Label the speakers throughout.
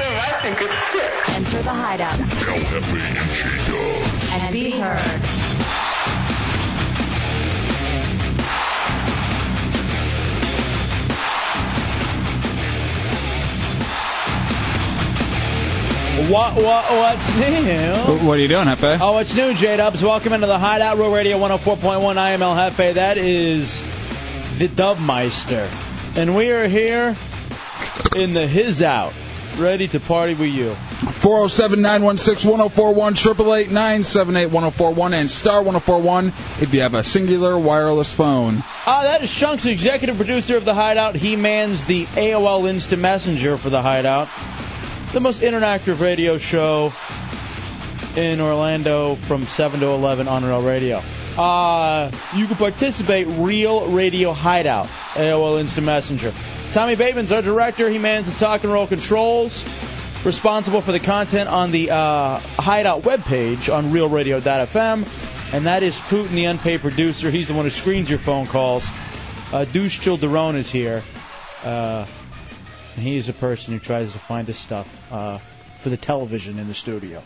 Speaker 1: Enter the hideout
Speaker 2: El Jefe and She Dove.
Speaker 1: and be heard.
Speaker 3: What, what, what's new?
Speaker 4: What are you doing, Hefe?
Speaker 3: Oh, it's new, J Dubs. Welcome into the Hideout Row Radio 104.1 IML Hefe. That is the Dubmeister. And we are here in the His Out, ready to party with you.
Speaker 4: 407 916 1041, 888 978 1041, and star 1041 if you have a singular wireless phone.
Speaker 3: Ah, that is Chunks, executive producer of The Hideout. He mans the AOL Instant Messenger for The Hideout, the most interactive radio show in Orlando from 7 to 11 on Real Radio. Uh, you can participate Real Radio Hideout, AOL Instant Messenger. Tommy Bateman's our director. He mans the talk and roll controls, responsible for the content on the uh, Hideout webpage on realradio.fm. And that is Putin, the unpaid producer. He's the one who screens your phone calls. Uh, Douche Childerone is here. Uh, and he is a person who tries to find us stuff uh, for the television in the studio.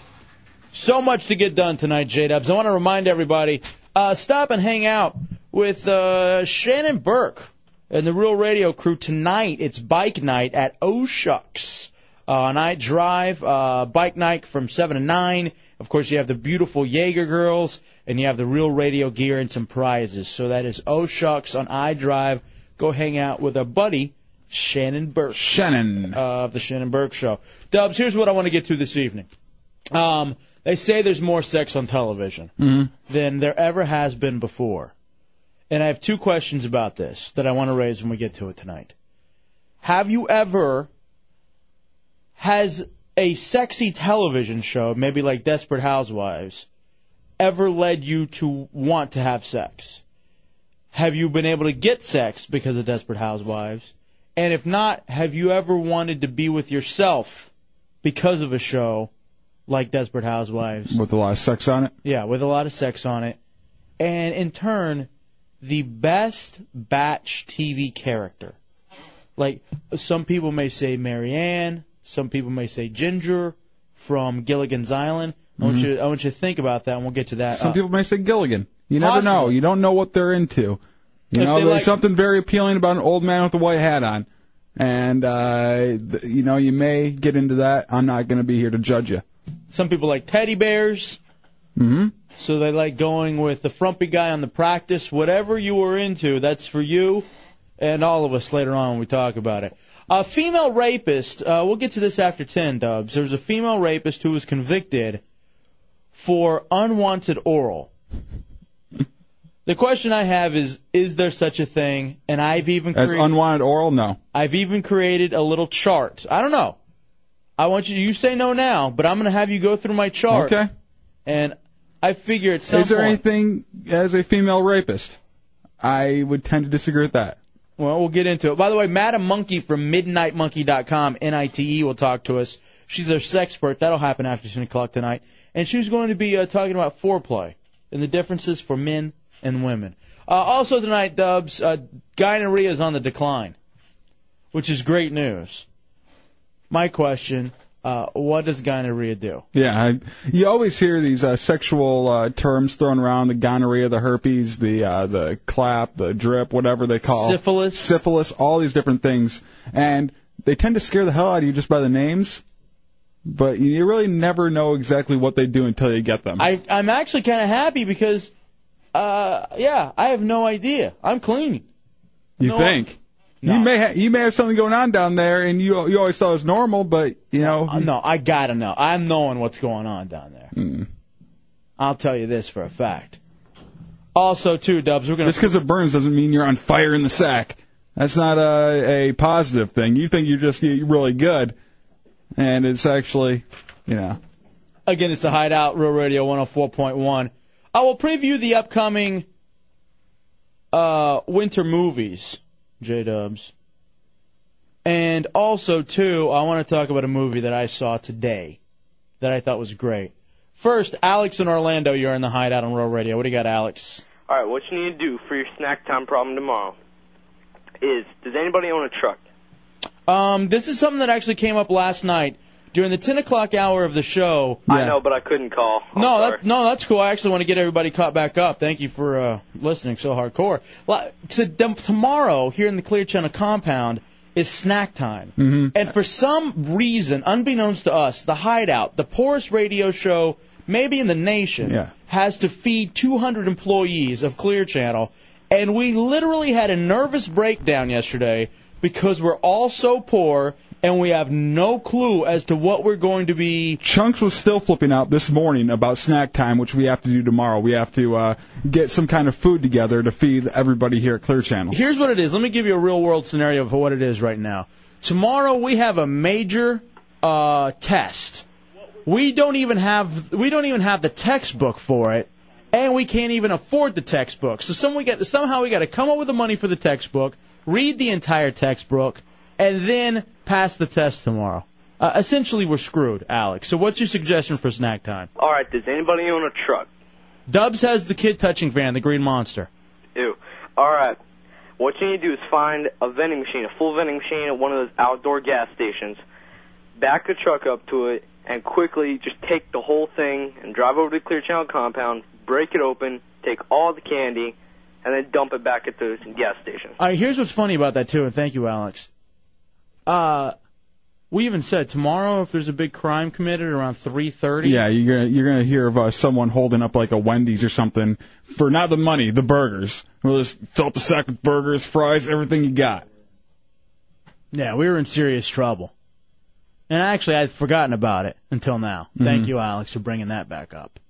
Speaker 3: So much to get done tonight, J Dubs. I want to remind everybody uh, stop and hang out with uh, Shannon Burke and the Real Radio crew tonight. It's bike night at O'Shucks. Uh, night drive, uh, bike night from 7 to 9. Of course, you have the beautiful Jaeger girls, and you have the real radio gear and some prizes. So that is O'Shucks on iDrive. Go hang out with our buddy, Shannon Burke.
Speaker 4: Shannon.
Speaker 3: Of the Shannon Burke Show. Dubs, here's what I want to get to this evening. Um, they say there's more sex on television
Speaker 4: Mm-hmm.
Speaker 3: than there ever has been before. And I have two questions about this that I want to raise when we get to it tonight. Have you ever has a sexy television show, maybe like Desperate Housewives, ever led you to want to have sex? Have you been able to get sex because of Desperate Housewives? And if not, have you ever wanted to be with yourself because of a show like Desperate Housewives?
Speaker 4: With a lot of sex on it.
Speaker 3: Yeah, with a lot of sex on it. And in turn, the best batch TV character. Like, some people may say Marianne, some people may say Ginger from Gilligan's Island. I want
Speaker 4: Mhm.
Speaker 3: you, I want you to think about that, and we'll get to that.
Speaker 4: Some
Speaker 3: Uh,
Speaker 4: people may say Gilligan. You never know. You don't know what they're into.
Speaker 3: If
Speaker 4: You know,
Speaker 3: they
Speaker 4: there's
Speaker 3: like-
Speaker 4: something very appealing about an old man with a white hat on. And, uh, th- you know, you may get into that. I'm not going to be here to judge you.
Speaker 3: some people like teddy bears.
Speaker 4: Mm-hmm.
Speaker 3: So they like going with the frumpy guy on the practice. Whatever you were into, that's for you and all of us later on when we talk about it. A female rapist, uh, we'll get to this after 10, Dubs. There's a female rapist who was convicted for unwanted oral. The question I have is, is there such a thing? And I've even
Speaker 4: As
Speaker 3: created,
Speaker 4: unwanted oral, no.
Speaker 3: I've even created a little chart. I don't know. I want you, you say no now, but I'm going to have you go through my chart.
Speaker 4: Okay.
Speaker 3: And I figure at some
Speaker 4: Is there
Speaker 3: point,
Speaker 4: anything as a female rapist? I would tend to disagree with that.
Speaker 3: Well, we'll get into it. By the way, Madam Monkey from MidnightMonkey.com, N-I-T-E, E, will talk to us. She's our sexpert. That'll happen after 10 o'clock tonight. And she's going to be uh, talking about foreplay and the differences for men and women. Uh, also tonight, Dubs, uh, gonorrhea is on the decline, which is great news. My question, uh, what does gonorrhea do?
Speaker 4: Yeah, I, you always hear these uh, sexual uh, terms thrown around: the gonorrhea, the herpes, the uh, the clap, the drip, whatever they call
Speaker 3: Syphilis.
Speaker 4: syphilis, all these different things, and they tend to scare the hell out of you just by the names. But you really never know exactly what they do until you get them.
Speaker 3: I, I'm actually kind of happy because, uh, yeah, I have no idea. I'm clean.
Speaker 4: you
Speaker 3: no,
Speaker 4: think you may ha- you may have something going on down there, and you you always thought it was normal, but you know
Speaker 3: Uh, no, I gotta know. I'm knowing what's going on down there.
Speaker 4: Hmm.
Speaker 3: I'll tell you this for a fact. Also, too, Dubs, we're gonna
Speaker 4: Just because it burns doesn't mean you're on fire in the sack. That's not a, a positive thing. You think you're just you're really good, and it's actually, you know,
Speaker 3: Again, it's the Hideout, Real Radio 104.1. I will preview the upcoming uh, winter movies, J Dubs. And also, too, I want to talk about a movie that I saw today that I thought was great. First, Alex in Orlando, you're in the Hideout on Real Radio. What do you got, Alex?
Speaker 5: All right, what you need to do for your snack time problem tomorrow is, does anybody own a truck?
Speaker 3: Um, this is something that actually came up last night during the 10 o'clock hour of the show.
Speaker 5: I know, but I couldn't call.
Speaker 3: No, that, no, that's cool. I actually want to get everybody caught back up. Thank you for uh, listening so hardcore. Well, to, them, tomorrow here in the Clear Channel compound is snack time, and for some reason, unbeknownst to us, the Hideout, the poorest radio show maybe in the nation,
Speaker 4: Yeah.
Speaker 3: has to feed 200 employees of Clear Channel, and we literally had a nervous breakdown yesterday because we're all so poor. And we have no clue as to what we're going to be
Speaker 4: Chunks was still flipping out this morning about snack time, which we have to do tomorrow. We have to uh, get some kind of food together to feed everybody here at Clear Channel.
Speaker 3: Here's what it is. Let me give you a real world scenario of what it is right now. Tomorrow we have a major uh, test. We don't even have we don't even have the textbook for it, and we can't even afford the textbook. So some we got somehow we got to come up with the money for the textbook, read the entire textbook, and then pass the test tomorrow. Uh, essentially, we're screwed, Alex. So what's your suggestion for snack time?
Speaker 5: All right, does anybody own a truck?
Speaker 3: Dubs has the kid touching van, the green monster.
Speaker 5: Ew. All right. What you need to do is find a vending machine, a full vending machine at one of those outdoor gas stations. Back the truck up to it and quickly just take the whole thing and drive over to the Clear Channel compound, break it open, take all the candy, and then dump it back at the gas station.
Speaker 3: All right, here's what's funny about that too, and thank you, Alex. Uh, we even said tomorrow if there's a big crime committed around 3:30.
Speaker 4: Yeah, you're gonna you're gonna hear of uh, someone holding up like a Wendy's or something for not the money, the burgers. We'll just fill up the sack with burgers, fries, everything you got.
Speaker 3: Yeah, we were in serious trouble. And actually, I'd forgotten about it until now.
Speaker 4: Mm-hmm.
Speaker 3: Thank you, Alex, for bringing that back up,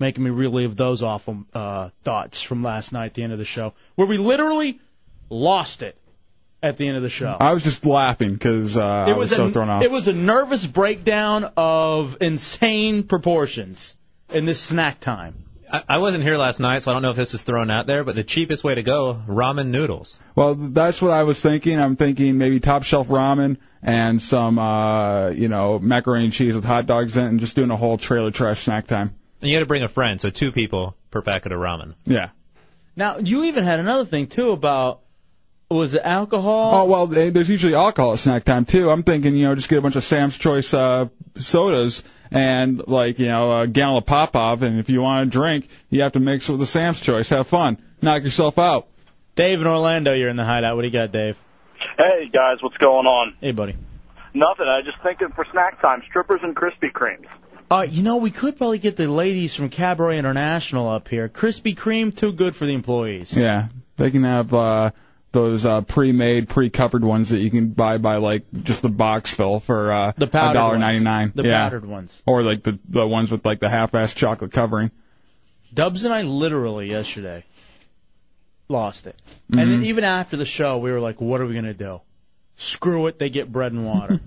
Speaker 3: making me relive those awful uh, thoughts from last night at the end of the show, where we literally lost it at the end of the show.
Speaker 4: I was just laughing because uh, I was so
Speaker 3: a,
Speaker 4: thrown off.
Speaker 3: It was a nervous breakdown of insane proportions in this snack time.
Speaker 6: I, I wasn't here last night, so I don't know if this is thrown out there, but the cheapest way to go, ramen noodles.
Speaker 4: Well, that's what I was thinking. I'm thinking maybe top shelf ramen and some, uh, you know, macaroni and cheese with hot dogs in it and just doing a whole trailer trash snack time.
Speaker 6: And you got to bring a friend, so two people per packet of ramen.
Speaker 4: Yeah.
Speaker 3: Now you even had another thing too about was it
Speaker 4: Oh,
Speaker 3: alcohol?
Speaker 4: well, they- there's usually alcohol at snack time, too. I'm thinking, you know, just get a bunch of Sam's Choice, uh, sodas and like, you know, a gallon of Popov. And if you want a drink, you have to mix it with the Sam's Choice. Have fun. Knock yourself out.
Speaker 3: Dave in Orlando, you're in the hideout. What do you got, Dave?
Speaker 7: Hey guys, what's going on?
Speaker 3: Hey, buddy.
Speaker 7: Nothing. I was just thinking for snack time, strippers and Krispy Kremes.
Speaker 4: Oh.
Speaker 3: Uh, you know, we could probably get the ladies from Cabaret International up here. Krispy Kreme, too good for the employees.
Speaker 4: Yeah. They can have, uh, those uh, pre-made, pre-covered ones that you can buy by like just the box fill for uh,
Speaker 3: The powdered
Speaker 4: $1.99.
Speaker 3: ones. The
Speaker 4: yeah.
Speaker 3: powdered ones.
Speaker 4: or like the the ones with like the half-assed chocolate covering.
Speaker 3: Dubs and I literally yesterday lost it. And
Speaker 4: Mm-hmm.
Speaker 3: then even after the show, we were like, what are we going to do? Screw it, they get bread and water.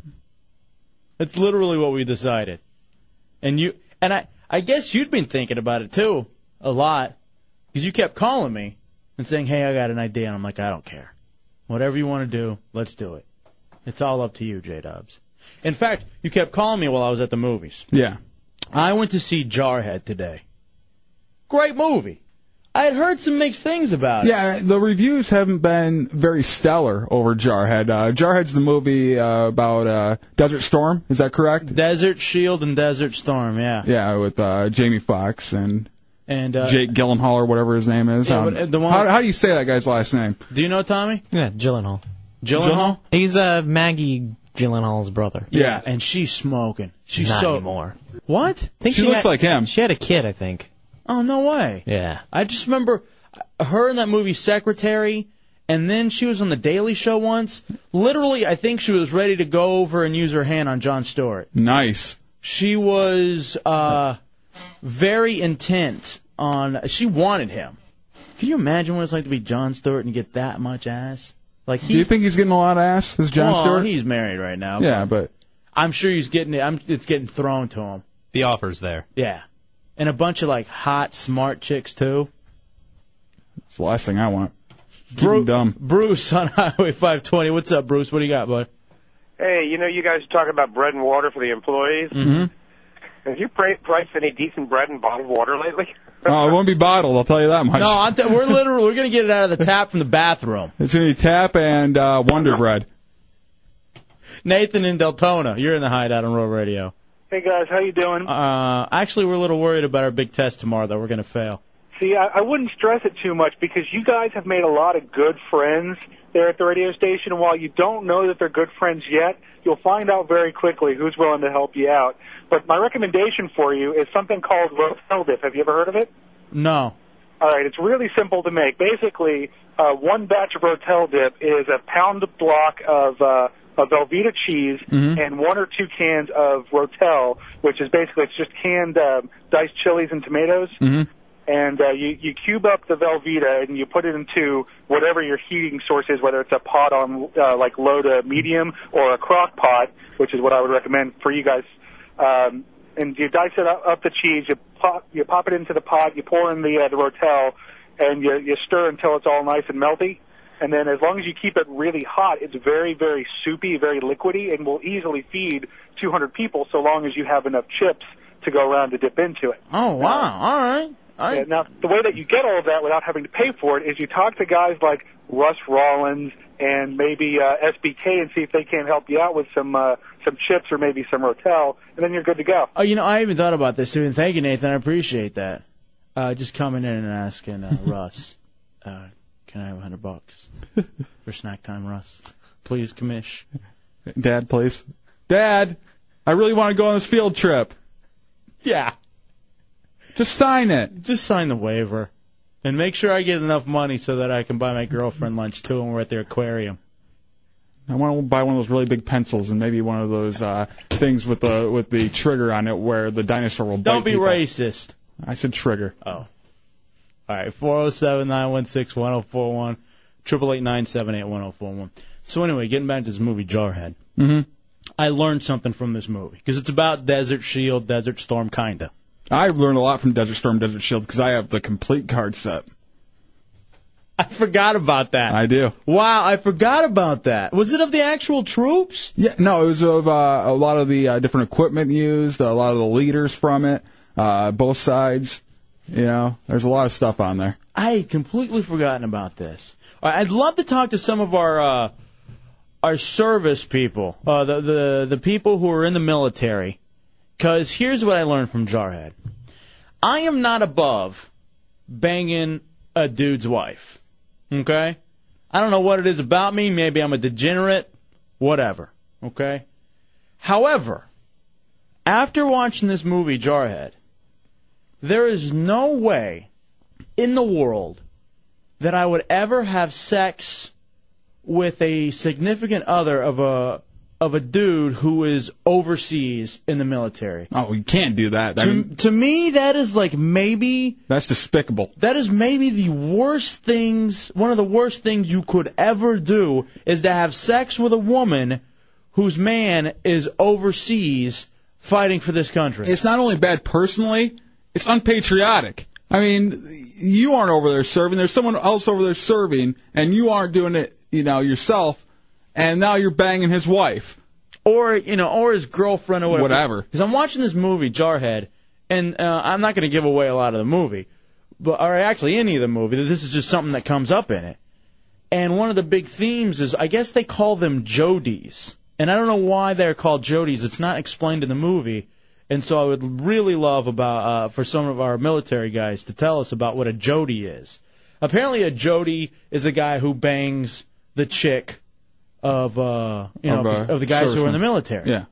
Speaker 3: That's literally what we decided. And you and I I guess you'd been thinking about it too a lot because you kept calling me and saying, "Hey, I got an idea." And I'm like, "I don't care. Whatever you want to do, let's do it. It's all up to you, J Dubs." In fact, you kept calling me while I was at the movies.
Speaker 4: Yeah.
Speaker 3: I went to see Jarhead today. Great movie. I had heard some mixed things about it.
Speaker 4: Yeah, the reviews haven't been very stellar over Jarhead. Uh, Jarhead's the movie uh, about uh, Desert Storm, is that correct?
Speaker 3: Desert Shield and Desert Storm, yeah.
Speaker 4: Yeah, with uh, Jamie Foxx and
Speaker 3: And uh,
Speaker 4: Jake Gyllenhaal or whatever his name is.
Speaker 3: Yeah,
Speaker 4: Um,
Speaker 3: but uh, the one-
Speaker 4: how, how do you say that guy's last name?
Speaker 3: do you know Tommy?
Speaker 8: Yeah, Gyllenhaal.
Speaker 3: Gyllenhaal?
Speaker 8: He's uh, Maggie Gyllenhaal's brother.
Speaker 4: Yeah.
Speaker 3: And she's smoking. She's
Speaker 8: Not
Speaker 3: so
Speaker 8: anymore.
Speaker 3: What?
Speaker 8: I think
Speaker 4: She looks
Speaker 8: had-
Speaker 4: like him.
Speaker 8: She had a kid, I think.
Speaker 3: Oh no way.
Speaker 8: Yeah.
Speaker 3: I just remember her in that movie Secretary, and then she was on the Daily Show once. Literally, I think she was ready to go over and use her hand on John Stewart.
Speaker 4: Nice.
Speaker 3: She was uh, very intent on. She wanted him. Can you imagine what it's like to be John Stewart and get that much ass? Like he,
Speaker 4: Do you think he's getting a lot of ass? Is John
Speaker 3: Aw,
Speaker 4: Stewart?
Speaker 3: he's married right now.
Speaker 4: Yeah, but
Speaker 3: I'm sure he's getting it. I'm, it's getting thrown to him.
Speaker 6: The offer's there.
Speaker 3: Yeah, and a bunch of like hot, smart chicks too.
Speaker 4: It's the last thing I want. Keep 'em
Speaker 3: Bru-
Speaker 4: dumb.
Speaker 3: Bruce on Highway 520. What's up, Bruce? What do you got, bud?
Speaker 9: Hey, you know, you guys are talking about bread and water for the employees.
Speaker 3: Mm-hmm.
Speaker 9: Have you pri- priced any decent bread and bottled water lately?
Speaker 4: Oh, it won't be bottled. I'll tell you that much.
Speaker 3: No, I'm t- we're literally we're gonna get it out of the tap from the bathroom.
Speaker 4: It's gonna be tap and uh, Wonder Bread.
Speaker 3: Nathan in Deltona, you're in the hideout on Roll Radio.
Speaker 10: Hey guys, how you doing?
Speaker 3: Uh, actually, we're a little worried about our big test tomorrow, though. We're gonna fail.
Speaker 10: See, I, I wouldn't stress it too much because you guys have made a lot of good friends there at the radio station. And while you don't know that they're good friends yet, you'll find out very quickly who's willing to help you out. But my recommendation for you is something called Roteldiff. Have you ever heard of it?
Speaker 3: No.
Speaker 10: All right, it's really simple to make. Basically, uh, one batch of Rotel dip is a pound block of uh, of Velveeta cheese
Speaker 3: Mm-hmm.
Speaker 7: Mm-hmm.
Speaker 11: Mhm.
Speaker 10: and one or two cans of Rotel, which is basically it's just canned uh, diced chilies and tomatoes.
Speaker 4: Mm-hmm.
Speaker 10: And uh, you you cube up the Velveeta and you put it into whatever your heating source is, whether it's a pot on uh, like low to medium or a crock pot, which is what I would recommend for you guys. Um, and you dice it up, up the cheese, you pop you pop it into the pot, you pour in the uh, the Rotel, and you you stir until it's all nice and melty. And then as long as you keep it really hot, it's very very soupy, very liquidy, and will easily feed 200 people so long as you have enough chips to go around to dip into it.
Speaker 3: Oh wow! All right.
Speaker 10: Yeah, now, the way that you get all of that without having to pay for it is you talk to guys like Russ Rollins and maybe uh, SBK and see if they can't help you out with some uh, some chips or maybe some Rotel, and then you're good to go.
Speaker 3: Oh, you know, I even thought about this too. And thank you, Nathan. I appreciate that. Uh, just coming in and asking uh, Russ, uh, can I have a hundred bucks for snack time, Russ? Please, commish.
Speaker 4: Dad, please. Dad, I really want to go on this field trip.
Speaker 3: Yeah.
Speaker 4: Just sign it.
Speaker 3: Just sign the waiver, and make sure I get enough money so that I can buy my girlfriend lunch too when we're at the aquarium.
Speaker 4: I want to buy one of those really big pencils and maybe one of those uh, things with the with the trigger on it where the dinosaur will
Speaker 3: Don't
Speaker 4: bite
Speaker 3: be
Speaker 4: people.
Speaker 3: racist.
Speaker 4: I said trigger.
Speaker 3: Oh. All right, 407 916 1041, 888 978 1041. So, anyway, getting back to this movie, Jarhead,
Speaker 4: Mm-hmm.
Speaker 3: I learned something from this movie because it's about Desert Shield, Desert Storm, kind of.
Speaker 4: I learned a lot from Desert Storm, Desert Shield because I have the complete card set.
Speaker 3: I forgot about that.
Speaker 4: I do.
Speaker 3: Wow, I forgot about that. Was it of the actual troops?
Speaker 4: Yeah, no, it was of uh, a lot of the uh, different equipment used, a lot of the leaders from it, uh, both sides. You know, there's a lot of stuff on there.
Speaker 3: I had completely forgotten about this. All right, I'd love to talk to some of our uh, our service people, uh, the, the the people who are in the military, because here's what I learned from Jarhead. I am not above banging a dude's wife. Okay, I don't know what it is about me. Maybe I'm a degenerate, whatever. Okay. However, after watching this movie Jarhead, there is no way in the world that I would ever have sex with a significant other of a of a dude who is overseas in the military.
Speaker 4: Oh, you can't do that. I
Speaker 3: To-
Speaker 4: mean,
Speaker 3: to me, that is like maybe
Speaker 4: that's despicable.
Speaker 3: that is maybe the worst things, one of the worst things you could ever do is to have sex with a woman whose man is overseas fighting for this country.
Speaker 4: It's not only bad personally, it's unpatriotic. I mean, you aren't over there serving. There's someone else over there serving, and you aren't doing it, you know, yourself. And now you're banging his wife.
Speaker 3: or you know, or his girlfriend or whatever.
Speaker 4: Whatever.
Speaker 3: Because I'm watching this movie Jarhead, and uh, I'm not going to give away a lot of the movie, but or actually any of the movie. This is just something that comes up in it. And one of the big themes is, I guess they call them Jodies, and I don't know why they're called Jodies. It's not explained in the movie. And so I would really love about uh, for some of our military guys to tell us about what a Jody is. Apparently, a Jody is a guy who bangs the chick of uh, you know of,
Speaker 4: Of, uh,
Speaker 3: the, of the guys who are in the
Speaker 4: servicemen.
Speaker 3: military.
Speaker 4: Yeah.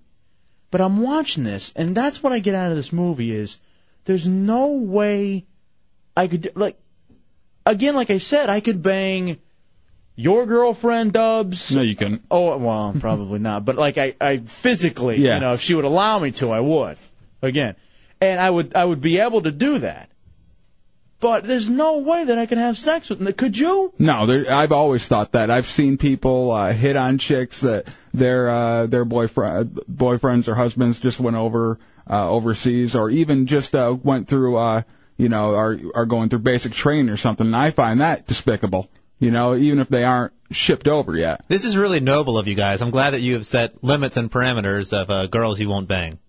Speaker 3: But I'm watching this, and that's what I get out of this movie is there's no way I could like again, like I said, I could bang your girlfriend Dubs.
Speaker 4: No, you couldn't.
Speaker 3: Oh well, probably not. But like I, I physically,
Speaker 4: Yeah.
Speaker 3: you know, if she would allow me to, I would. Again, and I would, I would be able to do that. but there's no way that I can have sex with them. Could you?
Speaker 4: No, there- I've always thought that. I've seen people uh, hit on chicks that their uh, their boyfriend boyfriends or husbands just went over uh, overseas, or even just uh, went through uh, you know are are going through basic training or something. And I find that despicable. You know, even if they aren't shipped over yet.
Speaker 6: This is really noble of you guys. I'm glad that you have set limits and parameters of uh, girls you won't bang.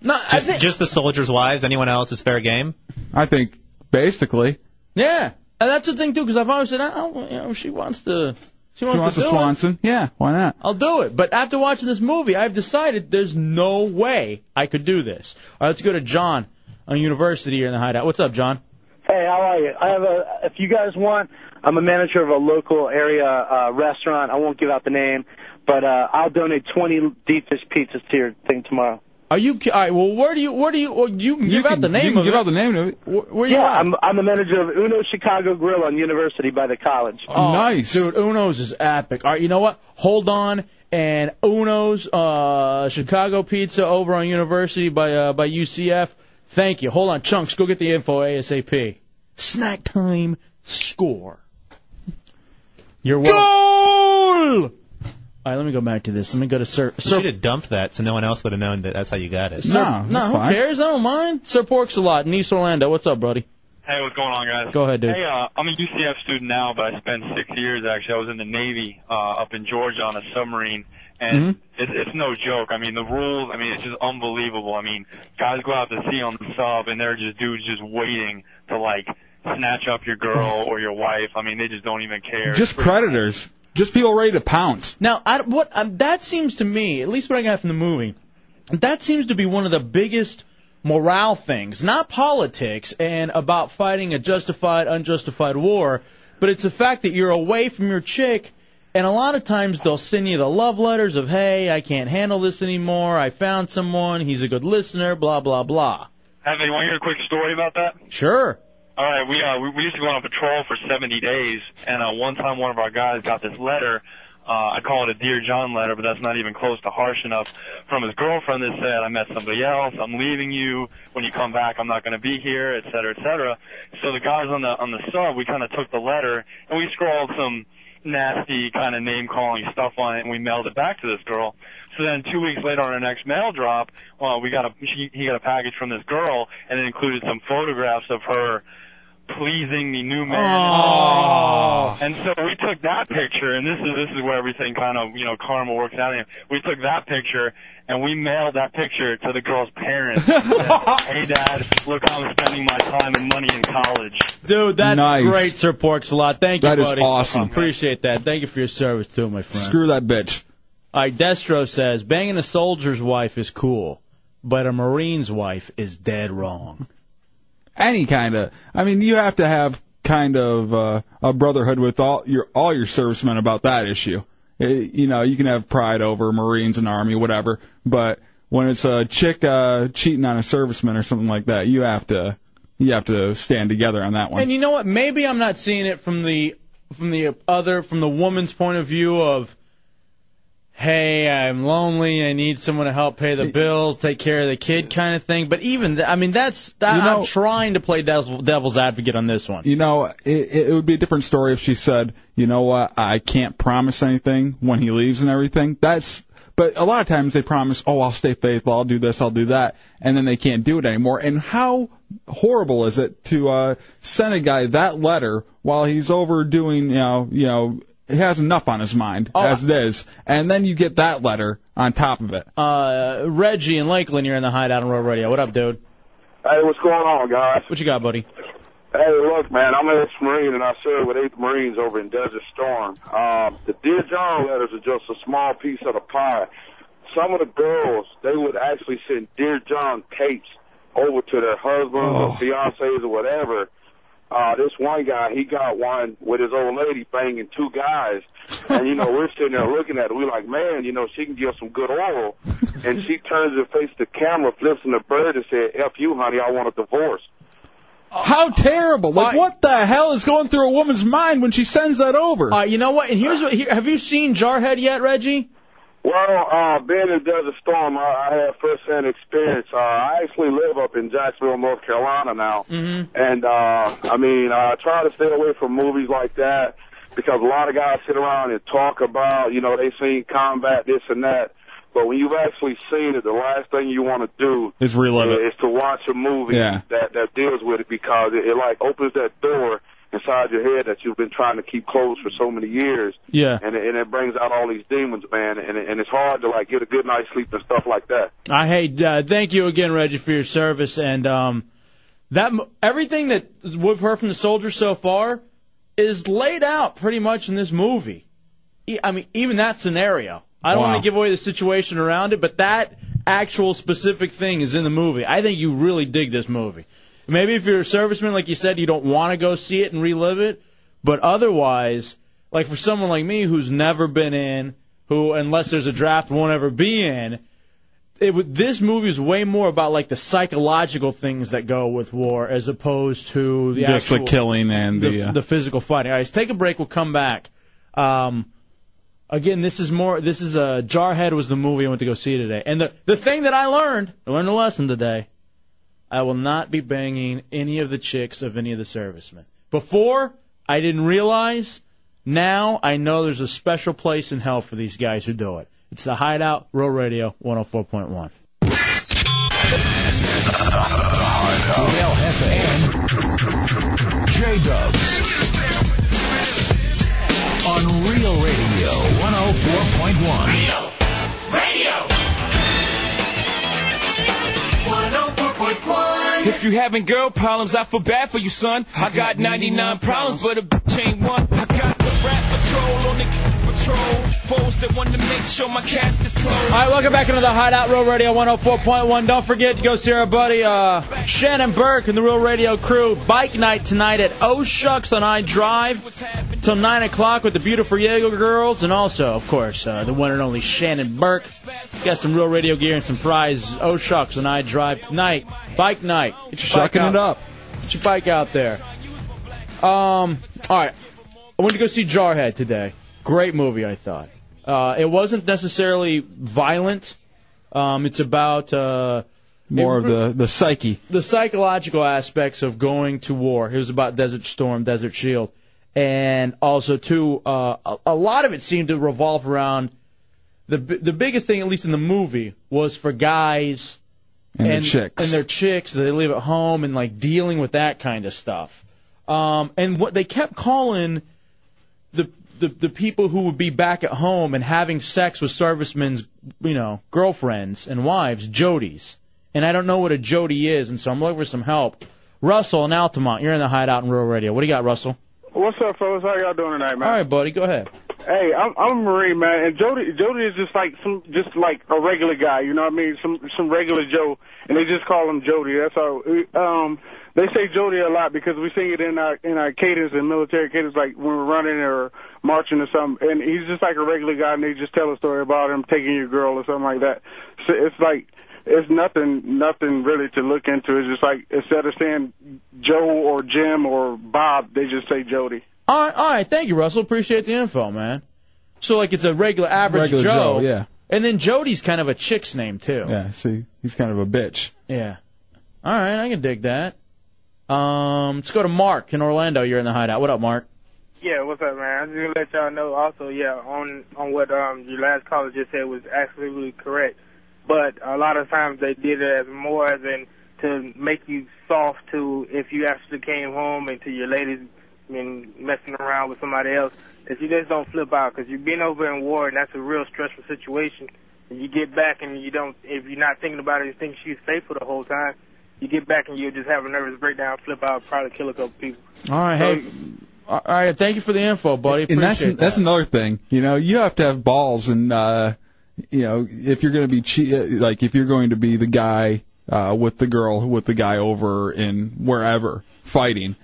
Speaker 3: No,
Speaker 6: just, just the soldiers' wives. Anyone else is fair game.
Speaker 4: I think basically.
Speaker 3: Yeah, and that's the thing too, because I've always said, I don't, you know, she wants to, she wants,
Speaker 4: She wants
Speaker 3: to
Speaker 4: a
Speaker 3: do it.
Speaker 4: Swanson. Yeah, why not?
Speaker 3: I'll do it. But after watching this movie, I've decided there's no way I could do this. All right, let's go to John on University here in the hideout. What's up, John?
Speaker 7: Hey, how are you? I have a. If you guys want, I'm a manager of a local area uh, restaurant. I won't give out the name, but uh, I'll donate 20 deep dish pizzas to your thing tomorrow.
Speaker 3: Are you ki- all right? Well, where do you where do you well, you can give out the name
Speaker 4: you can
Speaker 3: of
Speaker 4: give
Speaker 3: it.
Speaker 4: out the name of it.
Speaker 3: Where, where
Speaker 7: yeah,
Speaker 3: you at?
Speaker 7: I'm I'm the manager of Uno Chicago Grill on University by the college.
Speaker 3: Oh, nice, dude. Uno's is epic. All right, you know what? Hold on. And Uno's uh, Chicago Pizza over on University by uh, by UCF. Thank you. Hold on, chunks. Go get the info asap. Snack time. Score. You're welcome. Goal. All right, let me go back to this. Let me go to Sir.
Speaker 6: you should have dumped that so no one else would have known that that's how you got it.
Speaker 3: Sir, no, who cares? I don't mind. Sir Porks a lot in East Orlando. What's up, buddy?
Speaker 12: Hey, what's going on, guys?
Speaker 3: Go ahead, dude.
Speaker 12: Hey, uh, I'm a UCF student now, but I spent six years actually. I was in the Navy uh, up in Georgia on a submarine, and
Speaker 3: Mm-hmm.
Speaker 12: it's, it's no joke. I mean, the rules. I mean, it's just unbelievable. I mean, guys go out to sea on the sub, and they're just dudes just waiting to like snatch up your girl or your wife. I mean, they just don't even care.
Speaker 4: Just predators. Just people ready to pounce.
Speaker 3: Now, I, what um, that seems to me, at least what I got from the movie, that seems to be one of the biggest morale things, not politics and about fighting a justified, unjustified war, but it's the fact that you're away from your chick. And a lot of times they'll send you the love letters of, hey, I can't handle this anymore. I found someone. He's a good listener. Blah blah blah.
Speaker 12: Have you want to hear a quick story about that?
Speaker 3: Sure.
Speaker 12: All right, we uh, we, we used to go on a patrol for 70 days, and uh, one time one of our guys got this letter. Uh, I call it a Dear John letter, but that's not even close to harsh enough. From his girlfriend that said, "I met somebody else. I'm leaving you. When you come back, I'm not going to be here, et cetera, et cetera." So the guys on the on the sub, we kind of took the letter and we scrawled some nasty kind of name calling stuff on it, and we mailed it back to this girl. So then two weeks later on our next mail drop, uh, we got a she, he got a package from this girl, and it included some photographs of her pleasing the new man.
Speaker 3: Oh.
Speaker 12: And so we took that picture, and this is this is where everything kind of you know karma works out. Here. We took that picture and we mailed that picture to the girl's parents. hey, Dad, look how I'm spending my time and money in college.
Speaker 3: Dude, that's
Speaker 12: Nice.
Speaker 3: great, Sir Porks a lot. Thank you,
Speaker 12: That is
Speaker 3: buddy.
Speaker 12: awesome.
Speaker 3: Appreciate that. Thank you for your service too, my friend.
Speaker 4: Screw that bitch.
Speaker 3: All right, Destro says banging a soldier's wife is cool, but a marine's wife is dead wrong.
Speaker 4: Any kind of. I mean, you have to have kind of uh, a brotherhood with all your all your servicemen about that issue. It, you know, you can have pride over Marines and Army, whatever, but when it's a chick uh, cheating on a serviceman or something like that, you have to you have to stand together on that one.
Speaker 3: And you know what? Maybe I'm not seeing it from the from the other from the woman's point of view of, hey, I'm lonely, I need someone to help pay the bills, take care of the kid, kind of thing. But even th- I mean, that's that,
Speaker 4: You know-
Speaker 3: I'm trying to play devil, devil's advocate on this one.
Speaker 4: You know, it, it would be a different story if she said, you know what, I can't promise anything when he leaves and everything. That's, but a lot of times they promise, oh, I'll stay faithful, I'll do this, I'll do that, and then they can't do it anymore. And how horrible is it to uh, send a guy that letter while he's over doing, you know, you know, he has enough on his mind as it is, and then you get that letter on top of it.
Speaker 3: Uh, Reggie and Lakeland, you're in the hideout on Road Radio. What up, dude?
Speaker 13: Hey, what's going on, guys?
Speaker 3: What you got, buddy?
Speaker 13: Hey, look, man, I'm an ex-Marine, and I served with 8th Marines over in Desert Storm. Um, the Dear John letters are just a small piece of the pie. Some of the girls, they would actually send Dear John tapes over to their husbands or fiancés or whatever. Uh, this one guy, he got one with his old lady banging two guys. And, you know, we're sitting there looking at it. We're like, man, you know, she can give some good oral. And she turns and face the camera, flips in the bird, and said, F you, honey, I want a divorce.
Speaker 4: How terrible! Like, what the hell is going through a woman's mind when she sends that over?
Speaker 3: Uh, you know what? And here's what. Here, have you seen Jarhead yet, Reggie?
Speaker 14: Well, uh, being in Desert Storm, I, I had first-hand experience. Uh, I actually live up in Jacksonville, North Carolina now.
Speaker 15: Mm-hmm.
Speaker 14: And uh, I mean, I try to stay away from movies like that because a lot of guys sit around and talk about, you know, they seen combat, this and that. But when you've actually seen it, the last thing you want to do
Speaker 4: It's reload it.
Speaker 14: is to watch a movie
Speaker 4: Yeah.
Speaker 14: that that deals with it because it, it like opens that door inside your head that you've been trying to keep closed for so many years.
Speaker 4: Yeah.
Speaker 14: And it, and it brings out all these demons, man. And it, and it's hard to like get a good night's sleep and stuff like that.
Speaker 3: I hate. Uh, thank you again, Reggie, for your service and um, that m- everything that we've heard from the soldiers so far is laid out pretty much in this movie. E- I mean, even that scenario. I don't
Speaker 16: Wow.
Speaker 3: want to give away the situation around it, but that actual specific thing is in the movie. I think you really dig this movie. Maybe if you're a serviceman, like you said, you don't want to go see it and relive it, but otherwise, like for someone like me who's never been in, who unless there's a draft won't ever be in, it would, this movie is way more about like the psychological things that go with war as opposed to the
Speaker 4: Just
Speaker 3: actual
Speaker 4: the killing and the,
Speaker 3: the,
Speaker 4: uh,
Speaker 3: the physical fighting. All right, let's take a break. We'll come back. Um, again, this is more. This is uh, Jarhead was the movie I went to go see today, and the the thing that I learned, I learned a lesson today. I will not be banging any of the chicks of any of the servicemen. Before I didn't realize. Now I know there's a special place in hell for these guys who do it. It's the Hideout, Real Radio 104.1.
Speaker 15: J Dubs. On Real Radio 104.1. Real.
Speaker 17: If you having girl problems, I feel bad for you, son. I got 99 problems, but a bitch ain't one. I got the rap patrol on the patrol. Foes that want to make sure my cast is closed.
Speaker 3: All right, welcome back into the Hideout Real Radio 104.1. Don't forget to go see our buddy uh, Shannon Burke and the Real Radio crew. Bike night tonight at Oh Shucks on I Drive till 9 o'clock with the beautiful Yegel girls and also, of course, uh, the one and only Shannon Burke. Got some Real Radio gear and some prize Oh Shucks on I Drive tonight. Bike night. Get your bike
Speaker 4: Shucking
Speaker 3: out.
Speaker 4: it up.
Speaker 3: Get your bike out there. Um, all right. I went to go see Jarhead today. Great movie, I thought. Uh, it wasn't necessarily violent. Um, it's about uh,
Speaker 4: More
Speaker 3: it-
Speaker 4: of the the psyche.
Speaker 3: the psychological aspects of going to war. It was about Desert Storm, Desert Shield, and also too uh, a, a lot of it seemed to revolve around the bi- the biggest thing, at least in the movie, was for guys
Speaker 4: And their chicks.
Speaker 3: and their chicks that they live at home and like dealing with that kind of stuff. Um, and what they kept calling the, the the people who would be back at home and having sex with servicemen's you know girlfriends and wives Jodies. And I don't know what a Jody is, and so I'm looking for some help. Russell in Altamont, you're in the hideout in rural radio. What do you got, Russell?
Speaker 18: What's up, fellas? How y'all doing tonight, man?
Speaker 3: All right, buddy, go ahead.
Speaker 18: Hey, I'm I'm Marie, man, and Jody Jody is just like some just like a regular guy, you know what I mean? Some some regular Joe, and they just call him Jody. That's all. Um, they say Jody a lot because we sing it in our in our cadence and military cadence, like when we're running or marching or something. And he's just like a regular guy, and they just tell a story about him taking your girl or something like that. So it's like it's nothing nothing really to look into. It's just like instead of saying Joe or Jim or Bob, they just say Jody.
Speaker 3: All right, all right, thank you, Russell. Appreciate the info, man. So like it's a regular average
Speaker 4: Regular
Speaker 3: Joe,
Speaker 4: Joe, yeah.
Speaker 3: And then Jody's kind of a chick's name too.
Speaker 4: Yeah, see, he's kind of a bitch.
Speaker 3: Yeah. All right, I can dig that. Um, let's go to Mark in Orlando. You're in the hideout. What up, Mark?
Speaker 19: Yeah, what's up, man? I'm just gonna let y'all know also, yeah, on on what um your last caller just said was absolutely correct. But a lot of times they did it as more than to make you soft to if you actually came home and to your ladies been messing around with somebody else that you just don't flip out because you've been over in war and that's a real stressful situation. And you get back and you don't if you're not thinking about it, you think she's faithful the whole time. You get back and you'll just have a nervous breakdown, flip out, probably kill a couple people.
Speaker 3: All right, hey. All right, thank you for the info, buddy. Appreciate
Speaker 4: Uh, and that's
Speaker 3: that.
Speaker 4: that's another thing. You know, you have to have balls, and uh, you know, if you're going to be che- like if you're going to be the guy uh, with the girl with the guy over in wherever fighting,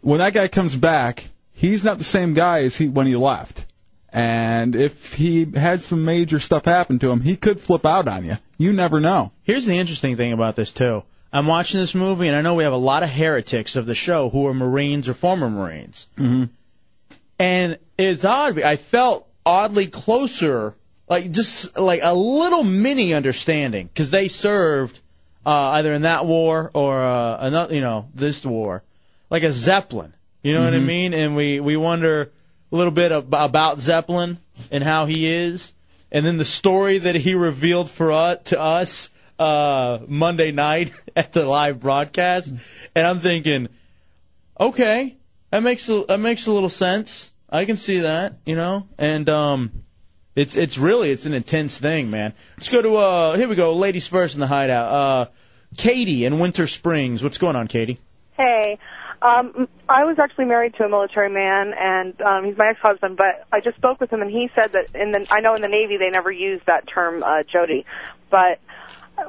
Speaker 4: when that guy comes back, he's not the same guy as he when he left. And if he had some major stuff happen to him, he could flip out on you. You never know.
Speaker 3: Here's the interesting thing about this too. I'm watching this movie, and I know we have a lot of heretics of the show who are Marines or former Marines.
Speaker 4: Mm-hmm.
Speaker 3: And it's odd. I felt oddly closer. like just like a little mini understanding because they served uh, either in that war or uh, another, you know, this war, like a Zeppelin. You know what I mean? And we we wonder a little bit ab- about Zeppelin and how he is, and then the story that he revealed for us to us uh, Monday night at the live broadcast. And I'm thinking, okay, that makes a, that makes a little sense. I can see that, you know. And um, it's it's really it's an intense thing, man. Let's go to uh here we go, ladies first in the hideout. Uh, Katie in Winter Springs. What's going on, Katie?
Speaker 16: Hey, um, I was actually married to a military man, and um, he's my ex-husband. But I just spoke with him, and he said that in the I know in the Navy they never use that term uh, Jody, but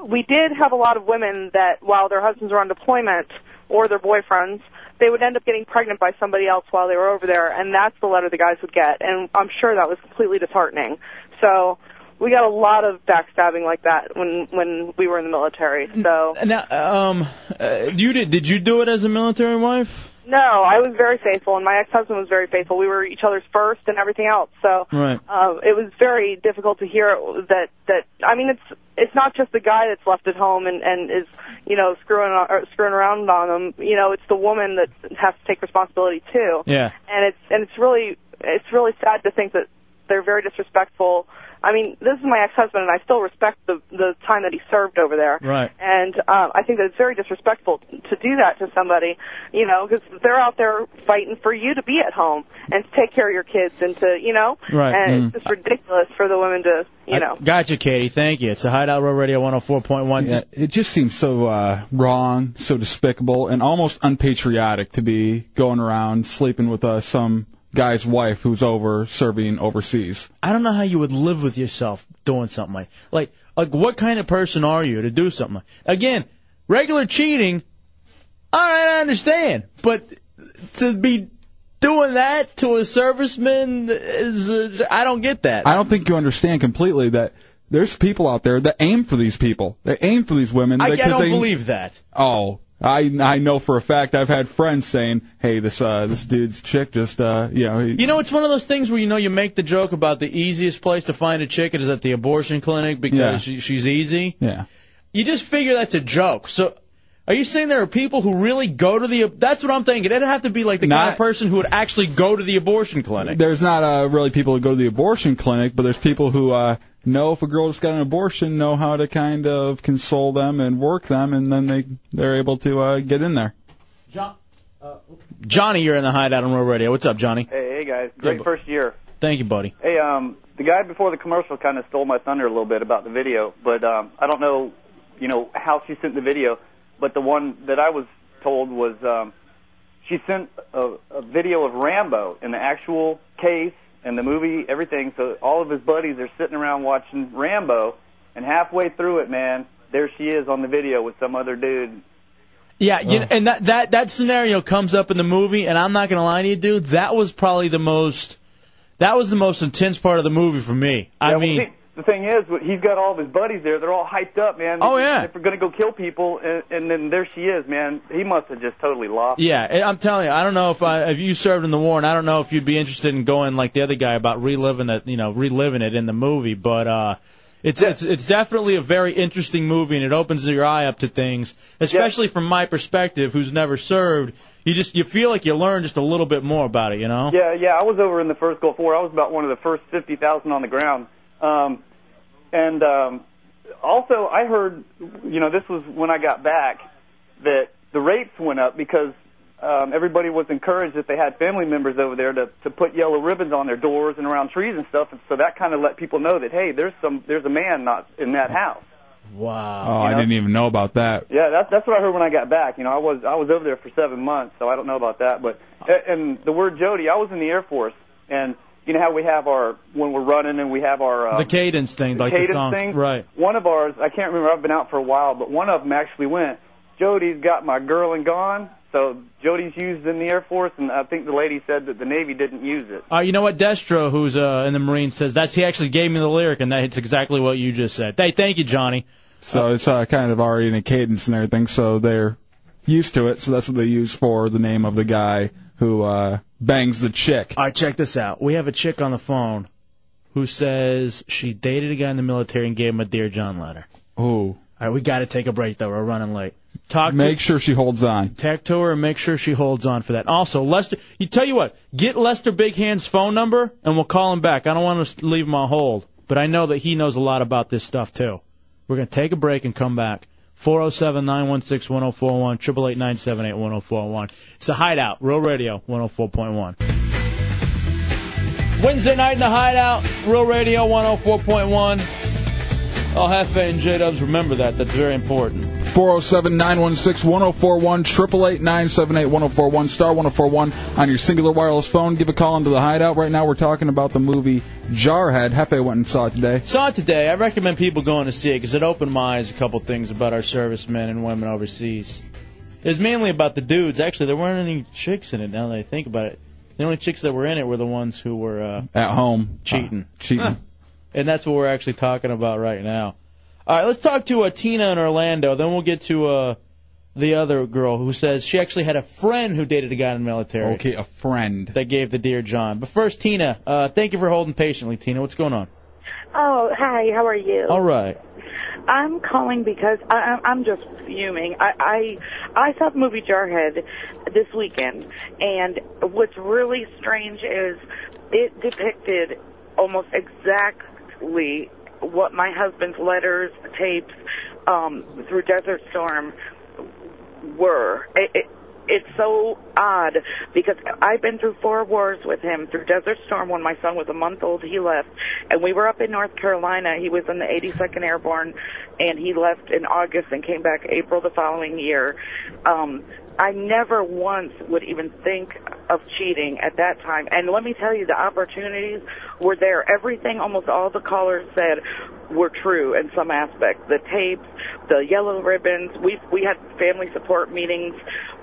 Speaker 16: we did have a lot of women that while their husbands were on deployment or their boyfriends, they would end up getting pregnant by somebody else while they were over there, and that's the letter the guys would get. And I'm sure that was completely disheartening. So we got a lot of backstabbing like that when when we were in the military. So
Speaker 3: Now, um, uh, you did did you do it as a military wife?
Speaker 16: no, I was very faithful, and my ex-husband was very faithful. We were each other's first and everything else. So
Speaker 3: Right.
Speaker 16: uh, it was very difficult to hear that that I mean it's it's not just the guy that's left at home and and is you know screwing or screwing around on them you know it's the woman that has to take responsibility too
Speaker 15: Yeah.
Speaker 16: and it's and it's really it's really sad to think that they're very disrespectful I mean this is my ex-husband and I still respect the the time that he served over there
Speaker 15: Right.
Speaker 16: and um, I think that it's very disrespectful to do that to somebody, you know, because they're out there fighting for you to be at home and to take care of your kids and to, you know,
Speaker 3: Right,
Speaker 16: and it's
Speaker 3: mm.
Speaker 16: just ridiculous for the women to, you know.
Speaker 3: I- gotcha, Katie. Thank you. It's a Hideout Row Radio 104.1.
Speaker 11: Yeah, it just seems so uh, wrong, so despicable, and almost unpatriotic to be going around sleeping with uh, some guy's wife who's over serving overseas.
Speaker 3: I don't know how you would live with yourself doing something like like like what kind of person are you to do something like again regular cheating all right I understand but to be doing that to a serviceman is uh, I don't get that
Speaker 11: I don't think you understand completely that there's people out there that aim for these people. They aim for these women.
Speaker 3: I, I
Speaker 11: because
Speaker 3: don't
Speaker 11: they,
Speaker 3: believe that
Speaker 11: Oh, I I know for a fact. I've had friends saying, "Hey, this uh this dude's chick just uh you know." He,
Speaker 3: you know it's one of those things where you know you make the joke about the easiest place to find a chick is at the abortion clinic because
Speaker 11: Yeah.
Speaker 3: she, she's easy
Speaker 11: yeah.
Speaker 3: you just figure that's a joke so. Are you saying there are people who really go to the? That's what I'm thinking. It'd have to be like the kind of
Speaker 11: Not-
Speaker 3: person who would actually go to the abortion clinic.
Speaker 11: There's not uh, really people who go to the abortion clinic, but there's people who uh, know if a girl just got an abortion, know how to kind of console them and work them, and then they they're able to uh, get in there.
Speaker 3: Johnny, you're in the hideout on Roll Radio. What's up, Johnny?
Speaker 20: Hey, hey guys,
Speaker 3: Yeah,
Speaker 20: great
Speaker 3: bu-
Speaker 20: first year.
Speaker 3: Thank you, buddy.
Speaker 20: Hey, um, the guy before the commercial kind of stole my thunder a little bit about the video, but um, I don't know, you know, how she sent the video. But the one that I was told was um, she sent a, a video of Rambo in the actual case and the movie, everything. So all of his buddies are sitting around watching Rambo, and halfway through it, man, there she is on the video with some other dude.
Speaker 3: Yeah, you and that that that scenario comes up in the movie, and I'm not gonna lie to you, dude. That was probably the most that was the most intense part of the movie for me. I mean,
Speaker 20: The thing is, he's got all of his buddies there. They're all hyped up, man.
Speaker 3: Oh, yeah.
Speaker 20: They're going to go kill people, and, and then there she is, man. He must have just totally lost.
Speaker 3: yeah, and I'm telling you, I don't know if I, if you served in the war, and I don't know if you'd be interested in going like the other guy about reliving it, you know, reliving it in the movie, but uh. It's, it's it's definitely a very interesting movie and it opens your eye up to things, especially from my perspective, who's never served. You just you feel like you learn just a little bit more about it, you know.
Speaker 20: Yeah, yeah. I was over in the first Gulf War. I was about one of the first fifty thousand on the ground. Um, and um, also, I heard, you know, this was when I got back that the rates went up because um, everybody was encouraged that they had family members over there to to put yellow ribbons on their doors and around trees and stuff. And so that kind of let people know that hey, there's some there's a man not in that house.
Speaker 11: Oh,
Speaker 3: Wow.
Speaker 11: I didn't even know about that.
Speaker 20: Yeah, that's that's what I heard when I got back. You know, I was I was over there for seven months, so I don't know about that. But and the word Jody, I was in the Air Force, and you know how we have our when we're running and we have our uh,
Speaker 3: the cadence thing,
Speaker 20: the
Speaker 3: like
Speaker 20: cadence
Speaker 3: the song,
Speaker 20: thing.
Speaker 3: right?
Speaker 20: One of ours, I can't remember. I've been out for a while, but one of them actually went. Jody's got my girl and gone. So Jody's used in the Air Force, and I think the lady said that the Navy didn't use it.
Speaker 3: Uh, you know what, Destro, who's uh, in the Marines, says that's he actually gave me the lyric, and that's exactly what you just said. Hey, thank you, Johnny.
Speaker 11: So it's uh, kind of already in a cadence and everything, so they're used to it. So that's what they use for the name of the guy who uh, bangs the chick.
Speaker 3: All right, check this out. We have a chick on the phone who says she dated a guy in the military and gave him a Dear John letter.
Speaker 4: Oh.
Speaker 3: All right, we got to take a break though. We're running late. Talk to-
Speaker 4: Make sure she holds on.
Speaker 3: Tack to her and make sure she holds on for that. Also, Lester, you tell you what, get Lester Big Hand's phone number and we'll call him back. I don't want to leave him on hold, but I know that he knows a lot about this stuff too. We're going to take a break and come back. 407 916 1041, 888 978 1041. It's a hideout, Real Radio 104.1. Wednesday night in the hideout, Real Radio 104.1. All Hefe and J Dubs remember that. That's very important.
Speaker 11: 407 916 1041, 888 978 1041, star 1041 on your singular wireless phone. Give a call into the hideout. Right now, we're talking about the movie Jarhead. Hefe went and saw it today.
Speaker 3: Saw it today. I recommend people going to see it because it opened my eyes a couple things about our servicemen and women overseas. It was mainly about the dudes. Actually, there weren't any chicks in it. Now that I think about it, the only chicks that were in it were the ones who were uh,
Speaker 4: At home.
Speaker 3: cheating,
Speaker 4: cheating.
Speaker 3: and that's what we're actually talking about right now. All right, let's talk to uh, Tina in Orlando. Then we'll get to uh, the other girl who says she actually had a friend who dated a guy in the military.
Speaker 4: Okay, a friend.
Speaker 3: That gave the dear John. But first, Tina. Uh, thank you for holding patiently, Tina. What's going on?
Speaker 21: Oh, hi. How are you?
Speaker 3: All right.
Speaker 21: I'm calling because I, I- I'm just fuming. I, I I saw the movie Jarhead this weekend, and what's really strange is it depicted almost exactly what my husband's letters, tapes um, through Desert Storm were. It, it, it's so odd because I've been through four wars with him through Desert Storm when my son was a month old. He left, and we were up in North Carolina. He was in the 82nd Airborne, and he left in August and came back April the following year. Um, I never once would even think of cheating at that time. And let me tell you, the opportunities were there. Everything, almost all the callers said, were true in some aspect. The tapes, the yellow ribbons. We we had family support meetings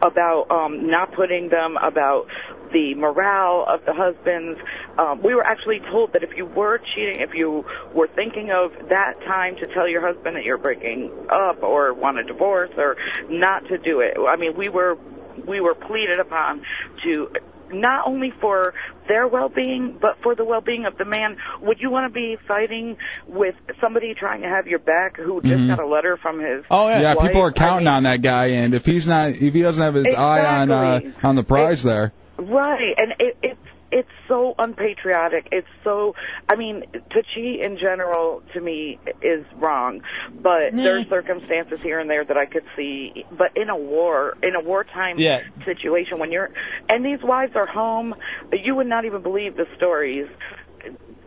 Speaker 21: about um, not putting them, about the morale of the husbands. Um, we were actually told that if you were cheating, if you were thinking of that time to tell your husband that you're breaking up or want a divorce or not to do it. I mean, we were we were pleaded upon to not only for their well-being but for the well-being of the man would you want to be fighting with somebody trying to have your back who just
Speaker 4: Mhm.
Speaker 21: got a letter from his
Speaker 4: Oh,
Speaker 3: Oh,
Speaker 4: yeah.
Speaker 21: wife?
Speaker 4: People are counting on that guy, and if he's not, if he doesn't have his eye on uh, on the prize there.
Speaker 21: Right, and it, it's it's so unpatriotic. It's so I mean, to cheat in general to me is wrong, but there are circumstances here and there that I could see. But in a war, in a wartime
Speaker 22: Yeah.
Speaker 21: situation, when you're and these wives are home, you would not even believe the stories.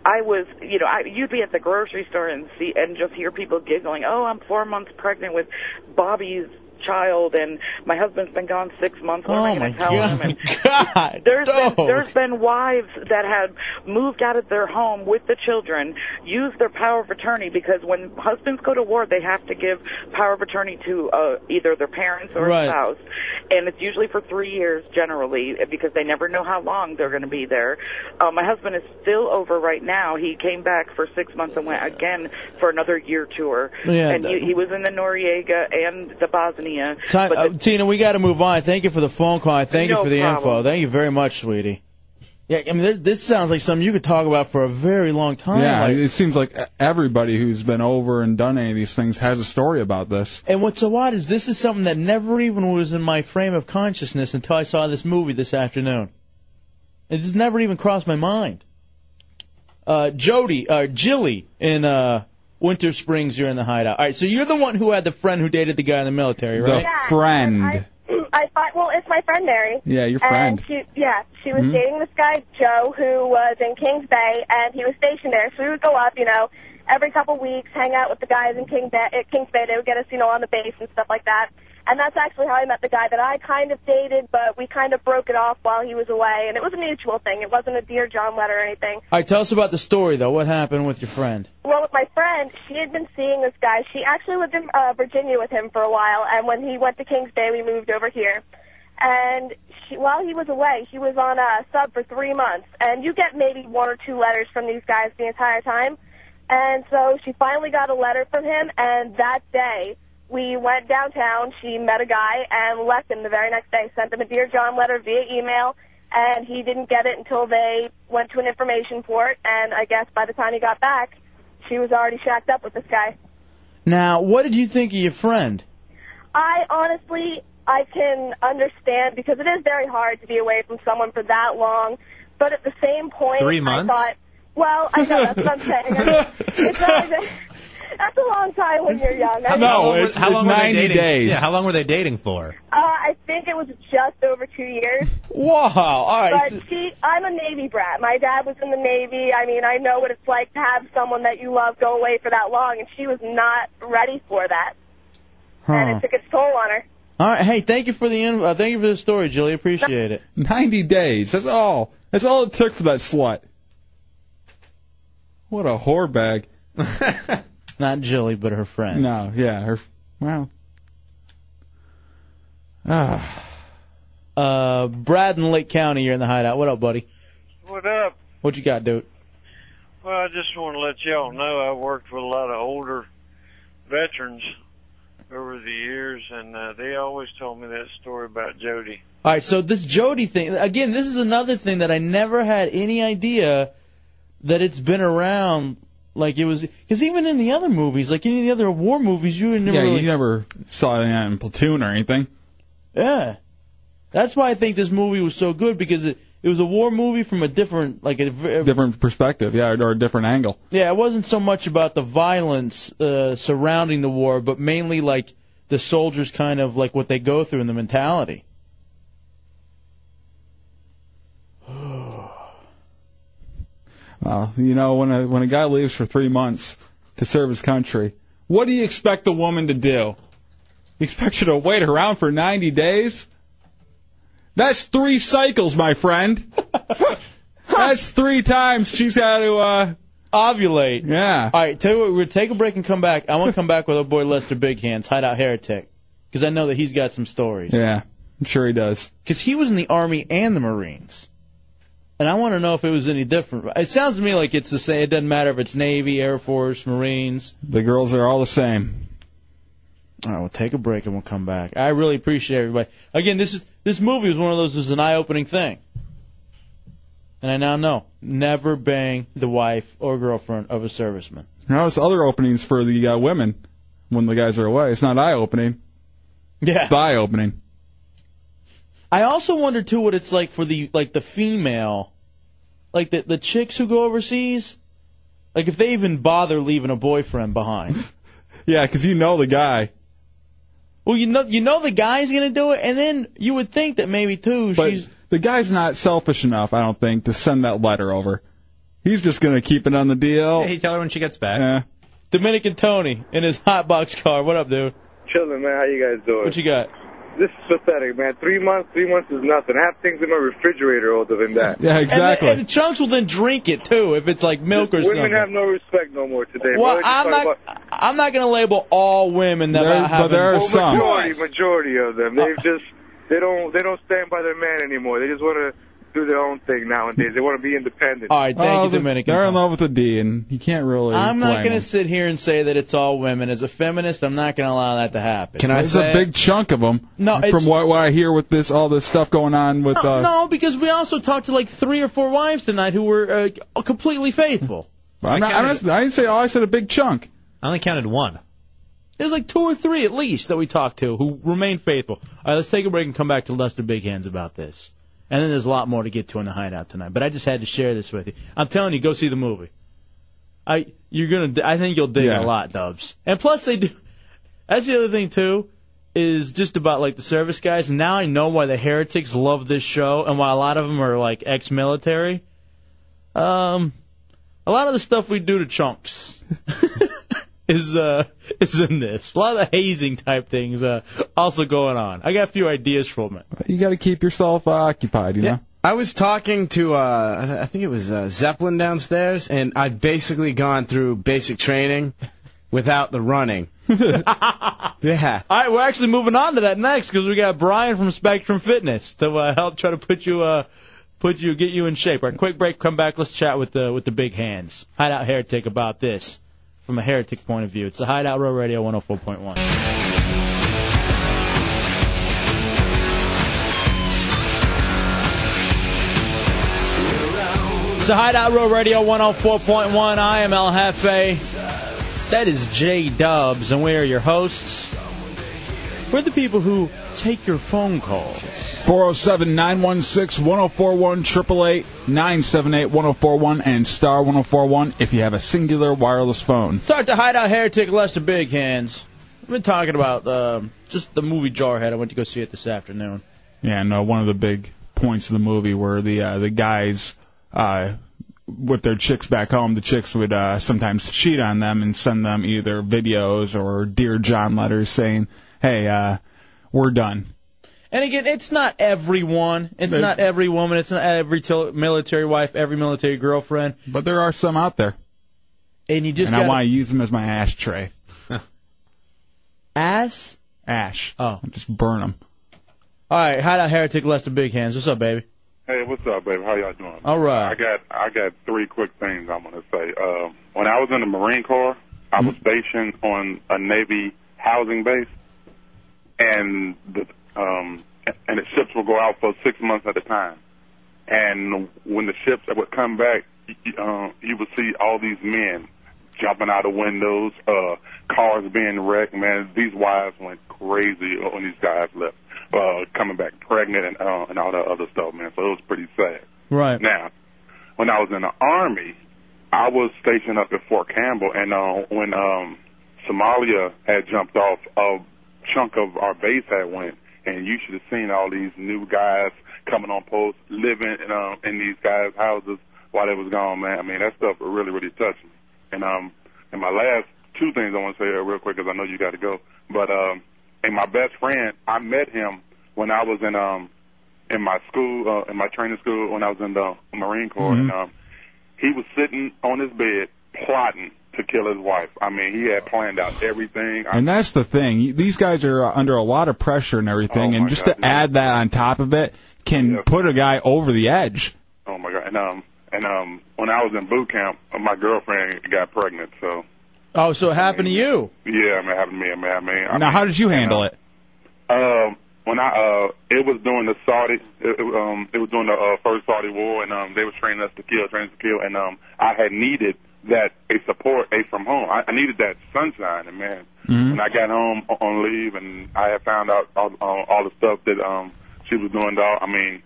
Speaker 21: I was, you know, I you'd be at the grocery store and see and just hear people giggling. Oh, I'm four months pregnant with Bobby's child, and my husband's been gone six months. What am I
Speaker 3: oh
Speaker 21: going
Speaker 3: my
Speaker 21: to tell him? And
Speaker 3: God.
Speaker 21: there's been, there's been wives that have moved out of their home with the children, used their power of attorney because when husbands go to war, they have to give power of attorney to uh, either their parents or
Speaker 23: Right.
Speaker 21: a spouse, and it's usually for three years generally because they never know how long they're going to be there. Uh, my husband is still over right now. He came back for six months and went again for another year tour,
Speaker 3: Yeah,
Speaker 21: and he,
Speaker 3: that-
Speaker 21: he was in the Noriega and the Bosnia.
Speaker 3: Time, uh, Tina, we got to move on. Thank you for the phone call. I Thank you
Speaker 21: No
Speaker 3: for the info.
Speaker 21: problem.
Speaker 3: Thank you very much, sweetie. Yeah, I mean, there, this sounds like something you could talk about for a very long time.
Speaker 4: yeah,
Speaker 3: like-
Speaker 4: it seems like everybody who's been over and done any of these things has a story about this.
Speaker 3: and what's so odd is this is something that never even was in my frame of consciousness until I saw this movie this afternoon. It just never even crossed my mind. Uh, Jody, uh, Jilly in uh, Winter Springs, you're in the hideout. All right, so you're the one who had the friend who dated the guy in the military,
Speaker 4: The
Speaker 3: right?
Speaker 4: friend.
Speaker 24: I thought, well, it's my friend Mary.
Speaker 4: Yeah, your
Speaker 24: and
Speaker 4: friend.
Speaker 24: She, yeah, she was
Speaker 4: Mhm.
Speaker 24: dating this guy Joe who was in Kings Bay, and he was stationed there. So we would go up, you know, every couple weeks, hang out with the guys in King Bay. At Kings Bay, they would get us, you know, on the base and stuff like that. And that's actually how I met the guy that I kind of dated, but we kind of broke it off while he was away, and it was a mutual thing. It wasn't a dear John letter or anything.
Speaker 3: All right, tell us about the story, though. What happened with your friend?
Speaker 24: Well, with my friend, she had been seeing this guy. She actually lived in uh, Virginia with him for a while, and when he went to Kings Bay, we moved over here. And she, while he was away, she was on a sub for three months, and you get maybe one or two letters from these guys the entire time. And so she finally got a letter from him, and that day we went downtown. She met a guy and left him the very next day. Sent him a dear John letter via email, and he didn't get it until they went to an information port, and I guess by the time he got back, she was already shacked up with this guy.
Speaker 3: Now, what did you think of your friend?
Speaker 24: I honestly, I can understand because it is very hard to be away from someone for that long. But at the same point,
Speaker 6: Three months?
Speaker 24: I thought, well, I know that's what I'm saying. I mean, it's not even, that's a long time when you're young. I
Speaker 6: how
Speaker 24: mean,
Speaker 6: long,
Speaker 3: it's-
Speaker 6: how
Speaker 3: it's
Speaker 6: long were they
Speaker 3: 90
Speaker 6: dating?
Speaker 3: days.
Speaker 6: Yeah, how long were they dating for?
Speaker 24: uh, I think it was just over two years.
Speaker 3: Wow. All right. so-
Speaker 24: But she, I'm a Navy brat. My dad was in the Navy. I mean, I know what it's like to have someone that you love go away for that long, and she was not ready for that.
Speaker 3: huh.
Speaker 24: It took its toll on her.
Speaker 3: All right. Hey, thank you for the in- uh, thank you for the story, Julie. Appreciate it.
Speaker 4: 90 days. That's all. That's all it took for that slut. What a whore bag.
Speaker 3: Not Julie, but her friend.
Speaker 4: No, Uh, yeah, her. Wow. Ah.
Speaker 3: Uh, Brad in Lake County, you're in the hideout. What up, buddy?
Speaker 12: What up?
Speaker 3: What you got, dude?
Speaker 12: Well, I just want to let y'all know I worked with a lot of older veterans over the years, and uh, they always told me that story about Jody.
Speaker 3: All right. So this Jody thing again. This is another thing that I never had any idea that it's been around. Like it was because even in the other movies, like any of the other war movies, you would never
Speaker 4: yeah,
Speaker 3: really
Speaker 4: you never saw it in Platoon or anything.
Speaker 3: Yeah. That's why I think this movie was so good because it, it was a war movie from a different like a v-
Speaker 4: Different perspective, yeah, or a different angle.
Speaker 3: yeah, it wasn't so much about the violence uh, surrounding the war, but mainly like the soldiers kind of like what they go through and the mentality.
Speaker 4: Well, Uh, you know, when a when a guy leaves for three months to serve his country, what do you expect the woman to do? You expect her to wait around for 90 days? That's three cycles, my friend. That's three times she's had to uh,
Speaker 3: ovulate.
Speaker 4: Yeah.
Speaker 3: All right, tell you what, we're gonna take a break and come back. I want to come back with our boy Lester Big Hands, Hideout Heretic, because I know that he's got some stories.
Speaker 4: Yeah, I'm sure he does.
Speaker 3: Because he was in the Army and the Marines. And I want to know if it was any different. It sounds to me like it's the same. It doesn't matter if it's Navy, Air Force, Marines.
Speaker 4: The girls are all the same.
Speaker 3: All right, we'll take a break and we'll come back. I really appreciate everybody. Again, this is this movie was one of those was an eye-opening thing. And I now know never bang the wife or girlfriend of a serviceman.
Speaker 4: You know, it's other openings for the uh, women when the guys are away. It's not eye opening.
Speaker 3: Yeah.
Speaker 4: It's eye opening.
Speaker 3: I also wonder too what it's like for the like the female, like the the chicks who go overseas, like if they even bother leaving a boyfriend behind.
Speaker 4: Yeah, 'cause you know the guy.
Speaker 3: Well, you know you know the guy's gonna do it, and then you would think that maybe too
Speaker 4: But
Speaker 3: she's
Speaker 4: the guy's not selfish enough, I don't think, to send that letter over. He's just gonna keep it on the DL.
Speaker 6: Hey, tell her when she gets back.
Speaker 3: Dominican Tony in his hot box car. What up, dude?
Speaker 10: Chilling, man. How you guys doing?
Speaker 3: What you got?
Speaker 10: This is pathetic, man. Three months, three months is nothing. I have things in my refrigerator older than that.
Speaker 4: Yeah,
Speaker 3: And the, and the chunks will then drink it too if it's like milk or
Speaker 10: Women
Speaker 3: something.
Speaker 10: have no respect no more today. bro.
Speaker 3: well,
Speaker 10: They just
Speaker 3: I'm
Speaker 10: talk
Speaker 3: not. I'm not gonna label all women that
Speaker 10: There-
Speaker 3: I
Speaker 10: but
Speaker 3: have.
Speaker 10: there about- majority, majority of them. They've
Speaker 3: Uh-huh.
Speaker 10: just they don't they don't stand by their man anymore. They just want to do their own thing nowadays. They want to be independent.
Speaker 4: Oh, the- They're in love with a D, and you can't really.
Speaker 3: I'm not
Speaker 4: blame
Speaker 3: going to
Speaker 4: them.
Speaker 3: sit here and say that it's all women. As a feminist, I'm not going to allow that to happen.
Speaker 4: That's a big chunk of them.
Speaker 3: No, it's-
Speaker 4: from what, what I hear with this, all this stuff going on with. uh,
Speaker 3: No, because we also talked to like three or four wives tonight who were uh, completely faithful.
Speaker 4: I'm not, I'm not, I didn't say all. I said a big chunk.
Speaker 3: I only counted one. There's like two or three at least that we talked to who remained faithful. All right, let's take a break and come back to Lester Big Hands about this. And then there's a lot more to get to in the hideout tonight. But I just had to share this with you. I'm telling you, go see the movie. I you're gonna I think you'll dig it
Speaker 4: Yeah.
Speaker 3: a lot, Dubs. And plus they do. That's the other thing too is just about like the service guys. Now I know why the heretics love this show and why a lot of them are like ex-military. Um, a lot of the stuff we do to chunks is uh is in this. A lot of the hazing type things uh also going on. I got a few ideas from it.
Speaker 4: You got to keep yourself uh, occupied, you know.
Speaker 22: I was talking to uh I think it was uh, Zeppelin downstairs, and I'd basically gone through basic training without the running. yeah.
Speaker 3: All right, we're actually moving on to that next because we got Brian from Spectrum Fitness to uh, help try to put you, uh, put you, get you in shape. All right, quick break, come back, let's chat with the with the big hands. Hideout Heretic about this from a heretic point of view. It's the Hideout Row Radio 104.1. It's the Hideout Row Radio 104.1. I am El Jefe. That is J Dubs, and we are your hosts. We're the people who take your phone calls.
Speaker 4: 407 916 1041 888 978 1041 and star 1041 if you have a singular wireless phone.
Speaker 3: Start the Hideout Heretic Lester Big Hands. I've been talking about um, just the movie Jarhead. I went to go see it this afternoon.
Speaker 4: Yeah, no, one of the big points of the movie where the uh, the guys uh, with their chicks back home, the chicks would uh, sometimes cheat on them and send them either videos or dear John letters saying, "Hey, uh, we're done."
Speaker 3: And again, it's not everyone. It's
Speaker 4: They-
Speaker 3: not every woman. It's not every til- military wife, every military girlfriend.
Speaker 4: But there are some out there,
Speaker 3: and you just
Speaker 4: and I
Speaker 3: gotta-
Speaker 4: want to use them as my ashtray.
Speaker 3: Ass?
Speaker 4: Ash.
Speaker 3: Oh.
Speaker 4: Just burn them.
Speaker 3: All right, hideout heretic Lester Big Hands. What's up, baby?
Speaker 5: Hey, what's up, baby? How y'all doing?
Speaker 3: All right.
Speaker 5: I got I got three quick things I'm gonna say. Uh, when I was in the Marine Corps, I
Speaker 3: Mm-hmm.
Speaker 5: was stationed on a Navy housing base, and the um and the ships would go out for six months at a time. And when the ships would come back, y- y- uh, you would see all these men jumping out of windows, uh, cars being wrecked. Man, these wives went crazy when these guys left, uh, coming back pregnant and uh, and all that other stuff, man. So it was pretty sad.
Speaker 3: Right.
Speaker 5: Now, when I was in the army, I was stationed up at Fort Campbell, and uh, when um, Somalia had jumped off, a chunk of our base had went, and you should have seen all these new guys coming on post, living in, um, in these guys' houses while they was gone, man. I mean, that stuff really, really touched me. And um, and my last two things I want to say uh, real quick, because I know you got to go, but um, and my best friend, I met him when I was in um in my school, uh, in my training school when I was in the Marine Corps,
Speaker 13: Mhm.
Speaker 5: and um, he was sitting on his bed plotting to kill his wife. I mean, he had planned out everything. I,
Speaker 4: And that's the thing. You- These guys are uh, under a lot of pressure and everything, and just to add that on top of it can put a guy over the edge.
Speaker 5: oh my god! And um, and um, when I was in boot camp, my girlfriend got pregnant. So
Speaker 3: Oh, so it happened to you.
Speaker 5: yeah, I mean, it happened to me. I mean, I mean, I
Speaker 4: now, how did you handle it?
Speaker 5: Um, when I uh, it was during the Saudi, it, it, um, it was during the uh, first Saudi war, and um, they were training us to kill, training us to kill, and um, I had needed that a support, a from home. I, I needed that sunshine, and man,
Speaker 3: Mm-hmm.
Speaker 5: when I got home o- on leave, and I had found out all, all, all the stuff that um, she was doing. Dog, I mean,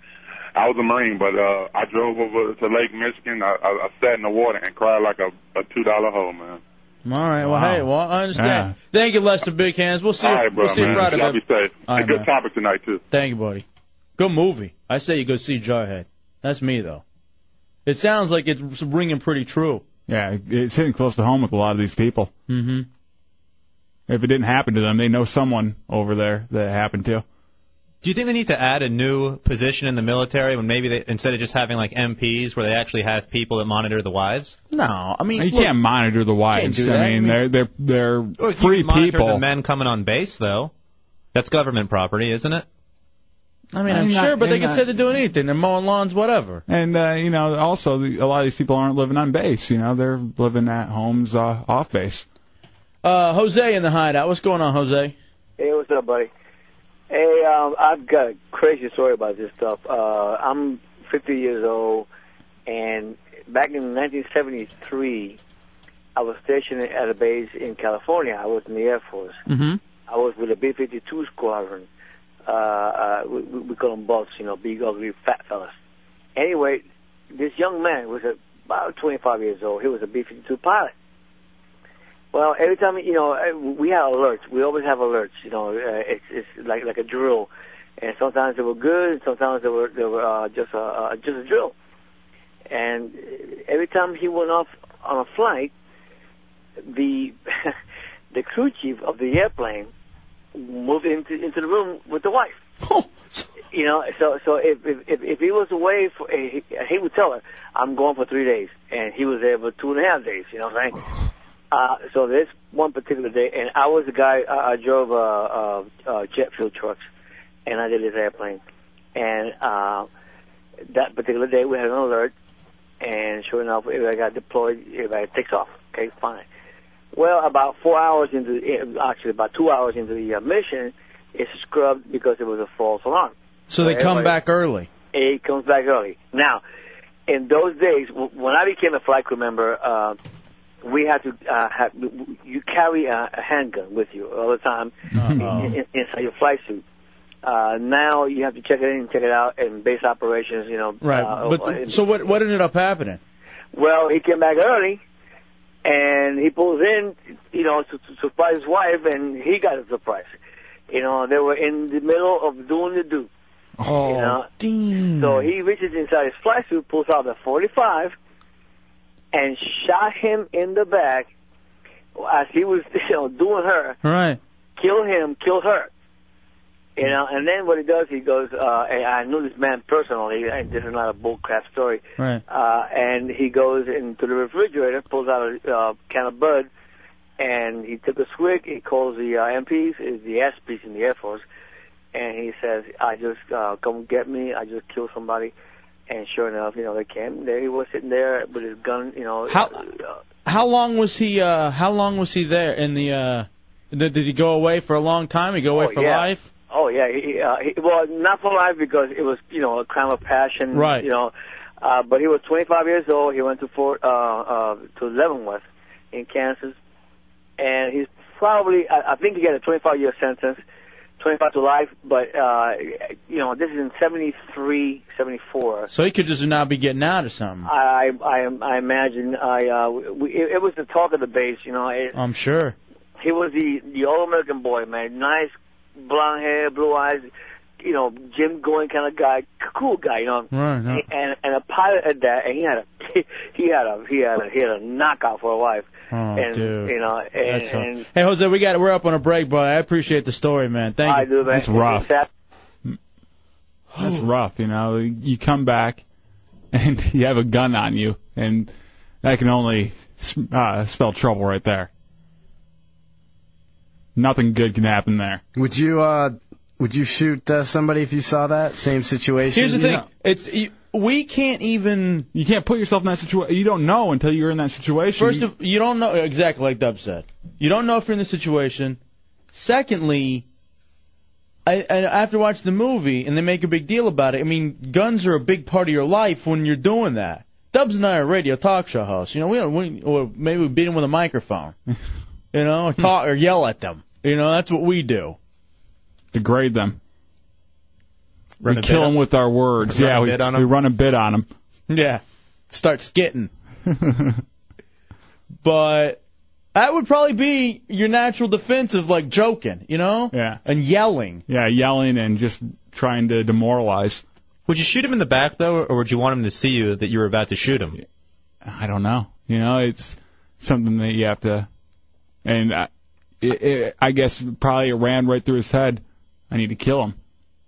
Speaker 5: I was a Marine, but uh, I drove over to Lake Michigan. I, I, I sat in the water and cried like a, a two dollar hoe, man.
Speaker 3: All right. Well,
Speaker 5: Wow.
Speaker 3: hey, well, I understand. Thank you, Lester Big Hands. We'll see
Speaker 5: all
Speaker 3: you.
Speaker 5: right, bro,
Speaker 3: we'll see
Speaker 5: man.
Speaker 3: you Friday.
Speaker 5: Y'all
Speaker 3: baby.
Speaker 5: be safe.
Speaker 3: All right,
Speaker 5: a good
Speaker 3: man.
Speaker 5: topic tonight too.
Speaker 3: Thank you, buddy. Good movie. I say you go see Jarhead. That's me though. It sounds like it's ringing pretty true.
Speaker 4: Yeah, it's hitting close to home with a lot of these people.
Speaker 3: Mm-hmm.
Speaker 4: If it didn't happen to them, they know someone over there that it happened to.
Speaker 6: Do you think they need to add a new position in the military when maybe they, instead of just having like MPs where they actually have people that monitor the wives?
Speaker 3: No, I mean
Speaker 4: you can't monitor the wives.
Speaker 6: do that.
Speaker 4: I mean,
Speaker 6: I
Speaker 4: they're they're they're
Speaker 6: Or you
Speaker 4: free
Speaker 6: can monitor
Speaker 4: people.
Speaker 6: the men coming on base though. That's government property, isn't it?
Speaker 3: I mean, I'm,
Speaker 4: I'm not-
Speaker 3: sure, but they
Speaker 4: I'm
Speaker 3: can
Speaker 4: not-
Speaker 3: say they're doing anything. They're mowing lawns, whatever.
Speaker 4: And uh, you know, also the, a lot of these people aren't living on base. You know, they're living at homes uh, off base.
Speaker 3: Uh, Jose in the hideout. What's going on, Jose?
Speaker 8: Hey, what's up, buddy? Hey, um, I've got a crazy story about this stuff. Uh, I'm 50 years old, and back in 1973, I was stationed at a base in California. I was in the Air Force.
Speaker 3: Mm-hmm.
Speaker 8: I was with a B-52 squadron. Uh, uh, we, we we call them bots, you know, big, ugly, fat fellas. Anyway, this young man was about 25 years old. He was a B-52 pilot. Well, every time you know, eh, we have alerts. We always have alerts. You know, uh, it's it's like like a drill, and sometimes they were good, and sometimes they were they were uh, just a uh, just a drill. And eh, every time he went off on a flight, the the crew chief of the airplane moved into into the room with the wife. you know, so so if if if, if he was away for eh, he, he would tell her, "I'm going for three days," and he was there for two and a half days. You know what I'm saying? Uh, so this one particular day, and I was the guy. I, I drove uh, uh, uh, jet fuel trucks, and I did this airplane. And uh, that particular day, we had an alert, and sure enough, I got deployed. Everybody takes off. Okay, fine. Well, about four hours into, eh, actually about two hours into the uh, mission, it's scrubbed because it was a false alarm.
Speaker 3: So they come
Speaker 8: Everybody-
Speaker 3: back early.
Speaker 8: it comes back early. Now, in those days, w- when I became a flight crew member, uh, we had to uh, have you carry a, a handgun with you all the time
Speaker 3: Uh-huh.
Speaker 8: in, in, inside your flight suit. Uh, now you have to check it in, check it out, and base operations. You know,
Speaker 3: Right.
Speaker 8: Uh,
Speaker 3: but so what? What ended up happening?
Speaker 8: Well, he came back early, and he pulls in, you know, to, to surprise his wife, and he got a surprise. You know, they were in the middle of doing the do.
Speaker 3: Oh,
Speaker 8: you know?
Speaker 7: Hmm.
Speaker 8: So he reaches inside his flight suit, pulls out a 45, and shot him in the back as he was, you know, doing her.
Speaker 3: Right.
Speaker 8: Kill him, kill her. You know, and then what he does, he goes, uh, and I knew this man personally, and this is not a bullcrap story
Speaker 3: Right.
Speaker 8: uh, and he goes into the refrigerator, pulls out a uh, can of Bud, and he took a swig. He calls the uh, MPs, is the SPs in the Air Force, and he says, "I just uh, come get me. I just killed somebody." And sure enough, you know they came. There he was sitting there with his gun. You know,
Speaker 3: How-
Speaker 8: uh,
Speaker 3: How long was he? Uh, how long was he there in the? Uh, did, did he go away for a long time? He go away
Speaker 8: Oh,
Speaker 3: for
Speaker 8: yeah.
Speaker 3: life?
Speaker 8: Oh yeah, he, uh, he, well, not for life because it was you know a crime of passion,
Speaker 3: Right.
Speaker 8: You know, uh, but he was 25 years old. He went to Fort uh, uh, to Leavenworth in Kansas, and he's probably I, I think he got a 25 year sentence, 25 to life. But uh, you know, this is in 73, 74.
Speaker 3: So he could just not be getting out or something.
Speaker 8: I I I imagine I uh, we, it, it was the talk of the base. You know, it,
Speaker 3: I'm sure.
Speaker 8: he was the the all American boy, man. Nice blonde hair, blue eyes, you know, gym going kind of guy, cool guy, you know.
Speaker 3: Right. no.
Speaker 8: And and a pilot at that, and he had a he had a he had a he had a knockout for a wife,
Speaker 3: Oh,
Speaker 8: and
Speaker 3: dude.
Speaker 8: you know, and,
Speaker 3: That's
Speaker 8: and
Speaker 3: rough. Hey Jose, we got we're up on a break, but I appreciate the story, man. Thank
Speaker 8: I
Speaker 3: you.
Speaker 8: do that.
Speaker 11: That's rough, you know. You come back and you have a gun on you, and that can only uh, spell trouble right there. Nothing good can happen there.
Speaker 22: Would you uh, would you shoot uh, somebody if you saw that same situation?
Speaker 3: Here's the
Speaker 22: You
Speaker 3: thing.
Speaker 22: know-
Speaker 3: It's you, we can't even.
Speaker 11: You can't put yourself in that situation. You don't know until you're in that situation.
Speaker 3: First of you don't know exactly like Dub said. You don't know if you're in the situation. Secondly, I, I after watching the movie and they make a big deal about it. I mean, guns are a big part of your life when you're doing that. Dubs and I are radio talk show hosts. You know, we don't, we or maybe we beat them with a microphone. you know, or talk or yell at them. You know, that's what we do.
Speaker 11: Degrade them.
Speaker 3: Run
Speaker 11: we
Speaker 3: a
Speaker 11: kill
Speaker 3: bit
Speaker 11: them with our words.
Speaker 3: Run a
Speaker 11: yeah, we,
Speaker 3: bit on 'em.
Speaker 11: we run a bit on them.
Speaker 3: Yeah. Start skitting. but that would probably be your natural defense of like joking, you know?
Speaker 11: Yeah.
Speaker 3: And yelling.
Speaker 11: Yeah, yelling and just trying to demoralize.
Speaker 6: Would you shoot him in the back though, or would you want him to see you that you were about to shoot him?
Speaker 11: I don't know. You know, it's something that you have to. And I, it, it, I guess probably it ran right through his head. I need to kill him,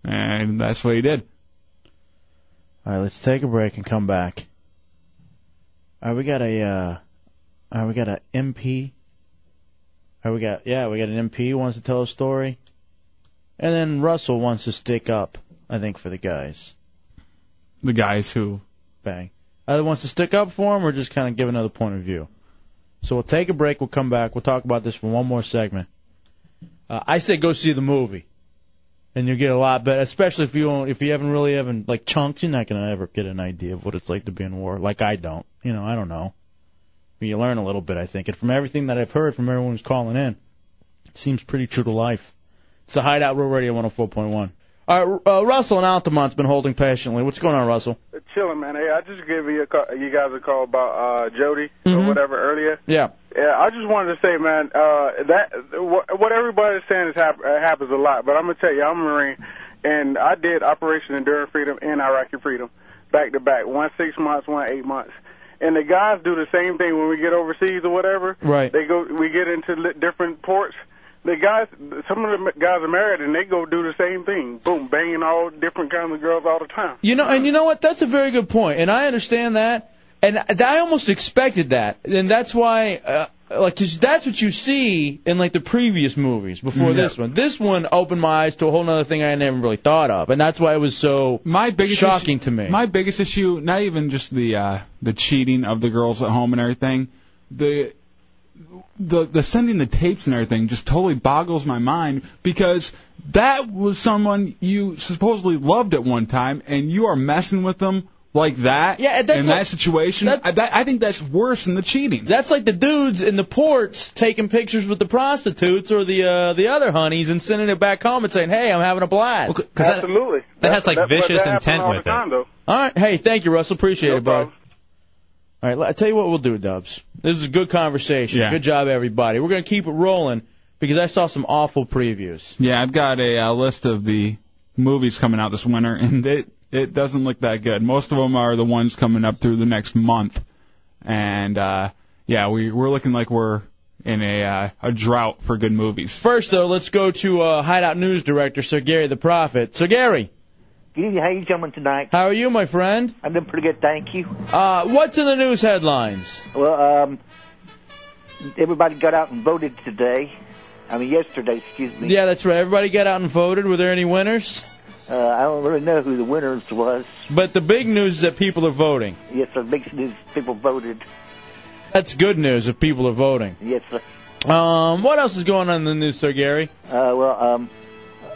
Speaker 11: and that's what he did.
Speaker 3: All right, let's take a break and come back. All right, we got a, uh, all right, we got a MP. All right, we got, yeah, we got an MP who wants to tell a story. And then Russell wants to stick up, I think, for the guys.
Speaker 11: The guys who.
Speaker 3: Bang. Either wants to stick up for him or just kind of give another point of view. So we'll take a break. We'll come back. We'll talk about this for one more segment. Uh, I say go see the movie, and you'll get a lot better. Especially if you don't, if you haven't really haven't like chunks, you're not gonna ever get an idea of what it's like to be in war. Like I don't, you know, I don't know. But you learn a little bit, I think, and from everything that I've heard from everyone who's calling in, it seems pretty true to life. It's a Hideout Real Radio 104.1. All right, uh, Russell in Altamont's been holding patiently. What's going on, Russell?
Speaker 18: Chilling, man. Hey, I just gave you a call, you guys a call about uh Jody
Speaker 3: Mhm.
Speaker 18: or whatever earlier.
Speaker 3: Yeah.
Speaker 18: Yeah, I just wanted to say, man, uh, that what, what everybody's saying is hap- uh, happens a lot, but I'm gonna tell you, I'm a Marine, and I did Operation Enduring Freedom and Iraqi Freedom back to back, one six months, one eight months. And the guys do the same thing when we get overseas or whatever.
Speaker 3: Right.
Speaker 18: They go, we get into li- different ports. The guys, some of the guys are married, and they go do the same thing. Boom, banging all different kinds of girls all the time.
Speaker 3: You know, and you know what? That's a very good point, and I understand that, and I almost expected that, and that's why, uh, like, 'cause that's what you see in like the previous movies before
Speaker 11: Mhm.
Speaker 3: this one. This one opened my eyes to a whole other thing I never really thought of, and that's why it was so
Speaker 11: my biggest
Speaker 3: shocking
Speaker 11: issue-
Speaker 3: to me.
Speaker 11: My biggest issue, not even just the uh, the cheating of the girls at home and everything, the the the sending the tapes and everything just totally boggles my mind because that was someone you supposedly loved at one time and you are messing with them
Speaker 4: like that
Speaker 3: Yeah, that's
Speaker 4: in
Speaker 3: like-
Speaker 4: that situation, I, that, I think that's worse than the cheating.
Speaker 3: That's like the dudes in the ports taking pictures with the prostitutes or the uh, the other honeys and sending it back home and saying, "Hey, I'm having a blast."
Speaker 6: Absolutely.
Speaker 3: that has, like, vicious intent with it. All right. Hey, thank you, Russell. Appreciate it, bud. All right. I tell you what we'll do, Dubs. This is a good conversation.
Speaker 4: Yeah.
Speaker 3: Good job, everybody. We're gonna keep it rolling because I saw some awful previews.
Speaker 4: Yeah, I've got a uh, list of the movies coming out this winter, and it it doesn't look that good. Most of them are the ones coming up through the next month, and uh, yeah, we we're looking like we're in a uh, a drought for good movies.
Speaker 3: First, though, let's go to uh, Hideout News Director Sir Gary the Prophet. Sir Gary,
Speaker 7: How you gentlemen tonight?
Speaker 3: how are you, my friend?
Speaker 7: I'm doing pretty good, thank you.
Speaker 3: Uh, what's in the news headlines?
Speaker 7: Well, um, everybody got out and voted today. I mean, yesterday, excuse me.
Speaker 3: Yeah, that's right. Everybody got out and voted. Were there any winners?
Speaker 7: Uh, I don't really know who the winners was.
Speaker 3: But the big news is that people are voting.
Speaker 7: Yes, sir. Big news. People voted.
Speaker 3: That's good news if people are voting.
Speaker 7: Yes, sir.
Speaker 3: Um, what else is going on in the news, Sir Gary?
Speaker 7: Uh, well, um,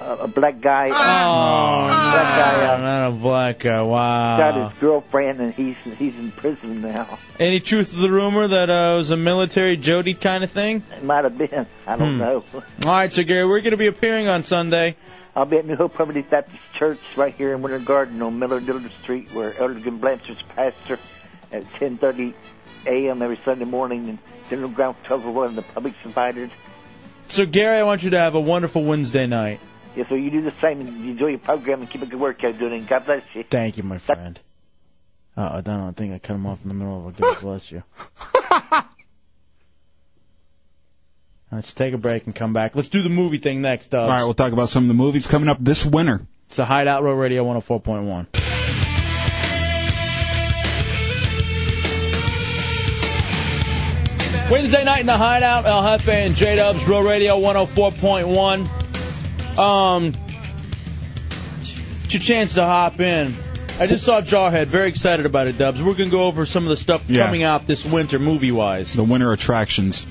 Speaker 7: a, a black guy.
Speaker 3: Oh,
Speaker 7: black guy uh,
Speaker 3: not a black guy. Wow.
Speaker 7: got his girlfriend, and he's he's in prison now.
Speaker 3: Any truth to the rumor that uh, it was a military Jody kind of thing?
Speaker 7: It might have been. I don't
Speaker 3: Hmm.
Speaker 7: know.
Speaker 3: All right, Sir Gary, we're going to be appearing on Sunday.
Speaker 7: I'll be at New Hope Primitive Baptist Church right here in Winter Garden on Miller Dillard Street, where Elder Jim Blanchard's pastor at 10:30 a.m. every Sunday morning, and General Ground 1201, and the public's invited.
Speaker 3: So, Gary, I want you to have a wonderful Wednesday night.
Speaker 7: Yes, sir. You do the same, and you enjoy your program, and keep a good work out doing it. God bless you.
Speaker 3: Thank you, my friend. Uh, I don't know, I think I cut him off in the middle of a God bless you. Let's take a break and come back. Let's do the movie thing next, Dubs.
Speaker 4: All right, we'll talk about some of the movies coming up this winter.
Speaker 3: It's the Hideout Row Radio 104.1. Wednesday night in the Hideout, El Jefe and J Dubs, Row Radio 104.1. Um, it's your chance to hop in. I just saw Jawhead, very excited about it, Dubs. We're going to go over some of the stuff
Speaker 4: Yeah.
Speaker 3: coming out this winter, movie wise.
Speaker 4: The winter attractions.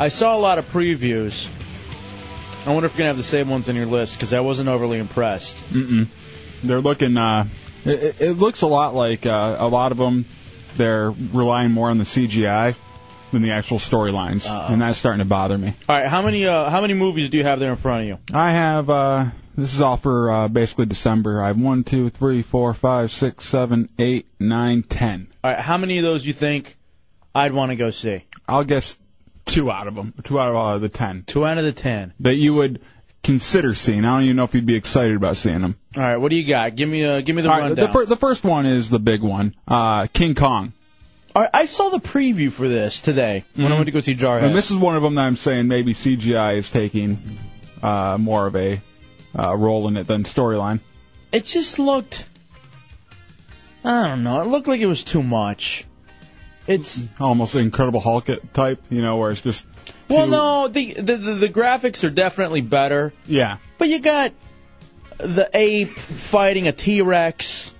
Speaker 3: I saw a lot of previews. I wonder if you're going to have the same ones on your list because I wasn't overly impressed.
Speaker 4: Mm-mm. They're looking. Uh, it- it, it looks a lot like uh, a lot of them. They're relying more on the CGI than the actual storylines, and that's starting to bother me.
Speaker 3: All right, how many uh, how many movies do you have there in front of you?
Speaker 4: I have uh this is all for uh, basically December. I have one, two, three, four, five, six, seven, eight, nine, ten.
Speaker 3: All right, how many of those you think I'd want to go see?
Speaker 4: I'll guess two out of them. Two out of uh, the ten.
Speaker 3: Two out of the ten
Speaker 4: that you would consider seeing. I don't even know if you'd be excited about seeing them.
Speaker 3: All right, what do you got? Give me uh, give me the
Speaker 4: All right,
Speaker 3: rundown.
Speaker 4: the, fir- the first one is the big one, uh, King Kong.
Speaker 3: All right, I saw the preview for this today
Speaker 4: Mm-hmm.
Speaker 3: when I went to go see Jarhead.
Speaker 4: And this is one of them that I'm saying maybe CGI is taking uh, more of a uh, role in it than storyline.
Speaker 3: It just looked. I don't know. It looked like it was too much. It's
Speaker 4: almost Incredible Hulk type, you know, where it's just
Speaker 3: Well, no, the, the the the graphics are definitely better.
Speaker 4: Yeah.
Speaker 3: But you got the ape fighting a T Rex,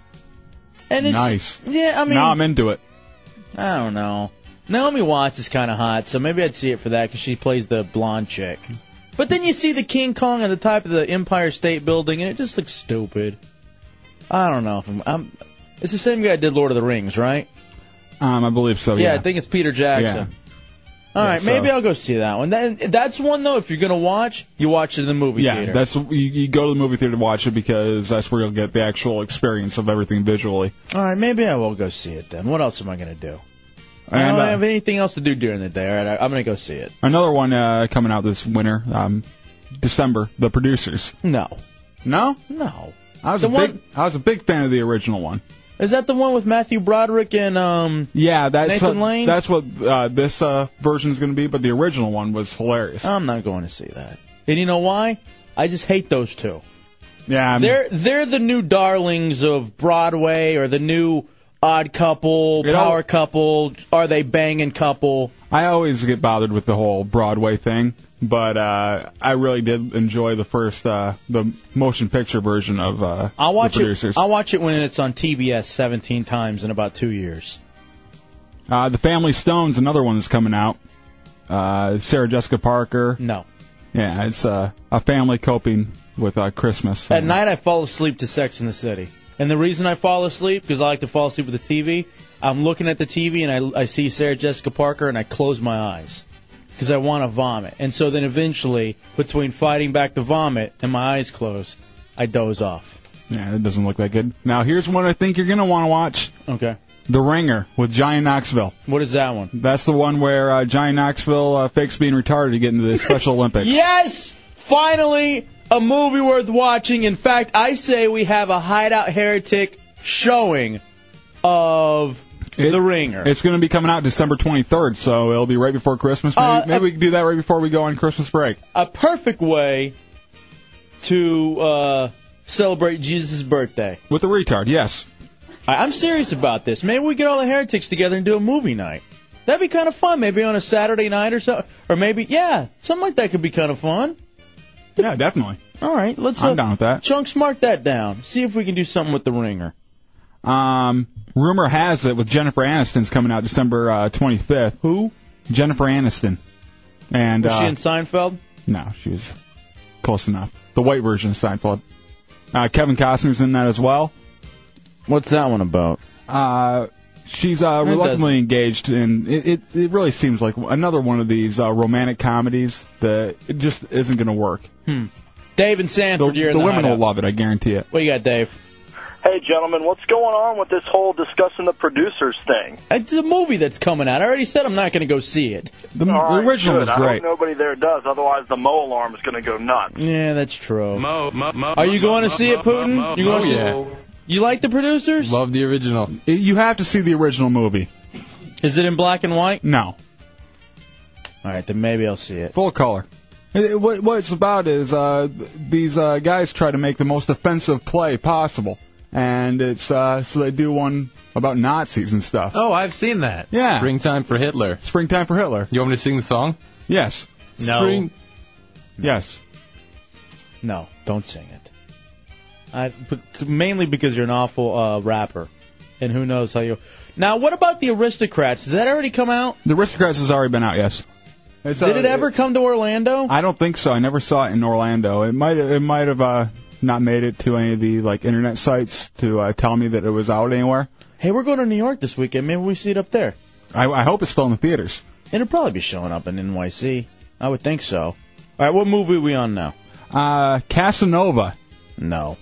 Speaker 3: and it's
Speaker 4: nice.
Speaker 3: Yeah, I mean,
Speaker 4: now I'm into it.
Speaker 3: I don't know. Naomi Watts is kind of hot, so maybe I'd see it for that because she plays the blonde chick. But then you see the King Kong on the top of the Empire State Building, and it just looks stupid. I don't know if I'm. I'm it's the same guy that did Lord of the Rings, right?
Speaker 4: Um, I believe so. Yeah,
Speaker 3: I think it's Peter Jackson. All
Speaker 4: Yeah,
Speaker 3: right, maybe
Speaker 4: so-
Speaker 3: I'll go see that one. That, that's one though. If you're gonna watch, you watch it in the movie
Speaker 4: yeah,
Speaker 3: theater.
Speaker 4: that's you, you go to the movie theater to watch it because that's where you'll get the actual experience of everything visually.
Speaker 3: All right, maybe I will go see it then. What else am I gonna do? I
Speaker 4: And,
Speaker 3: don't
Speaker 4: uh,
Speaker 3: have anything else to do during the day. All right, I, I'm gonna go see it.
Speaker 4: Another one uh, coming out this winter, um, December. The producers.
Speaker 3: No.
Speaker 4: No.
Speaker 3: No.
Speaker 4: I was
Speaker 3: The
Speaker 4: a
Speaker 3: one-
Speaker 4: big I was a big fan of the original one.
Speaker 3: Is that the one with Matthew Broderick and um?
Speaker 4: Yeah, that's
Speaker 3: Nathan
Speaker 4: what,
Speaker 3: Lane?
Speaker 4: that's what uh, this uh, version is going to be, but the original one was hilarious.
Speaker 3: I'm not going to see that. And you know why? I just hate those two.
Speaker 4: Yeah, I'm-
Speaker 3: they're they're the new darlings of Broadway or the new odd couple,
Speaker 4: You know-
Speaker 3: power couple. Are they banging couple?
Speaker 4: I always get bothered with the whole Broadway thing, but uh, I really did enjoy the first uh, the motion picture version of uh,
Speaker 3: I'll watch
Speaker 4: the producers.
Speaker 3: it. I'll watch it when it's on TBS 17 times in about two years.
Speaker 4: Uh, the Family Stone's another one that's coming out. Uh, Sarah Jessica Parker.
Speaker 3: No.
Speaker 4: Yeah, it's uh, a family coping with uh, Christmas.
Speaker 3: At night, I fall asleep to Sex in the City. And the reason I fall asleep, because I like to fall asleep with the TV, I'm looking at the TV and I, I see Sarah Jessica Parker and I close my eyes because I want to vomit. And so then eventually, between fighting back the vomit and my eyes closed, I doze off.
Speaker 4: Yeah, that doesn't look that good. Now here's one I think you're gonna want to watch.
Speaker 3: Okay.
Speaker 4: The Ringer with Johnny Knoxville.
Speaker 3: What is that one?
Speaker 4: That's the one where uh, Johnny Knoxville uh, fakes being retarded to get into the Special Olympics.
Speaker 3: Yes! Finally, a movie worth watching. In fact, I say we have a Hideout Heretic showing of The Ringer.
Speaker 4: It's going to be coming out December 23rd, so it'll be right before Christmas. Maybe,
Speaker 3: Uh,
Speaker 4: maybe we can do that right before we go on Christmas break.
Speaker 3: a perfect way to uh, celebrate Jesus' birthday.
Speaker 4: With the retard, yes.
Speaker 3: I, I'm serious about this. Maybe we get all the heretics together and do a movie night. That'd be kind of fun. Maybe on a Saturday night or something. Or maybe, yeah, something like that could be kind of fun.
Speaker 4: Yeah, definitely.
Speaker 3: All right, let's.
Speaker 4: I'm down with that.
Speaker 3: Chunks, mark that down. See if we can do something with the ringer.
Speaker 4: Um, rumor has it with Jennifer Aniston's coming out December uh, 25th.
Speaker 3: Who?
Speaker 4: Jennifer Aniston. And
Speaker 3: Was
Speaker 4: uh,
Speaker 3: she in Seinfeld?
Speaker 4: No, she was close enough. The white version of Seinfeld. Uh, Kevin Costner's in that as well.
Speaker 3: What's that one about?
Speaker 4: Uh, she's uh,
Speaker 3: Oh. That
Speaker 4: reluctantly engaged, and it, it it really seems like another one of these uh, romantic comedies that it just isn't going to work.
Speaker 3: Hmm. Dave and Sanford,
Speaker 4: The,
Speaker 3: you're in
Speaker 4: the
Speaker 3: the
Speaker 4: women will
Speaker 3: hideout.
Speaker 4: love it, I guarantee it.
Speaker 3: What you got, Dave?
Speaker 7: Hey, gentlemen, what's going on with this whole discussing the producers thing?
Speaker 3: It's a movie that's coming out. I already said I'm not going to go see it.
Speaker 4: The,
Speaker 7: All right, good. I hope nobody there does, otherwise the Mo alarm is going to go nuts.
Speaker 3: Yeah, that's true.
Speaker 7: Mo, Mo, Mo.
Speaker 3: Are you going to see it, Putin? You going to see
Speaker 4: Oh, yeah.
Speaker 3: it? You like the producers?
Speaker 4: Love the original. You have to see the original movie.
Speaker 3: Is it in black and white?
Speaker 4: No.
Speaker 3: All right, then maybe I'll see it.
Speaker 4: Full color. It- it- what, what it's about is uh, th- these uh, guys try to make the most offensive play possible, and it's uh, so they do one about Nazis and stuff.
Speaker 6: Oh, I've seen that.
Speaker 4: Yeah.
Speaker 9: Springtime for Hitler.
Speaker 4: Springtime for Hitler.
Speaker 9: You want me to sing the song?
Speaker 4: Yes.
Speaker 9: No.
Speaker 4: Spring- Yes.
Speaker 3: No, don't sing it. I, but mainly because you're an awful uh, rapper, and who knows how you. Now, what about the Aristocrats? Did that already come out?
Speaker 4: The Aristocrats has already been out. Yes.
Speaker 3: Did it ever come to Orlando?
Speaker 4: I don't think so. I never saw it in Orlando. It might it might have uh, not made it to any of the like internet sites to uh, tell me that it was out anywhere.
Speaker 3: Hey, we're going to New York this weekend. Maybe we see it up there.
Speaker 4: I, I hope it's still in the theaters.
Speaker 3: It'll probably be showing up in NYC. I would think so. All right, what movie are we on now?
Speaker 4: Uh, Casanova.
Speaker 3: No.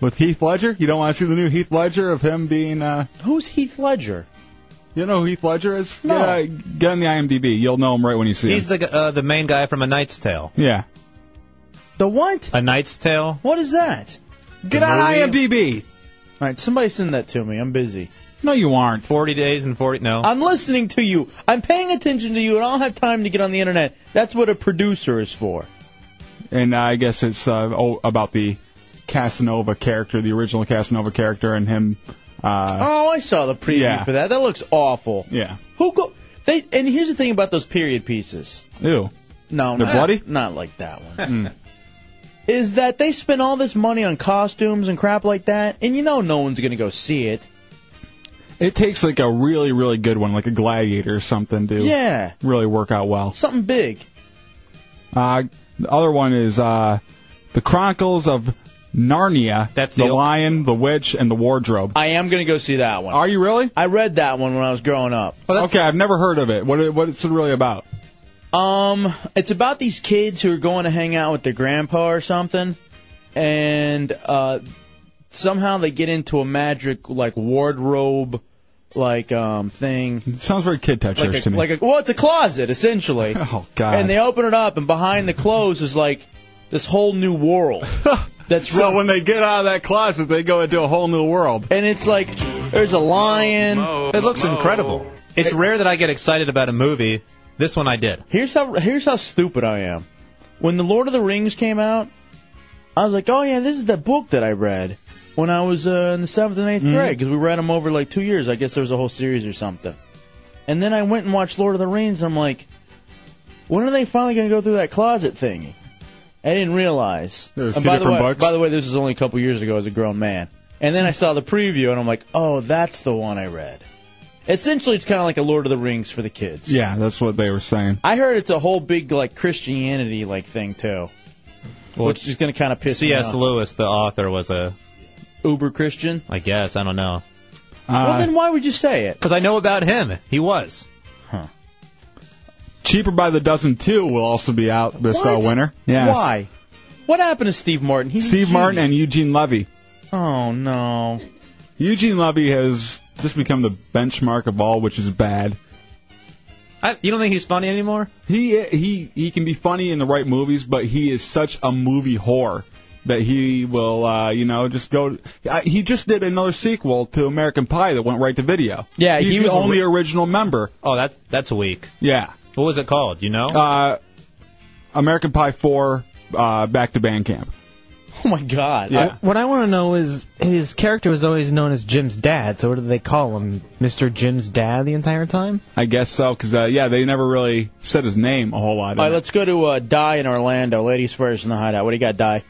Speaker 4: With Heath Ledger? You don't want to see the new Heath Ledger of him being. Uh...
Speaker 3: Who's Heath Ledger?
Speaker 4: You know who Heath Ledger is?
Speaker 3: No.
Speaker 4: Get, uh, get on the IMDb. You'll know him right when you see
Speaker 6: He's
Speaker 4: him.
Speaker 6: the g- uh, the main guy from A Knight's Tale.
Speaker 4: Yeah.
Speaker 3: The what?
Speaker 6: A Knight's Tale.
Speaker 3: What is that?
Speaker 6: Get on
Speaker 4: IMDb.
Speaker 3: All right, somebody send that to me. I'm busy.
Speaker 4: No, you aren't.
Speaker 6: Forty days and forty. No.
Speaker 3: I'm listening to you. I'm paying attention to you, and I don't have time to get on the internet. That's what a producer is for.
Speaker 4: And uh, I guess it's uh, oh, about the Casanova character, the original Casanova character, and him. Uh,
Speaker 3: Oh, I saw the preview
Speaker 4: Yeah.
Speaker 3: for that. That looks awful.
Speaker 4: Yeah.
Speaker 3: Who go? They and here's the thing about those period pieces.
Speaker 4: Ew.
Speaker 3: No,
Speaker 4: They're
Speaker 3: not,
Speaker 4: bloody?
Speaker 3: Not like that one.
Speaker 4: Mm.
Speaker 3: Is that they spend all this money on costumes and crap like that, and you know no one's gonna go see it.
Speaker 4: It takes like a really, really good one, like a gladiator or something, to
Speaker 3: Yeah.
Speaker 4: really work out well.
Speaker 3: Something big.
Speaker 4: Uh, the other one is uh, the Chronicles of Narnia. That's the, Lion, the Witch, and the Wardrobe.
Speaker 3: I am gonna go see that one.
Speaker 4: Are you really?
Speaker 3: I read that one when I was growing up.
Speaker 4: okay, I've never heard of it. What what it's really about?
Speaker 3: Um, it's about these kids who are going to hang out with their grandpa or something, and uh, somehow they get into a magic like wardrobe like um thing.
Speaker 4: Sounds very kid touchers
Speaker 3: like a,
Speaker 4: to me.
Speaker 3: Like a, well, it's a closet essentially.
Speaker 4: oh God.
Speaker 3: And they open it up, and behind the clothes is like this whole new world. That's
Speaker 4: so when they get out of that closet, they go into a whole new world.
Speaker 3: And it's like there's a lion.
Speaker 6: It looks incredible. It's rare that I get excited about a movie. This one I did.
Speaker 3: Here's how here's how stupid I am. When the Lord of the Rings came out, I was like, oh yeah, this is that book that I read when I was uh, in the seventh and 8th grade,
Speaker 4: Mm-hmm.
Speaker 3: 'cause grade because we read them over like two years. I guess there was a whole series or something. And then I went and watched Lord of the Rings. And I'm like, when are they finally going to go through that closet thingy? I didn't realize.
Speaker 4: There's
Speaker 3: and
Speaker 4: two
Speaker 3: by the way,
Speaker 4: different books.
Speaker 3: By the way, this was only a couple years ago as a grown man. And then I saw the preview and I'm like, oh, that's the one I read. Essentially, it's kind of like a Lord of the Rings for the kids.
Speaker 4: Yeah, that's what they were saying.
Speaker 3: I heard it's a whole big like Christianity like thing too, which is going to kind of piss me
Speaker 6: C.S.
Speaker 3: off.
Speaker 6: Lewis, the author, was a
Speaker 3: uber Christian?
Speaker 6: I guess. I don't know.
Speaker 3: well, then why would you say it?
Speaker 6: Because Uh, I know about him. He was.
Speaker 4: Cheaper by the dozen two will also be out this uh,
Speaker 3: What?
Speaker 4: winter. Yes.
Speaker 3: Why? What happened to Steve Martin? He's a
Speaker 4: Steve Martin
Speaker 3: genius.
Speaker 4: and Eugene Levy.
Speaker 3: Oh no.
Speaker 4: Eugene Levy has just become the benchmark of all, which is bad.
Speaker 6: I, you don't think he's funny anymore?
Speaker 4: He he he can be funny in the right movies, but he is such a movie whore that he will uh, you know just go. I, he just did another sequel to American Pie that went right to video.
Speaker 6: Yeah,
Speaker 4: he's
Speaker 6: he
Speaker 4: the
Speaker 6: was a
Speaker 4: only
Speaker 6: re-
Speaker 4: original member.
Speaker 6: Oh, that's that's weak.
Speaker 4: Yeah.
Speaker 6: What was it called? You know?
Speaker 4: Uh, American Pie four uh, back to Bandcamp.
Speaker 3: Oh my God.
Speaker 4: Yeah.
Speaker 25: what I want to know is his character was always known as Jim's dad. So what did they call him, Mr. Jim's dad, the entire time?
Speaker 4: I guess so, because uh, yeah, they never really said his name a whole lot.
Speaker 3: All right, let's go to uh, Di in Orlando. Ladies first in the hideout. What do you got, Di?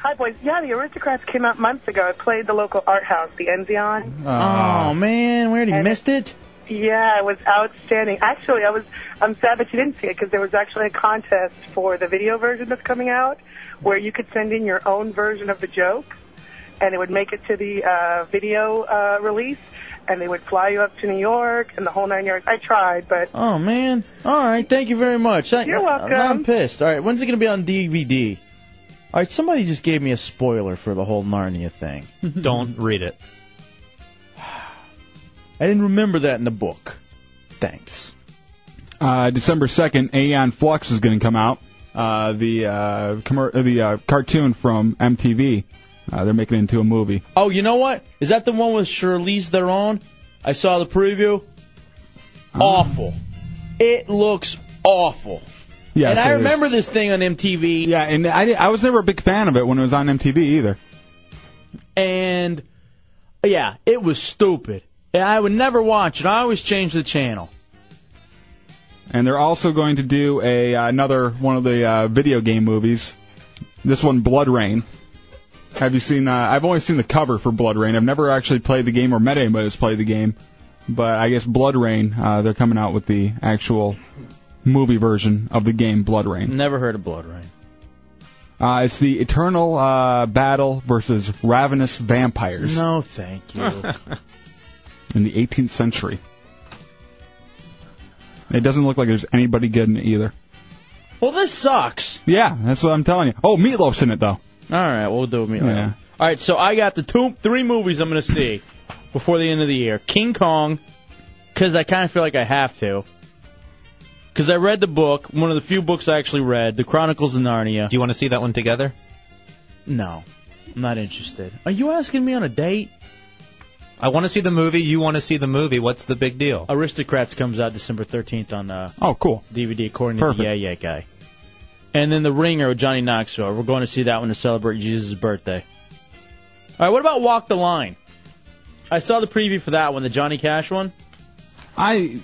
Speaker 26: Hi, boys. Yeah, the Aristocrats came out months ago. I played the local art house, the Enzion.
Speaker 6: Ah.
Speaker 3: oh man, we already missed it.
Speaker 26: Yeah, it was outstanding. Actually, I was. I'm sad that you didn't see it because there was actually a contest for the video version that's coming out, where you could send in your own version of the joke, and it would make it to the uh, video uh, release, and they would fly you up to New York and the whole nine yards. I tried, but
Speaker 3: Oh man. All right, thank you very much. I,
Speaker 26: You're welcome.
Speaker 3: I, am pissed. All right, when's it gonna be on DVD? All right, somebody just gave me a spoiler for the whole Narnia thing.
Speaker 6: Don't read it.
Speaker 3: I didn't remember that in the book. Thanks.
Speaker 4: Uh, December second, Aeon Flux is going to come out. Uh, the uh, commer- uh, the uh, cartoon from MTV. Uh, they're making it into a movie.
Speaker 3: Oh, you know what? Is that the one with Charlize Theron? I saw the preview. Awful. It looks awful.
Speaker 4: Yes,
Speaker 3: and I
Speaker 4: it is.
Speaker 3: remember this thing on MTV.
Speaker 4: Yeah, and I, I was never a big fan of it when it was on MTV either.
Speaker 3: and yeah, it was stupid. And I would never watch it. I always change the channel.
Speaker 4: And they're also going to do a uh, another one of the uh, video game movies. This one, Blood Rain. Have you seen? Uh, I've only seen the cover for Blood Rain. I've never actually played the game or met anybody who's played the game. But I guess Blood Rain, uh, they're coming out with the actual movie version of the game Blood Rain.
Speaker 3: Never heard of Blood Rain.
Speaker 4: Uh, it's the eternal uh, battle versus ravenous vampires
Speaker 3: No, thank you.
Speaker 4: in the 18th century. It doesn't look like there's anybody good in it either.
Speaker 3: well, this sucks.
Speaker 4: Yeah, that's what I'm telling you. Oh, Meatloaf's in it though.
Speaker 3: All right, we'll do it. Meatloaf.
Speaker 4: Yeah.
Speaker 3: All right, so I got the two, three movies I'm going to see before the end of the year. King Kong, 'cause I kind of feel like I have to. 'Cause I read the book, one of the few books I actually read, The Chronicles of Narnia.
Speaker 6: Do you want to see that one together?
Speaker 3: No, I'm not interested. Are you asking me on a date?
Speaker 6: I want to see the movie. You want to see the movie. What's the big deal?
Speaker 3: Aristocrats comes out December 13th on uh,
Speaker 4: oh cool
Speaker 3: DVD according to
Speaker 6: Perfect.
Speaker 3: the Yeah Yeah guy. And then The Ringer with Johnny Knoxville. We're going to see that one to celebrate Jesus' birthday. All right, what about Walk the Line? I saw the preview for that one, the Johnny Cash one.
Speaker 4: I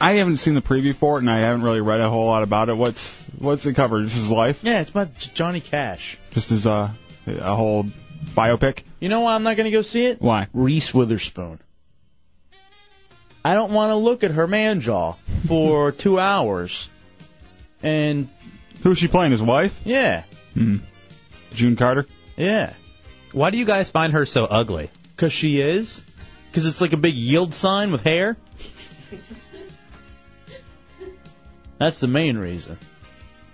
Speaker 4: I haven't seen the preview for it, and I haven't really read a whole lot about it. What's what's it cover? Just his life?
Speaker 3: Yeah, it's about J- Johnny Cash.
Speaker 4: Just his uh, a whole biopic?
Speaker 3: You know why I'm not going to go see it?
Speaker 4: Why?
Speaker 3: Reese Witherspoon. I don't want to look at her man jaw for two hours. And
Speaker 4: who's she playing? His wife?
Speaker 3: Yeah.
Speaker 4: Hmm. June Carter.
Speaker 3: Yeah.
Speaker 6: Why do you guys find her so ugly?
Speaker 3: Because she is. Because it's like a big yield sign with hair. That's the main reason.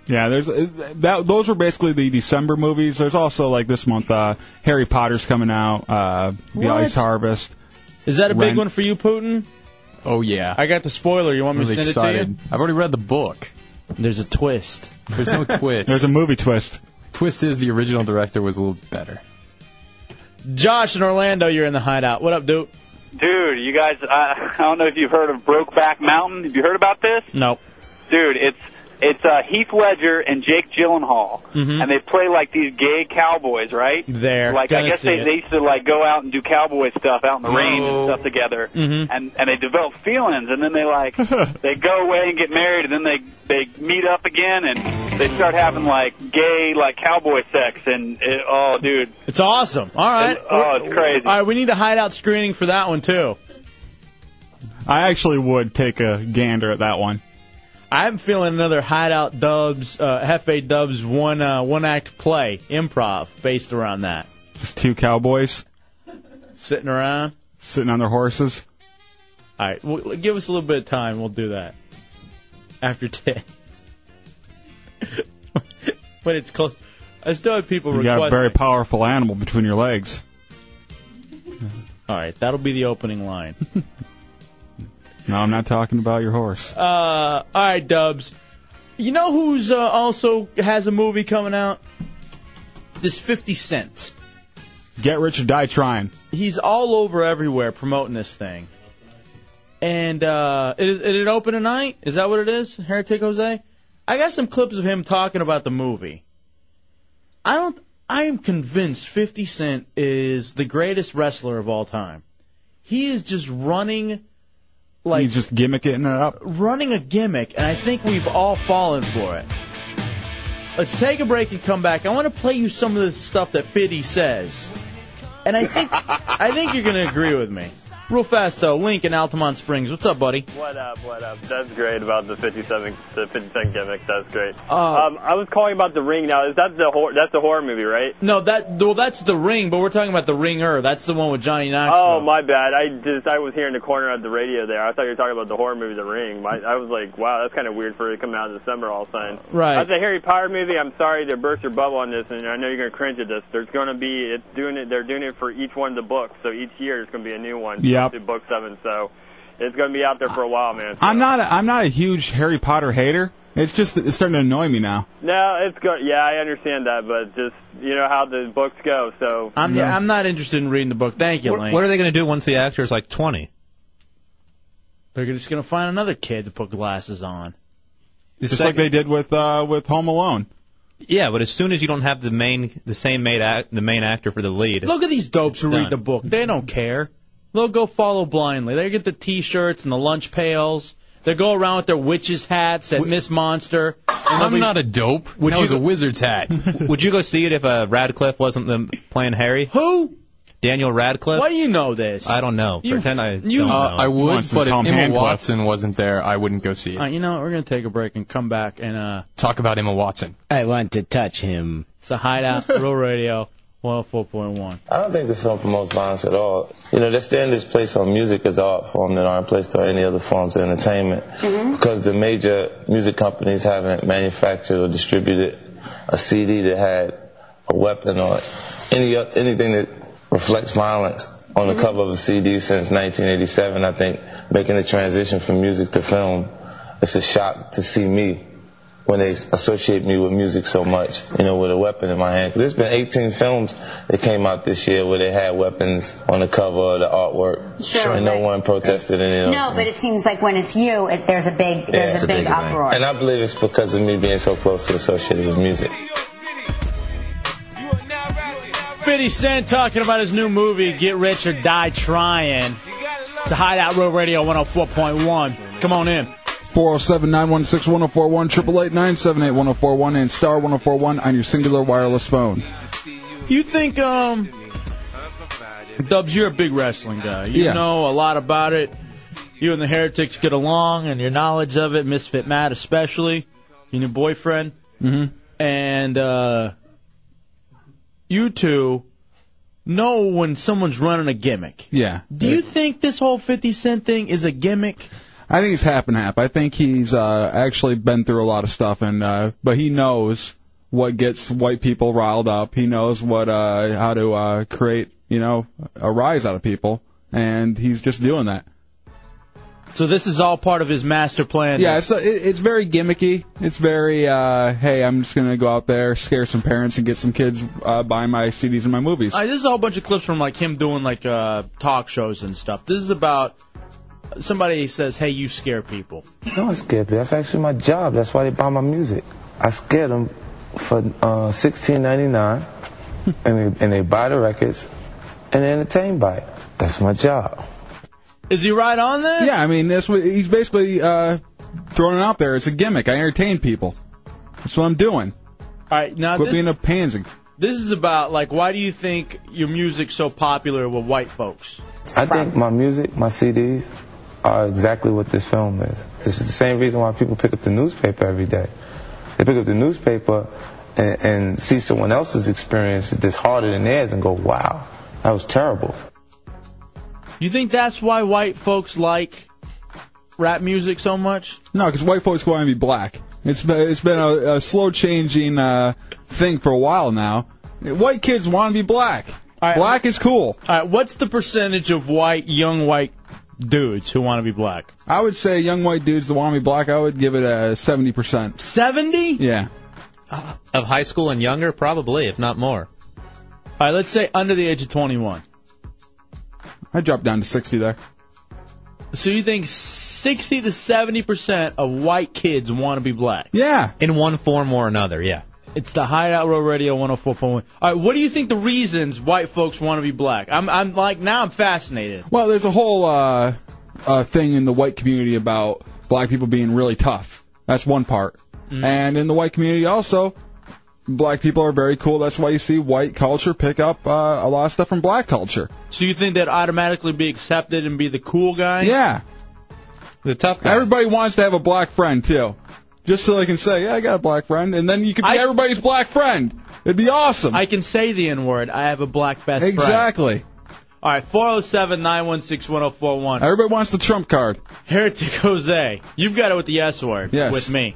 Speaker 4: Yeah, there's uh, that. Those were basically the December movies. There's also like this month, uh, Harry Potter's coming out. Uh, the
Speaker 3: What?
Speaker 4: Ice Harvest.
Speaker 3: Is that a big
Speaker 4: Ren-
Speaker 3: one for you, Putin?
Speaker 9: Oh yeah.
Speaker 3: I got the spoiler. You want me
Speaker 9: I'm
Speaker 3: to
Speaker 9: really
Speaker 3: send it
Speaker 9: excited.
Speaker 3: to
Speaker 9: I've already read the book.
Speaker 3: There's a twist.
Speaker 9: There's no twist.
Speaker 4: There's a movie twist.
Speaker 9: Twist is the original director was a little better.
Speaker 3: you? Josh in Orlando, you're in the hideout. What up, dude?
Speaker 20: Dude, you guys, I, I don't know if you've heard of Brokeback Mountain. Have you heard about this?
Speaker 3: No.
Speaker 20: Dude, it's it's uh, Heath Ledger and Jake Gyllenhaal,
Speaker 3: Mhm.
Speaker 20: and they play like these gay cowboys, right?
Speaker 3: There.
Speaker 20: like I
Speaker 3: Gonna
Speaker 20: guess
Speaker 3: see
Speaker 20: they,
Speaker 3: it. Oh.
Speaker 20: they used to like go out and do cowboy stuff out in the range
Speaker 3: No.
Speaker 20: and stuff together,
Speaker 3: Mhm.
Speaker 20: and and they develop feelings, and then they like they go away and get married, and then they they meet up again, and they start having like gay like cowboy sex, and it, oh dude,
Speaker 3: It's awesome. All right.
Speaker 20: oh it's crazy.
Speaker 3: All right, we need a hideout screening for that one too.
Speaker 4: I actually would take a gander at that one.
Speaker 3: I'm feeling another hideout dubs, uh, Hefe dubs one uh, one act play improv based around that.
Speaker 4: Just two cowboys.
Speaker 3: Sitting around.
Speaker 4: Sitting on their horses.
Speaker 3: All right, well, give us a little bit of time. We'll do that after ten. when it's close, I still have people
Speaker 4: You got a
Speaker 3: requesting.
Speaker 4: very powerful animal between your legs.
Speaker 3: All right, that'll be the opening line.
Speaker 4: No, I'm not talking about your horse.
Speaker 3: Uh, all right, Dubs. You know who's uh, also has a movie coming out? This 50 Cent.
Speaker 4: Get rich or die trying.
Speaker 3: He's all over everywhere promoting this thing. And uh, it is it it open tonight? Is that what it is? Heretic Jose. I got some clips of him talking about the movie. I don't. I am convinced 50 Cent is the greatest wrestler of all time. He is just running like
Speaker 4: He's just gimmicking it up.
Speaker 3: running a gimmick, and I think we've all fallen for it. Let's take a break and come back. I want to play you some of the stuff that Fiddy says, and I think I think you're gonna agree with me. Real fast though, Link in Altamont Springs. What's up, buddy?
Speaker 11: What up? What up? That's great about the 57, the 57 gimmick. That's great.
Speaker 3: Uh,
Speaker 11: um, I was calling about the ring. Now is that the horror? That's a horror movie, right?
Speaker 3: No, that well, that's the ring, but we're talking about the ringer. That's the one with Johnny Knoxville.
Speaker 11: Oh my bad. I just I was hearing the corner of the radio there. I thought you were talking about the horror movie, The Ring. My, I was like, wow, that's kind of weird for it to come out in December all of a sudden.
Speaker 3: Right.
Speaker 11: That's a Harry Potter movie. I'm sorry to burst your bubble on this, and I know you're gonna cringe at this. There's gonna be it's doing it. They're doing it for each one of the books. So each year it's gonna be a new one.
Speaker 4: Yep.
Speaker 11: To book seven. So it's gonna be out there for a while, man.
Speaker 4: I'm not. A, I'm not a huge Harry Potter hater. It's just that it's starting to annoy me now.
Speaker 11: No, it's good. Yeah, I understand that, but just you know how the books go. So
Speaker 3: I'm I'm not interested in reading the book. Thank you,
Speaker 6: What,
Speaker 3: Link.
Speaker 6: what are they going to do once the actor is like 20?
Speaker 3: They're just gonna find another kid to put glasses on.
Speaker 4: just like they did with uh, with Home Alone.
Speaker 6: Yeah, but as soon as you don't have the main, the same main act, the main actor for the lead.
Speaker 3: Look at these dopes who
Speaker 6: It's
Speaker 3: read
Speaker 6: done.
Speaker 3: the book. They don't care. They'll go follow blindly. They get the T-shirts and the lunch pails. They go around with their witches hats at Miss Monster.
Speaker 6: I'm not
Speaker 9: a dope. Would
Speaker 6: That was a
Speaker 9: wizard's hat.
Speaker 6: Would you go see it if uh, Radcliffe wasn't the playing Harry?
Speaker 3: Who?
Speaker 6: Daniel Radcliffe. Why
Speaker 3: do you know this?
Speaker 6: I don't know. Pretend I don't know.
Speaker 9: Uh, I would, but if Emma
Speaker 6: Watson.
Speaker 9: Watson wasn't there, I wouldn't go see it.
Speaker 3: All right, Uh, you know what? We're gonna take a break and come back and uh,
Speaker 9: Talk about Emma Watson.
Speaker 3: I want to touch him. It's a hideout. Real Radio 104.1.
Speaker 14: I don't think the film promotes violence at all. You know, they're standing this place on music as an art form that aren't placed on any other forms of entertainment because the major music companies haven't manufactured or distributed a CD that had a weapon or any o- anything that reflects violence on the
Speaker 8: Mm-hmm.
Speaker 14: cover of a CD since 1987. I think making the transition from music to film, it's a shock to see me when they associate me with music so much, you know, with a weapon in my hand. 'Cause there's been 18 films that came out this year where they had weapons on the cover of the artwork,
Speaker 8: Sure,
Speaker 14: and no one protested any of
Speaker 8: No,
Speaker 14: them.
Speaker 8: but it seems like when it's you, it, there's a big there's a big, uproar.
Speaker 14: And I believe it's because of me being so closely associated with music.
Speaker 3: 50 Cent talking about his new movie, Get Rich or Die Trying. It's a hideout. Real Radio 104.1. Come on in.
Speaker 4: 407 916 1041, 888 978 1041, and star 1041 on your singular wireless phone.
Speaker 3: You think um Dubs, you're a big wrestling guy. You
Speaker 4: Yeah.
Speaker 3: know a lot about it. You and the heretics get along and your knowledge of it, Misfit Matt especially, and your boyfriend.
Speaker 4: Mm-hmm.
Speaker 3: And uh you two know when someone's running a gimmick.
Speaker 4: Yeah.
Speaker 3: Do you think this whole fifty cent thing is a gimmick?
Speaker 4: I think it's half and half. I think he's uh, actually been through a lot of stuff, and uh, but he knows what gets white people riled up. He knows what uh, how to uh, create, you know, a rise out of people, and he's just doing that.
Speaker 3: So this is all part of his master plan.
Speaker 4: Yeah, it's it, it's very gimmicky. It's very uh, hey, I'm just gonna go out there, scare some parents, and get some kids uh, buying my CDs and my movies.
Speaker 3: Uh, this is a whole bunch of clips from like him doing like uh, talk shows and stuff. This is about somebody says, "Hey, you scare people."
Speaker 14: No, I scare people. That's actually my job. That's why they buy my music. I scared them for uh, sixteen ninety nine, and they and they buy the records, and they entertain by it. That's my job.
Speaker 3: Is he right on that?
Speaker 4: Yeah, I mean that's what he's basically uh, throwing it out there. It's a gimmick. I entertain people. That's what I'm doing.
Speaker 3: All right, now
Speaker 4: Quit
Speaker 3: this,
Speaker 4: being a pansy.
Speaker 3: this is about like why do you think your music's so popular with white folks?
Speaker 14: I think my music, my CDs, are exactly what this film is. This is the same reason why people pick up the newspaper every day. They pick up the newspaper and, and see someone else's experience that's harder than theirs and go, wow, that was terrible.
Speaker 3: You think that's why white folks like rap music so much?
Speaker 4: No, because white folks want to be black. It's been, it's been a, a slow changing uh, thing for a while now. White kids want to be black. black is cool.
Speaker 3: All right, what's the percentage of white young white dudes who want to be black?
Speaker 4: I would say young white dudes that want to be black. I would give it a seventy percent.
Speaker 3: Seventy?
Speaker 4: Yeah.
Speaker 6: Of high school and younger, probably, if not more.
Speaker 3: All right, let's say under the age of 21.
Speaker 4: I dropped down to sixty there.
Speaker 3: So you think 60 to 70 percent of white kids want to be black?
Speaker 4: Yeah.
Speaker 6: In one form or another, yeah.
Speaker 3: It's the Hideout Row Radio 104.1. All right, what do you think the reasons white folks want to be black? I'm, I'm like now I'm fascinated.
Speaker 4: Well, there's a whole uh, uh, thing in the white community about black people being really tough. That's one part.
Speaker 3: Mm.
Speaker 4: And in the white community also, black people are very cool. That's why you see white culture pick up uh, a lot of stuff from black culture.
Speaker 3: So you think that automatically be accepted and be the cool guy?
Speaker 4: Yeah.
Speaker 6: The tough
Speaker 4: guy. Everybody wants to have a black friend too, just so they can say, "Yeah, I got a black friend," and then you could be everybody's black friend. It'd be awesome.
Speaker 3: I can say the N word. I have a black best friend.
Speaker 4: Exactly.
Speaker 3: All right, 407 916 1041.
Speaker 4: Everybody wants the trump card.
Speaker 3: Heretic Jose, you've got it with the S word
Speaker 15: Yes.
Speaker 3: with me.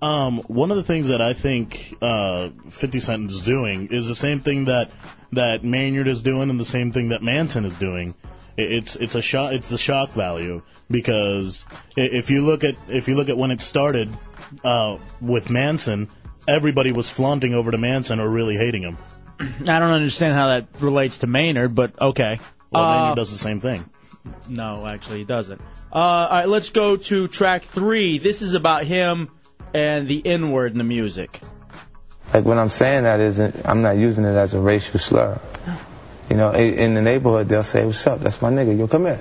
Speaker 15: Um, one of the things that I think uh, 50 Cent is doing is the same thing that that Maynard is doing, and the same thing that Manson is doing. I- It's it's a shock. It's the shock value because i- if you look at if you look at when it started uh, with Manson, everybody was flaunting over to Manson or really hating him.
Speaker 3: I don't understand how that relates to Maynard, but okay.
Speaker 15: Well,
Speaker 3: Uh,
Speaker 15: Maynard does the same thing.
Speaker 3: No, actually, he doesn't. Uh, all right, let's go to track three. This is about him and the N word in the music.
Speaker 14: Like when I'm saying that isn't, I'm not using it as a racial slur. You know, i- in the neighborhood they'll say, "What's up? That's my nigga. Yo, come here."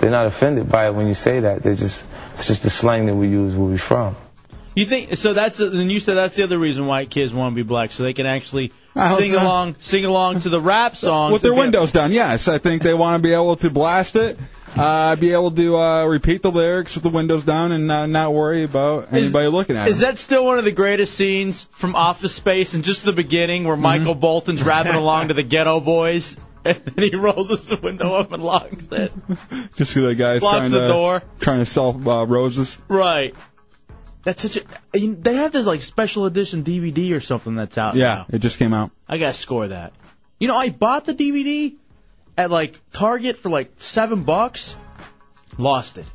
Speaker 14: They're not offended by it when you say that. They just, it's just the slang that we use where we from.
Speaker 3: You think so? That's then you said that's the other reason white kids want to be black, so they can actually
Speaker 4: I hope
Speaker 3: sing
Speaker 4: so.
Speaker 3: along, sing along to the rap songs
Speaker 4: With their
Speaker 3: and be-
Speaker 4: windows down, yes. I think they want to be able to blast it, uh, be able to uh, repeat the lyrics with the windows down and not, not worry about anybody looking at
Speaker 3: Is
Speaker 4: them.
Speaker 3: that still one of the greatest scenes from Office Space and just the beginning where Michael Bolton's rapping along to the Ghetto Boys and then he rolls his window up and locks it?
Speaker 4: Just because that guy's
Speaker 3: Blocks
Speaker 4: trying
Speaker 3: the
Speaker 4: to,
Speaker 3: door.
Speaker 4: trying to sell uh, roses.
Speaker 3: Right. That's such a. uh, you- They have this like special edition DVD or something that's out
Speaker 4: yeah,
Speaker 3: now.
Speaker 4: it just came out.
Speaker 3: I gotta score that. You know, I bought the DVD at like Target for like seven bucks. Lost it.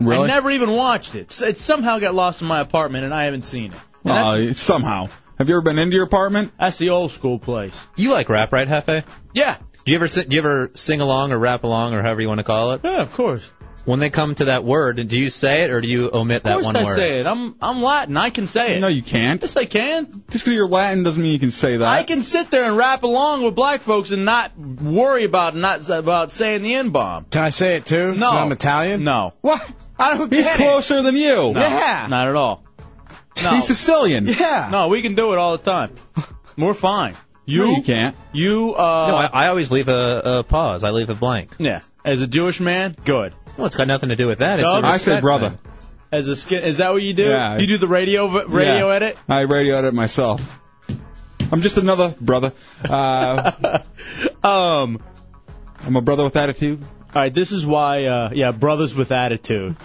Speaker 4: Really?
Speaker 3: I never even watched it. S- It somehow got lost in my apartment and I haven't seen it. And that's-
Speaker 4: Uh, somehow. Have you ever been into your apartment?
Speaker 3: That's the old school place.
Speaker 6: You like rap, right, Hefe?
Speaker 3: Yeah.
Speaker 6: Do you ever si- do you ever sing along or rap along or however you want to call it?
Speaker 3: Yeah, of course.
Speaker 6: When they come to that word, do you say it or do you omit that
Speaker 3: Of course
Speaker 6: one
Speaker 3: I
Speaker 6: word?
Speaker 3: say it. I'm I'm Latin. I can say it.
Speaker 4: No, you can't.
Speaker 3: Yes, I can.
Speaker 4: Just because you're Latin doesn't mean you can say that.
Speaker 3: I can sit there and rap along with black folks and not worry about not about saying the n bomb.
Speaker 22: Can I say it too?
Speaker 3: No.
Speaker 22: 'Cause I'm Italian.
Speaker 3: No.
Speaker 22: What? I don't
Speaker 4: He's
Speaker 22: get it.
Speaker 4: closer than you.
Speaker 3: No, Not at all. No.
Speaker 4: He's Sicilian.
Speaker 22: Yeah.
Speaker 3: No, we can do it all the time. We're fine. You,
Speaker 6: No, you
Speaker 4: can't.
Speaker 3: You uh
Speaker 6: No, I, I always leave a, a pause. I leave it blank.
Speaker 3: Yeah. As a Jewish man, good.
Speaker 6: Well, it's got nothing to do with that. It's a
Speaker 3: Dubs?
Speaker 6: respect thing.
Speaker 3: As a skin, is that what you do?
Speaker 4: Yeah.
Speaker 3: You do the radio v- radio
Speaker 4: Yeah.
Speaker 3: edit.
Speaker 4: I radio edit myself. I'm just another brother. Uh,
Speaker 3: um,
Speaker 4: I'm a brother with attitude.
Speaker 3: All right, this is why. Uh, yeah, brothers with attitude.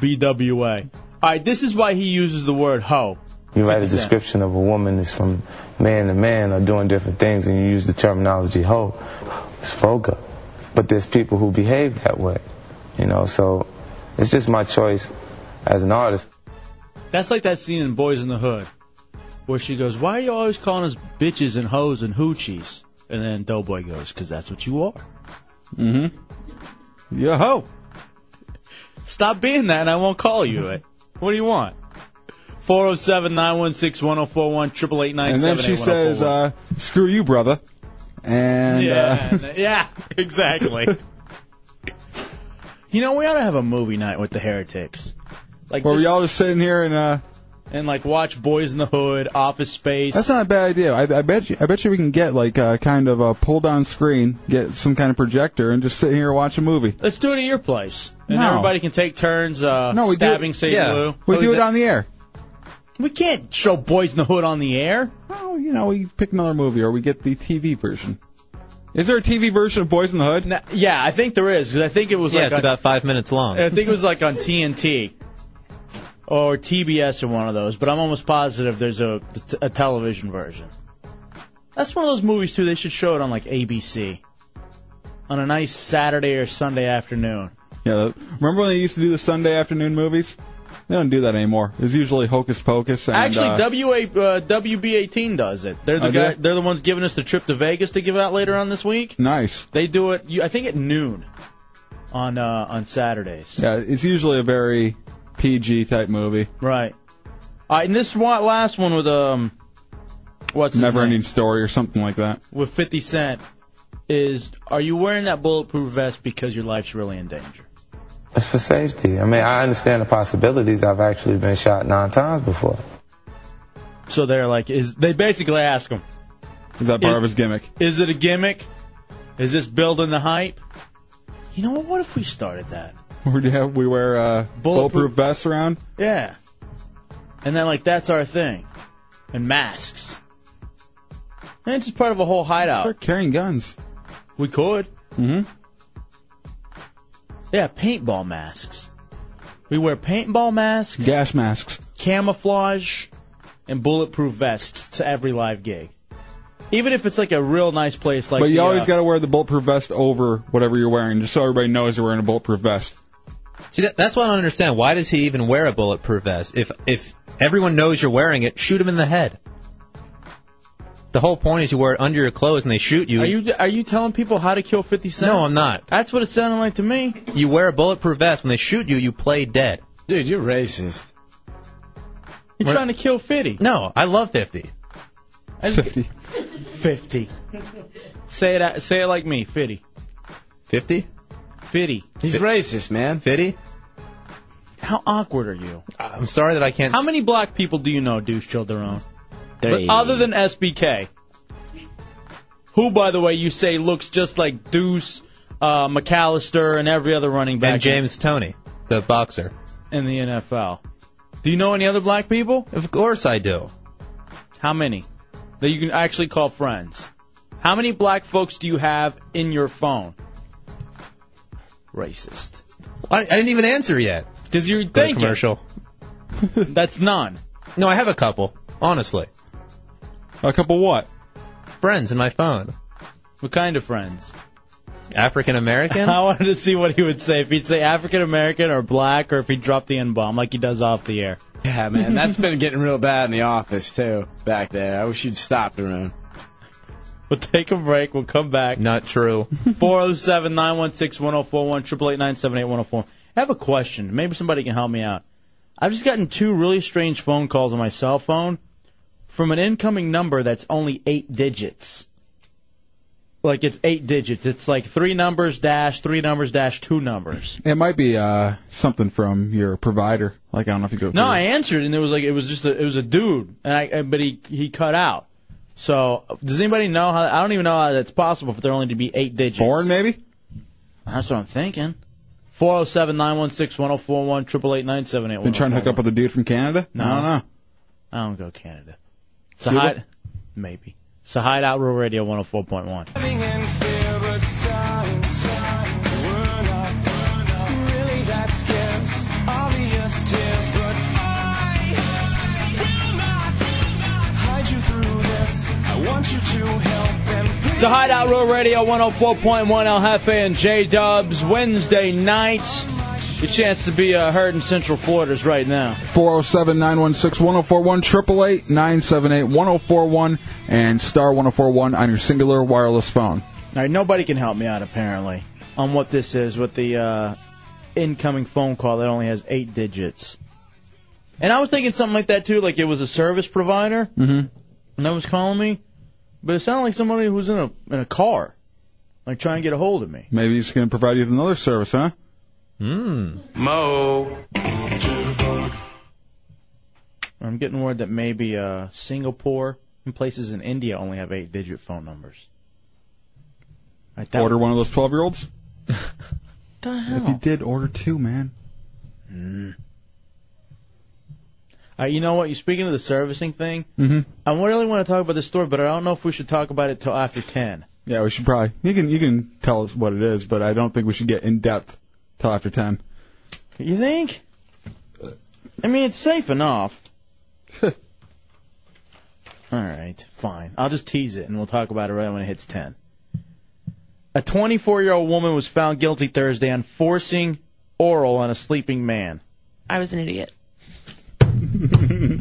Speaker 3: BWA. All right, this is why he uses the word hoe.
Speaker 14: You write a description of a woman that's from man to man or doing different things, and you use the terminology "hoe." It's vulgar, but there's people who behave that way, you know. So it's just my choice as an artist.
Speaker 3: That's like that scene in Boys in the Hood, where she goes, "Why are you always calling us bitches and hoes and hoochies?" And then Doughboy goes, "Cause that's what you are."
Speaker 4: Mm-hmm. Yo ho.
Speaker 3: Stop being that, and I won't call you it. What do you want? 407 916 1041
Speaker 4: and then she says, uh, "Screw you, brother." And
Speaker 3: yeah,
Speaker 4: uh,
Speaker 3: yeah, exactly. you know, we ought to have a movie night with the heretics. Like
Speaker 4: were
Speaker 3: this-
Speaker 4: we all just sitting here and uh,
Speaker 3: and like watch Boys in the Hood, Office Space.
Speaker 4: that's not a bad idea. I, I bet you. I bet you we can get like a kind of a pull down screen, get some kind of projector, and just sit here and watch a movie.
Speaker 3: Let's do it at your place, and
Speaker 4: No.
Speaker 3: everybody can take turns uh,
Speaker 4: No, we do it-
Speaker 3: stabbing Saint
Speaker 4: yeah.
Speaker 3: Lou. Oh,
Speaker 4: We do it on the air.
Speaker 3: We can't show Boys in the Hood on the air.
Speaker 4: Oh, you know, we pick another movie or we get the TV version. Is there a TV version of Boys in the Hood?
Speaker 3: yeah, I think there is. 'cause I think it was
Speaker 6: yeah,
Speaker 3: like
Speaker 6: it's
Speaker 3: on,
Speaker 6: about five minutes long.
Speaker 3: I think it was oh, like on TNT or TBS or one of those. But I'm almost positive there's a, a television version. That's one of those movies too. They should show it on like ABC on a nice Saturday or Sunday afternoon.
Speaker 4: Yeah, remember when they used to do the Sunday afternoon movies? They don't do that anymore. It's usually hocus pocus. And,
Speaker 3: Actually,
Speaker 4: uh,
Speaker 3: WA, uh, WB18 does it. They're the
Speaker 4: Oh, do
Speaker 3: guy,
Speaker 4: they?
Speaker 3: they're the ones giving us the trip to Vegas to give out later on this week.
Speaker 4: nice.
Speaker 3: They do it. you- I think at noon on uh, on Saturdays.
Speaker 4: Yeah, it's usually a very PG type movie.
Speaker 3: Right. All right, and this one, last one with um, what's his
Speaker 4: Never
Speaker 3: name?
Speaker 4: ending story or something like that.
Speaker 3: with 50 Cent is: Are you wearing that bulletproof vest because your life's really in danger?
Speaker 14: It's for safety. I mean, I understand the possibilities. I've actually been shot nine times before.
Speaker 3: So they're like, is they basically ask him,
Speaker 4: Is that Barbara's gimmick?
Speaker 3: Is it a gimmick? Is this building the hype? You know what? What if we started that?
Speaker 4: Where do you have- we wear uh, bulletproof, vests around?
Speaker 3: Yeah. And then like that's our thing, and masks. And it's just part of a whole hideout.
Speaker 4: Start carrying guns.
Speaker 3: We could.
Speaker 4: hmm
Speaker 3: Yeah, paintball masks. We wear paintball masks,
Speaker 4: Gas masks.
Speaker 3: camouflage, and bulletproof vests to every live gig. Even if it's like a real nice place, like
Speaker 4: but you
Speaker 3: the,
Speaker 4: always
Speaker 3: uh,
Speaker 4: got to wear the bulletproof vest over whatever you're wearing, just so everybody knows you're wearing a bulletproof vest.
Speaker 6: See, that, that's what I don't understand. Why does he even wear a bulletproof vest? If if everyone knows you're wearing it, shoot him in the head. The whole point is you wear it under your clothes and they shoot you.
Speaker 3: Are you are you telling people how to kill 50 Cent?
Speaker 6: No, I'm not.
Speaker 3: That's what it sounded like to me.
Speaker 6: You wear a bulletproof vest when they shoot you, you play dead.
Speaker 22: Dude, you're racist.
Speaker 3: You're trying to kill 50.
Speaker 6: No, I love 50.
Speaker 4: 50.
Speaker 3: 50. Say it out- say it like me, 50.
Speaker 6: 50?
Speaker 3: 50.
Speaker 22: He's racist, man.
Speaker 6: 50?
Speaker 3: How awkward are you?
Speaker 6: I'm sorry that I can't.
Speaker 3: How many black people do you know douche Childerone? But
Speaker 6: Three.
Speaker 3: other than SBK, who, by the way, you say looks just like Deuce, uh, McAllister, and every other running back
Speaker 6: And James Tony, the boxer.
Speaker 3: in the NFL. Do you know any other black people?
Speaker 6: Of course I do.
Speaker 3: How many that you can actually call friends? How many black folks do you have in your phone? Racist.
Speaker 6: I, I didn't even answer yet.
Speaker 3: Because you're
Speaker 6: Go to
Speaker 3: thinking.
Speaker 6: commercial.
Speaker 3: That's none.
Speaker 6: No, I have a couple. Honestly,
Speaker 4: A couple what?
Speaker 6: friends in my phone.
Speaker 3: What kind of friends?
Speaker 6: African American.
Speaker 3: I wanted to see what he would say if he'd say African American or black, or if he dropped the N bomb like he does off the air.
Speaker 22: Yeah, man, that's been getting real bad in the office too. Back there, I wish you'd stopped around.
Speaker 3: We'll take a break. We'll come back.
Speaker 6: Not true.
Speaker 3: 407 916 1041, 888 oh I have a question. Maybe somebody can help me out. I've just gotten two really strange phone calls on my cell phone from an incoming number that's only eight digits. Like it's eight digits. It's like three numbers dash, three numbers dash, two numbers.
Speaker 4: It might be uh, something from your provider. Like I don't know if you go.
Speaker 3: No, I answered, and it was like it was just a, it was a dude, and I and- but he he cut out. So does anybody know how? I don't even know how that's possible for there only to be eight digits. Born
Speaker 4: maybe.
Speaker 3: That's what I'm thinking. Four zero seven nine one six one zero four one triple eight nine seven eight one. oh
Speaker 4: Been trying to hook up with a dude from Canada.
Speaker 3: No.
Speaker 4: I don't know.
Speaker 3: I don't go Canada. It's a
Speaker 4: Cuba?
Speaker 3: hide, maybe. It's a hideout rural radio 104.1. So Hideout Row Radio 104.1 El Jefe and J Dubs Wednesday nights. Your chance to be uh, heard in Central Florida's right now.
Speaker 4: 407 916 1041, 888 978 1041, and star 1041 on your singular wireless phone.
Speaker 3: All right, nobody can help me out apparently on what this is with the uh, incoming phone call that only has eight digits. And I was thinking something like that too, like it was a service provider
Speaker 6: Mm-hmm.
Speaker 4: Mm
Speaker 3: and that was calling me, but it sounded like somebody who was in a in a car, like trying to get a hold of me.
Speaker 4: hmm. Maybe he's going to provide you with another service, huh?
Speaker 6: Mm.
Speaker 3: Mo. I'm getting word that maybe uh, Singapore and places in India only have eight-digit phone numbers.
Speaker 4: order one of those 12 year olds?
Speaker 3: What the
Speaker 4: If you did, order two, man.
Speaker 3: Mm. Uh, you know what? You're speaking of the servicing thing.
Speaker 4: Mm
Speaker 3: I really want to talk about this story, but I don't know if we should talk about it till after 10.
Speaker 4: Yeah, we should probably. You can you can tell us what it is, but I don't think we should get in depth till after ten.
Speaker 3: You think? I mean, it's safe enough. All right, fine. I'll just tease it, and we'll talk about it right when it hits 10. A 24 year old woman was found guilty Thursday on forcing oral on a sleeping man.
Speaker 16: I was an idiot.
Speaker 3: and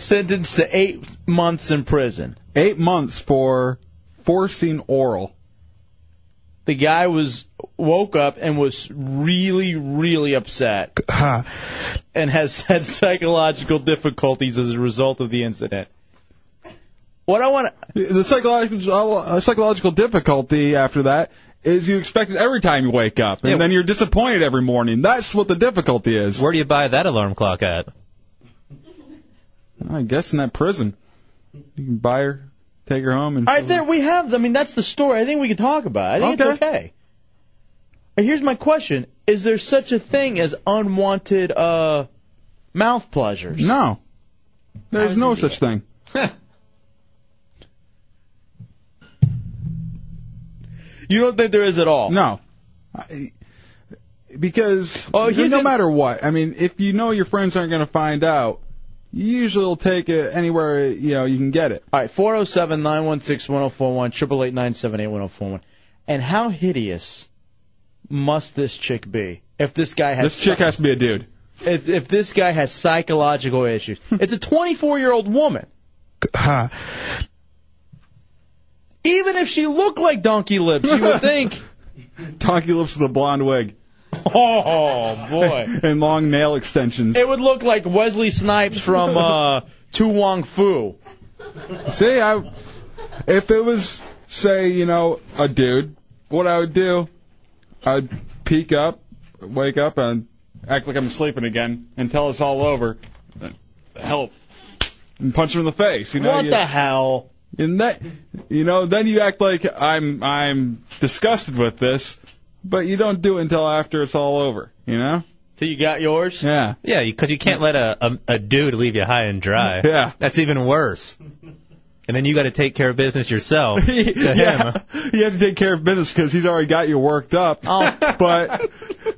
Speaker 3: sentenced to eight months in prison.
Speaker 4: Eight months for forcing oral.
Speaker 3: The guy was woke up and was really, really upset, and has had psychological difficulties as a result of the incident. What I want
Speaker 4: the psychological uh, psychological difficulty after that is you expect it every time you wake up, and
Speaker 6: Yeah.
Speaker 4: then you're disappointed every morning. That's what the difficulty is.
Speaker 6: Where do you buy that alarm clock at?
Speaker 4: I guess in that prison, you can buy her, take her home, and
Speaker 3: All right, there we have. I mean, that's the story. I think we can talk about. it. I think it's
Speaker 4: Okay.
Speaker 3: okay. And Here's my question: Is there such a thing as unwanted uh, mouth pleasures?
Speaker 4: No, there's no such thing.
Speaker 3: You don't think there is at all?
Speaker 4: No. I- Because
Speaker 3: Oh, here's
Speaker 4: no
Speaker 3: an-
Speaker 4: matter what, I mean, if you know your friends aren't going to find out, you usually will take it anywhere you know you can get it.
Speaker 3: All right, 407 916 1041, 888 978 1041. And how hideous must this chick be if this guy has
Speaker 4: This chick has to be a dude.
Speaker 3: if, if this guy has psychological issues? it's a 24 year old woman. Even if she looked like Donkey Lips, you would think.
Speaker 4: Donkey lips with a blonde wig.
Speaker 3: Oh boy!
Speaker 4: and long nail extensions.
Speaker 3: It would look like Wesley Snipes from uh, Tu Wong Fu.
Speaker 4: See, I, if it was, say, you know, a dude, what I would do, I'd peek up, wake up, and act like I'm sleeping again, and tell us all over, help, and punch him in the face. You know,
Speaker 3: What
Speaker 4: you-
Speaker 3: the hell?
Speaker 4: And that, you know, then you act like I'm I'm disgusted with this, but you don't do it until after it's all over. You know?
Speaker 3: So you got yours?
Speaker 4: Yeah.
Speaker 6: Yeah, because you can't let a, a a dude leave you high and dry.
Speaker 4: Yeah.
Speaker 6: That's even worse. And then you got to take care of business yourself to him.
Speaker 4: you have to take care of business because he's already got you worked up.
Speaker 3: Oh.
Speaker 4: But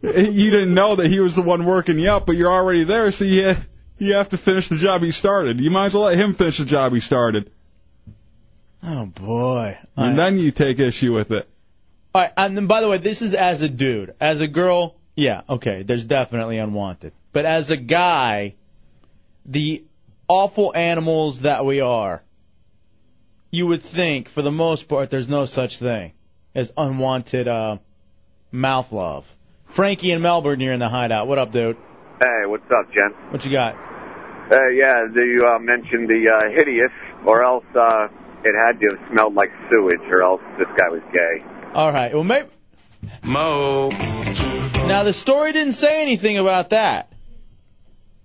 Speaker 4: you didn't know that he was the one working you up, but you're already there, so you you have to finish the job he started. You might as well let him finish the job he started,
Speaker 3: Oh boy!
Speaker 4: and then you take issue with it.
Speaker 3: All right, and then by the way, this is as a dude. As a girl, yeah, okay, there's definitely unwanted. But as a guy, the awful animals that we are, you would think, for the most part, there's no such thing as unwanted uh, mouth love. Frankie in Melbourne, you're in the hideout. What up, dude?
Speaker 19: Hey, what's up, Jen?
Speaker 3: What you got?
Speaker 19: Uh, yeah, you uh, mentioned the uh, hideous, or else uh, it had to have smelled like sewage, or else this guy was gay.
Speaker 3: All right, well, maybe.
Speaker 19: Mo.
Speaker 3: Now, the story didn't say anything about that.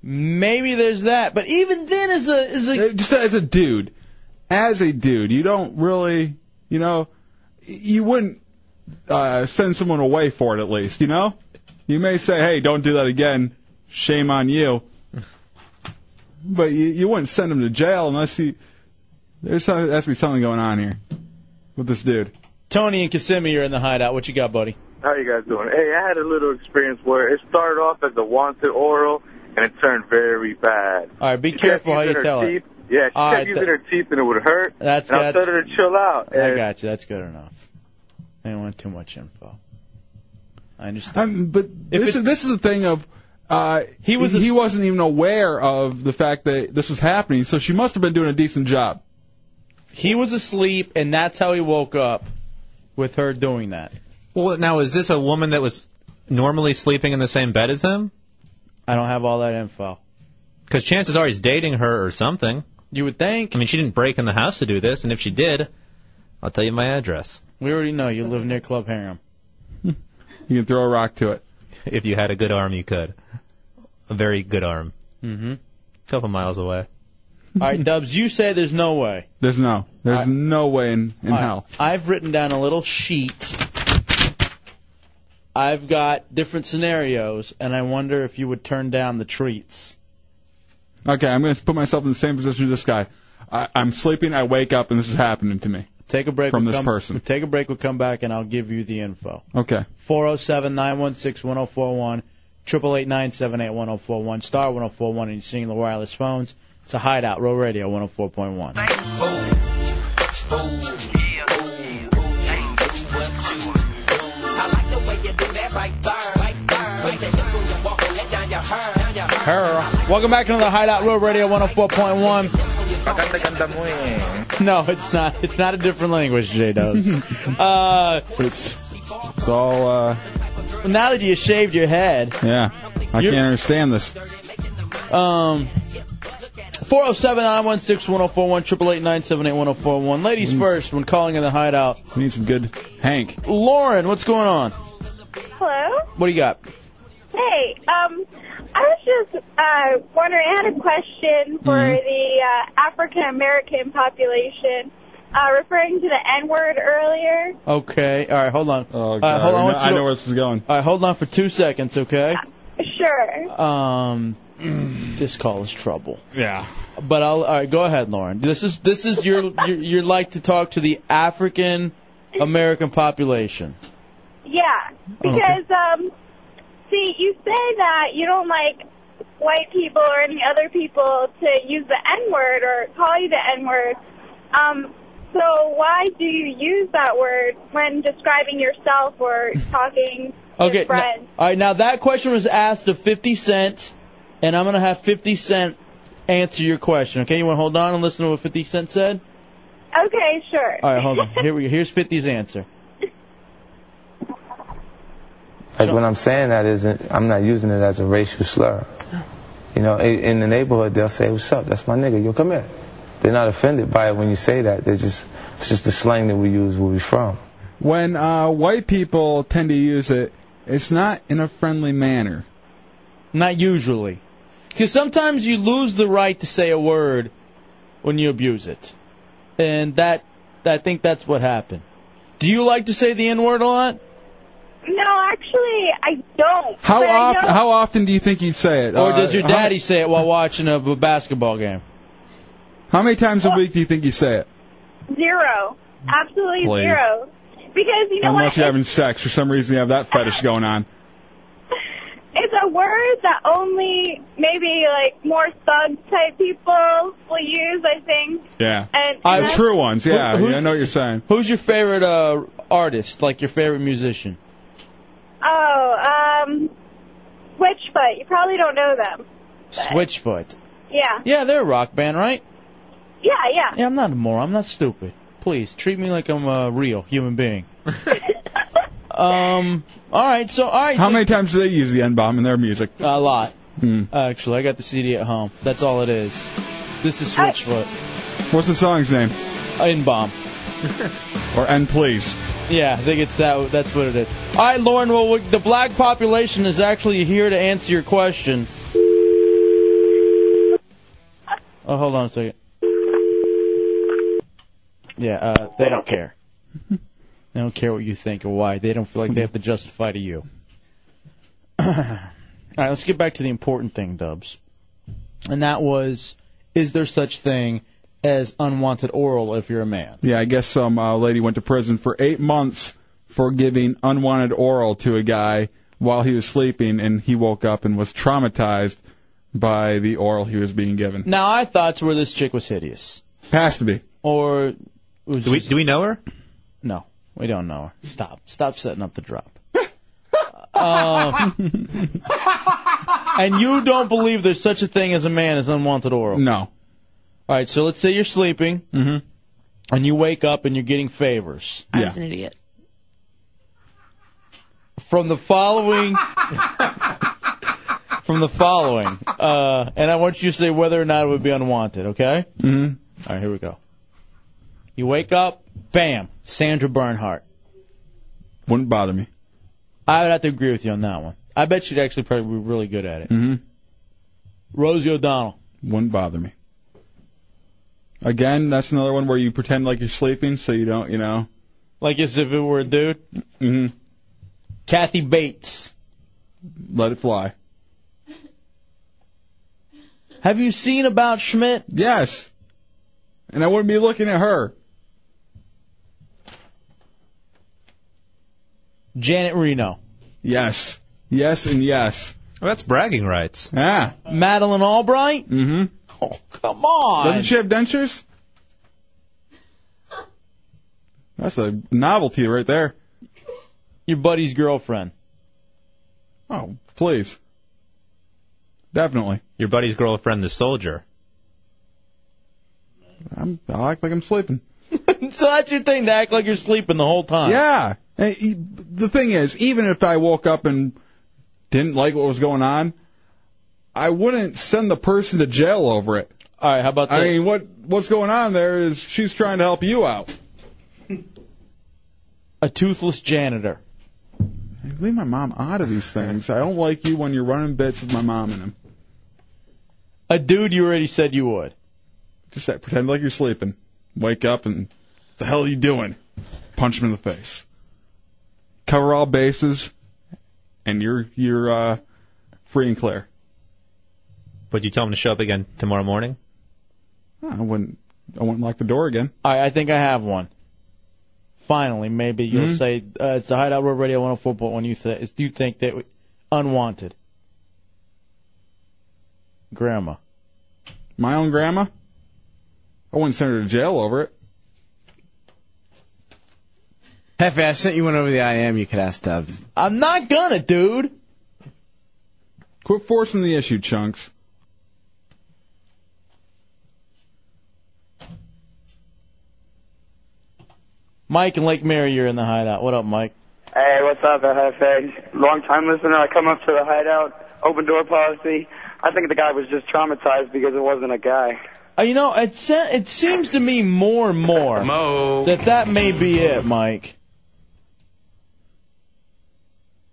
Speaker 3: Maybe there's that, but even then, as a as a
Speaker 4: just as a dude, as a dude, you don't really, you know, you wouldn't uh, send someone away for it at least, you know. You may say, "Hey, don't do that again. Shame on you." But you, you wouldn't send him to jail unless you. There's some, there has to be something going on here with this dude.
Speaker 3: Tony and Kissimmee are in the hideout. What you got, buddy?
Speaker 19: How you guys doing? Hey, I had a little experience where it started off as a wanted oral, and it turned very bad.
Speaker 3: All right, be
Speaker 19: She kept
Speaker 3: careful how
Speaker 19: using
Speaker 3: you
Speaker 19: her
Speaker 3: tell it.
Speaker 19: teeth. Yeah, she
Speaker 3: All
Speaker 19: kept
Speaker 3: right,
Speaker 19: using
Speaker 3: th-
Speaker 19: her teeth, and it would hurt.
Speaker 3: That's
Speaker 19: and I
Speaker 3: that's.
Speaker 19: told her to chill out.
Speaker 3: I
Speaker 19: And
Speaker 3: got you. That's good enough. I don't want too much info. I understand.
Speaker 4: Um, but this is this is the thing of uh, he was he wasn't even aware of the fact that this was happening, so she must have been doing a decent job.
Speaker 3: He was asleep, and that's how he woke up with her doing that.
Speaker 6: Well, now is this a woman that was normally sleeping in the same bed as him?
Speaker 3: I don't have all that info.
Speaker 6: Because chances are he's dating her or something.
Speaker 3: You would think.
Speaker 6: I mean, she didn't break in the house to do this, and if she did, I'll tell you my address.
Speaker 3: We already know you live near Club Harem.
Speaker 4: You can throw a rock to it.
Speaker 6: If you had a good arm, you could. A very good arm.
Speaker 3: Mm-hmm.
Speaker 6: couple miles away.
Speaker 3: All right, Dubs, you say there's no way.
Speaker 4: There's no there's no way in in
Speaker 3: All right,
Speaker 4: hell.
Speaker 3: I've written down a little sheet. I've got different scenarios, and I wonder if you would turn down the treats.
Speaker 4: Okay, I'm going to put myself in the same position as this guy. I, I'm sleeping, I wake up, and this is happening to me.
Speaker 3: Take a break.
Speaker 4: From
Speaker 3: we'll
Speaker 4: this
Speaker 3: come-
Speaker 4: person.
Speaker 3: Take a break. We'll come back and I'll give you the info.
Speaker 4: Okay.
Speaker 3: 407 916 1041, 888 978 1041, star 1041, and you're seeing the wireless phones. It's a hideout, Row Radio 104.1. Her. Welcome back into the hideout, Row Radio 104.1. No, it's not. It's not a different language, J Dubs. uh,
Speaker 4: it's, it's all. Uh,
Speaker 3: now that you shaved your head,
Speaker 4: Yeah. I
Speaker 3: You-
Speaker 4: can't understand this.
Speaker 3: um, 407 916 1041, 888 978 1041. Ladies first when calling in the hideout.
Speaker 4: We need some good Hank.
Speaker 3: Lauren, what's going on?
Speaker 27: Hello?
Speaker 3: What do you got?
Speaker 27: Hey, um, I was just uh, wondering, I had a question for
Speaker 3: Mhm.
Speaker 27: the uh, African American population, uh, referring to the N word earlier.
Speaker 3: Okay. All right, hold on. Oh,
Speaker 4: God.
Speaker 3: hold on.
Speaker 4: I
Speaker 3: want you
Speaker 4: know
Speaker 3: to-
Speaker 4: where this is going.
Speaker 3: All right, hold on for two seconds, okay?
Speaker 27: Sure.
Speaker 3: Um, this call is trouble.
Speaker 4: Yeah.
Speaker 3: But I'll all right, go ahead, Lauren. This is this is your your, your like to talk to the African American population.
Speaker 27: Yeah, because um, see, you say that you don't like white people or any other people to use the N word or call you the N word. Um, so why do you use that word when describing yourself or talking to
Speaker 3: Okay. now-
Speaker 27: friends?
Speaker 3: all right. Now that question was asked of 50 Cent, and I'm gonna have 50 Cent answer your question. Okay. You want to hold on and listen to what 50 Cent said?
Speaker 27: Okay, sure.
Speaker 3: All right. Hold on. Here we go. Here's 50's answer.
Speaker 14: Like when I'm saying that isn't, I'm not using it as a racial slur. You know, i- in the neighborhood they'll say, "What's up? That's my nigga. Yo, come here." They're not offended by it when you say that. They just, it's just the slang that we use where we from.
Speaker 4: When uh, white people tend to use it, it's not in a friendly manner.
Speaker 3: Not usually. Because sometimes you lose the right to say a word when you abuse it, and that I think that's what happened. Do you like to say the N word a lot?
Speaker 27: No, actually, I don't.
Speaker 4: How
Speaker 27: but I
Speaker 4: often?
Speaker 27: know-
Speaker 4: How often do you think you'd say it?
Speaker 3: Or
Speaker 4: Uh,
Speaker 3: does your
Speaker 4: how-
Speaker 3: daddy say it while watching a b- basketball game?
Speaker 4: How many times a week do you think you say it?
Speaker 27: Zero. Absolutely
Speaker 4: Please. Um,
Speaker 27: zero. Because you know
Speaker 4: Unless
Speaker 27: what?
Speaker 4: you're having sex, for some reason you have that fetish going on.
Speaker 27: It's a word that only maybe like more thug type people will use, I think.
Speaker 4: Yeah.
Speaker 27: And
Speaker 4: The
Speaker 27: that's-
Speaker 4: Uh, true ones, yeah.
Speaker 3: Who- who-
Speaker 4: yeah, I know what you're saying.
Speaker 3: Who's your favorite uh, artist? Like your favorite musician?
Speaker 27: Oh, um, Switchfoot. You probably don't know them.
Speaker 3: Switchfoot.
Speaker 27: Yeah.
Speaker 3: Yeah, they're a rock band, right?
Speaker 27: Yeah, yeah.
Speaker 3: Yeah, I'm not a moron. I'm not stupid. Please treat me like I'm a real human being. um. All right. So all right.
Speaker 4: How
Speaker 3: so-
Speaker 4: many times do they use the N bomb in their music?
Speaker 3: A lot.
Speaker 4: Hmm.
Speaker 3: Actually, I got the CD at home. That's all it is. This is Switchfoot.
Speaker 4: What's the song's name?
Speaker 3: N bomb.
Speaker 4: Or N please.
Speaker 3: Yeah, I think it's that. That's what it is. All right, Lauren. Well, we- the black population is actually here to answer your question. Oh, hold on a second. Yeah, uh, they don't care. They don't care what you think or why. They don't feel like they have to justify to you. All right, let's get back to the important thing, Dubs. And that was, is there such thing as unwanted oral if you're a man?
Speaker 4: Yeah, I guess some uh, lady went to prison for eight months for giving unwanted oral to a guy while he was sleeping, and he woke up and was traumatized by the oral he was being given.
Speaker 3: Now, our thoughts were this chick was hideous.
Speaker 4: Has to be.
Speaker 3: Or was do
Speaker 28: we do we know her?
Speaker 3: No, we don't know her. Stop, stop setting up the drop. Um, and you don't believe there's such a thing as a man as unwanted oral?
Speaker 4: No.
Speaker 3: All right, so let's say you're sleeping
Speaker 4: Mm-hmm.
Speaker 3: and you wake up and you're getting favors.
Speaker 22: I was an idiot.
Speaker 3: From the following, from the following, uh, and I want you to say whether or not it would be unwanted. Okay?
Speaker 4: Mm-hmm.
Speaker 3: All right, here we go. You wake up, bam, Sandra Bernhardt.
Speaker 4: Wouldn't bother me.
Speaker 3: I would have to agree with you on that one. I bet she'd actually probably be really good at it.
Speaker 4: Mm-hmm.
Speaker 3: Rosie O'Donnell.
Speaker 4: Wouldn't bother me. Again, that's another one where you pretend like you're sleeping so you don't, you know.
Speaker 3: Like as if it were a dude.
Speaker 4: Mm-hmm.
Speaker 3: Kathy Bates.
Speaker 4: Let it fly.
Speaker 3: Have you seen about Schmidt?
Speaker 4: Yes. And I wouldn't be looking at her.
Speaker 3: Janet Reno.
Speaker 4: Yes. Yes and yes.
Speaker 6: Well, that's bragging rights.
Speaker 4: Yeah.
Speaker 3: Madeline Albright?
Speaker 4: Mm-hmm.
Speaker 3: Oh, come on.
Speaker 4: Doesn't she have dentures? That's a novelty right there.
Speaker 3: Your buddy's girlfriend.
Speaker 4: Oh, please. Definitely.
Speaker 6: Your buddy's girlfriend, the soldier.
Speaker 4: I'm, I act like I'm sleeping.
Speaker 3: so that's your thing to act like you're sleeping the whole time.
Speaker 4: Yeah. And he- the thing is, even if I woke up and didn't like what was going on, I wouldn't send the person to jail over it.
Speaker 3: All right, how about
Speaker 4: I
Speaker 3: that?
Speaker 4: mean, what what's going on there is she's trying to help you out.
Speaker 3: A toothless janitor.
Speaker 4: Leave my mom out of these things. I don't like you when you're running bits with my mom in them.
Speaker 3: A dude you already said you would.
Speaker 4: Just that, pretend like you're sleeping. Wake up and the hell are you doing? Punch him in the face. Cover all bases, and you're you're uh, free and clear.
Speaker 6: Would you tell him to show up again tomorrow morning?
Speaker 4: I wouldn't I wouldn't lock the door again.
Speaker 3: All right, I think I have one. Finally, maybe you'll
Speaker 4: Mhm.
Speaker 3: say uh, it's the Hideout Road Radio 104.1. You th- is- do you think that we- unwanted? Grandma.
Speaker 4: My own grandma. I wouldn't send her to jail over it.
Speaker 22: Hefe, I sent you one over the IM. You could ask Dubs.
Speaker 3: I'm not gonna, dude.
Speaker 4: Quit forcing the issue, chunks.
Speaker 3: Mike and Lake Mary, you're in the Hideout. What up, Mike?
Speaker 21: Hey, what's up, FFA? Long time listener. I come up to the hideout, open door policy. I think the guy was just traumatized because it wasn't a guy.
Speaker 3: Uh, you know, it se- it seems to me more and more that that may be it, Mike.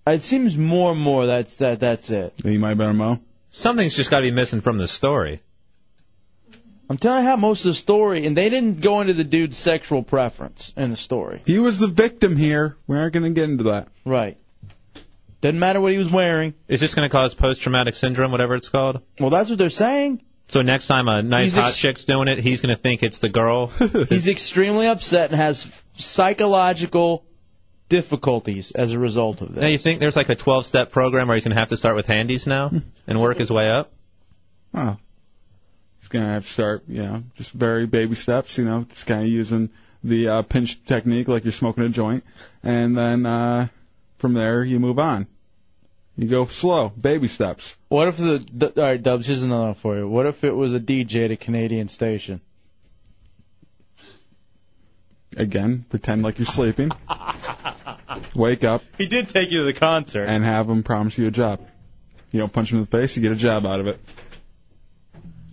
Speaker 3: It seems more and more that's that that's it.
Speaker 4: You might better Mo.
Speaker 6: Something's just got to be missing from the story.
Speaker 3: I'm telling you how most of the story, and they didn't go into the dude's sexual preference in the story.
Speaker 4: He was the victim here. We aren't gonna get into that.
Speaker 3: Right. Doesn't matter what he was wearing.
Speaker 6: Is this going to cause post-traumatic syndrome, whatever it's called?
Speaker 3: Well, that's what they're saying.
Speaker 6: So next time a nice
Speaker 3: He's
Speaker 6: hot
Speaker 3: ex-
Speaker 6: chick's doing it, he's going to think it's the girl.
Speaker 3: He's extremely upset and has psychological difficulties as a result of this.
Speaker 6: now you think there's like a 12-step program where he's going to have to start with handies now and work his way up?
Speaker 4: Oh. He's gonna have to start, you know, just very baby steps, you know, just kinda using the uh, pinch technique like you're smoking a joint. And then uh from there you move on. You go slow, baby steps.
Speaker 3: What if the, the all right, Dubs? Here's another one for you. What if it was a DJ at a Canadian station?
Speaker 4: Again, pretend like you're sleeping. Wake up
Speaker 3: He did take you to the concert.
Speaker 4: and have him promise you a job. You don't punch him in the face, you get a job out of it.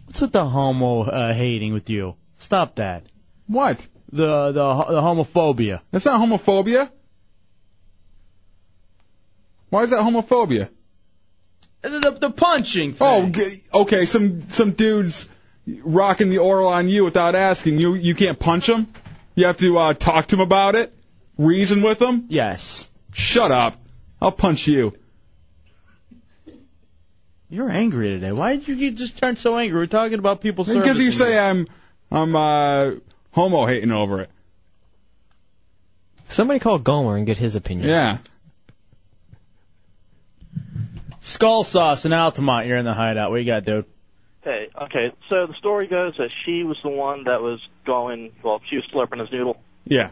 Speaker 3: What's with the homo uh, hating with you? Stop that.
Speaker 4: What?
Speaker 3: The the the homophobia.
Speaker 4: That's not homophobia. Why is that homophobia?
Speaker 3: The, the punching.
Speaker 4: Oh, g- okay. Some some dudes rocking the oral on you without asking you. You can't punch him. You have to uh, talk to him about it, reason with him.
Speaker 3: Yes.
Speaker 4: Shut up. I'll punch you.
Speaker 3: You're angry today. Why did you, you just turn so angry? We're talking about people.
Speaker 4: Because
Speaker 3: servicing
Speaker 4: you say I'm I'm uh, homo hating over it.
Speaker 10: Somebody call Gomer and get his opinion.
Speaker 4: Yeah.
Speaker 3: Skull Sauce in Altamont. You're in the hideout. What you got, dude?
Speaker 16: Hey, okay. So the story goes that she was the one that was going. Well, she was slurping his noodle.
Speaker 4: Yeah.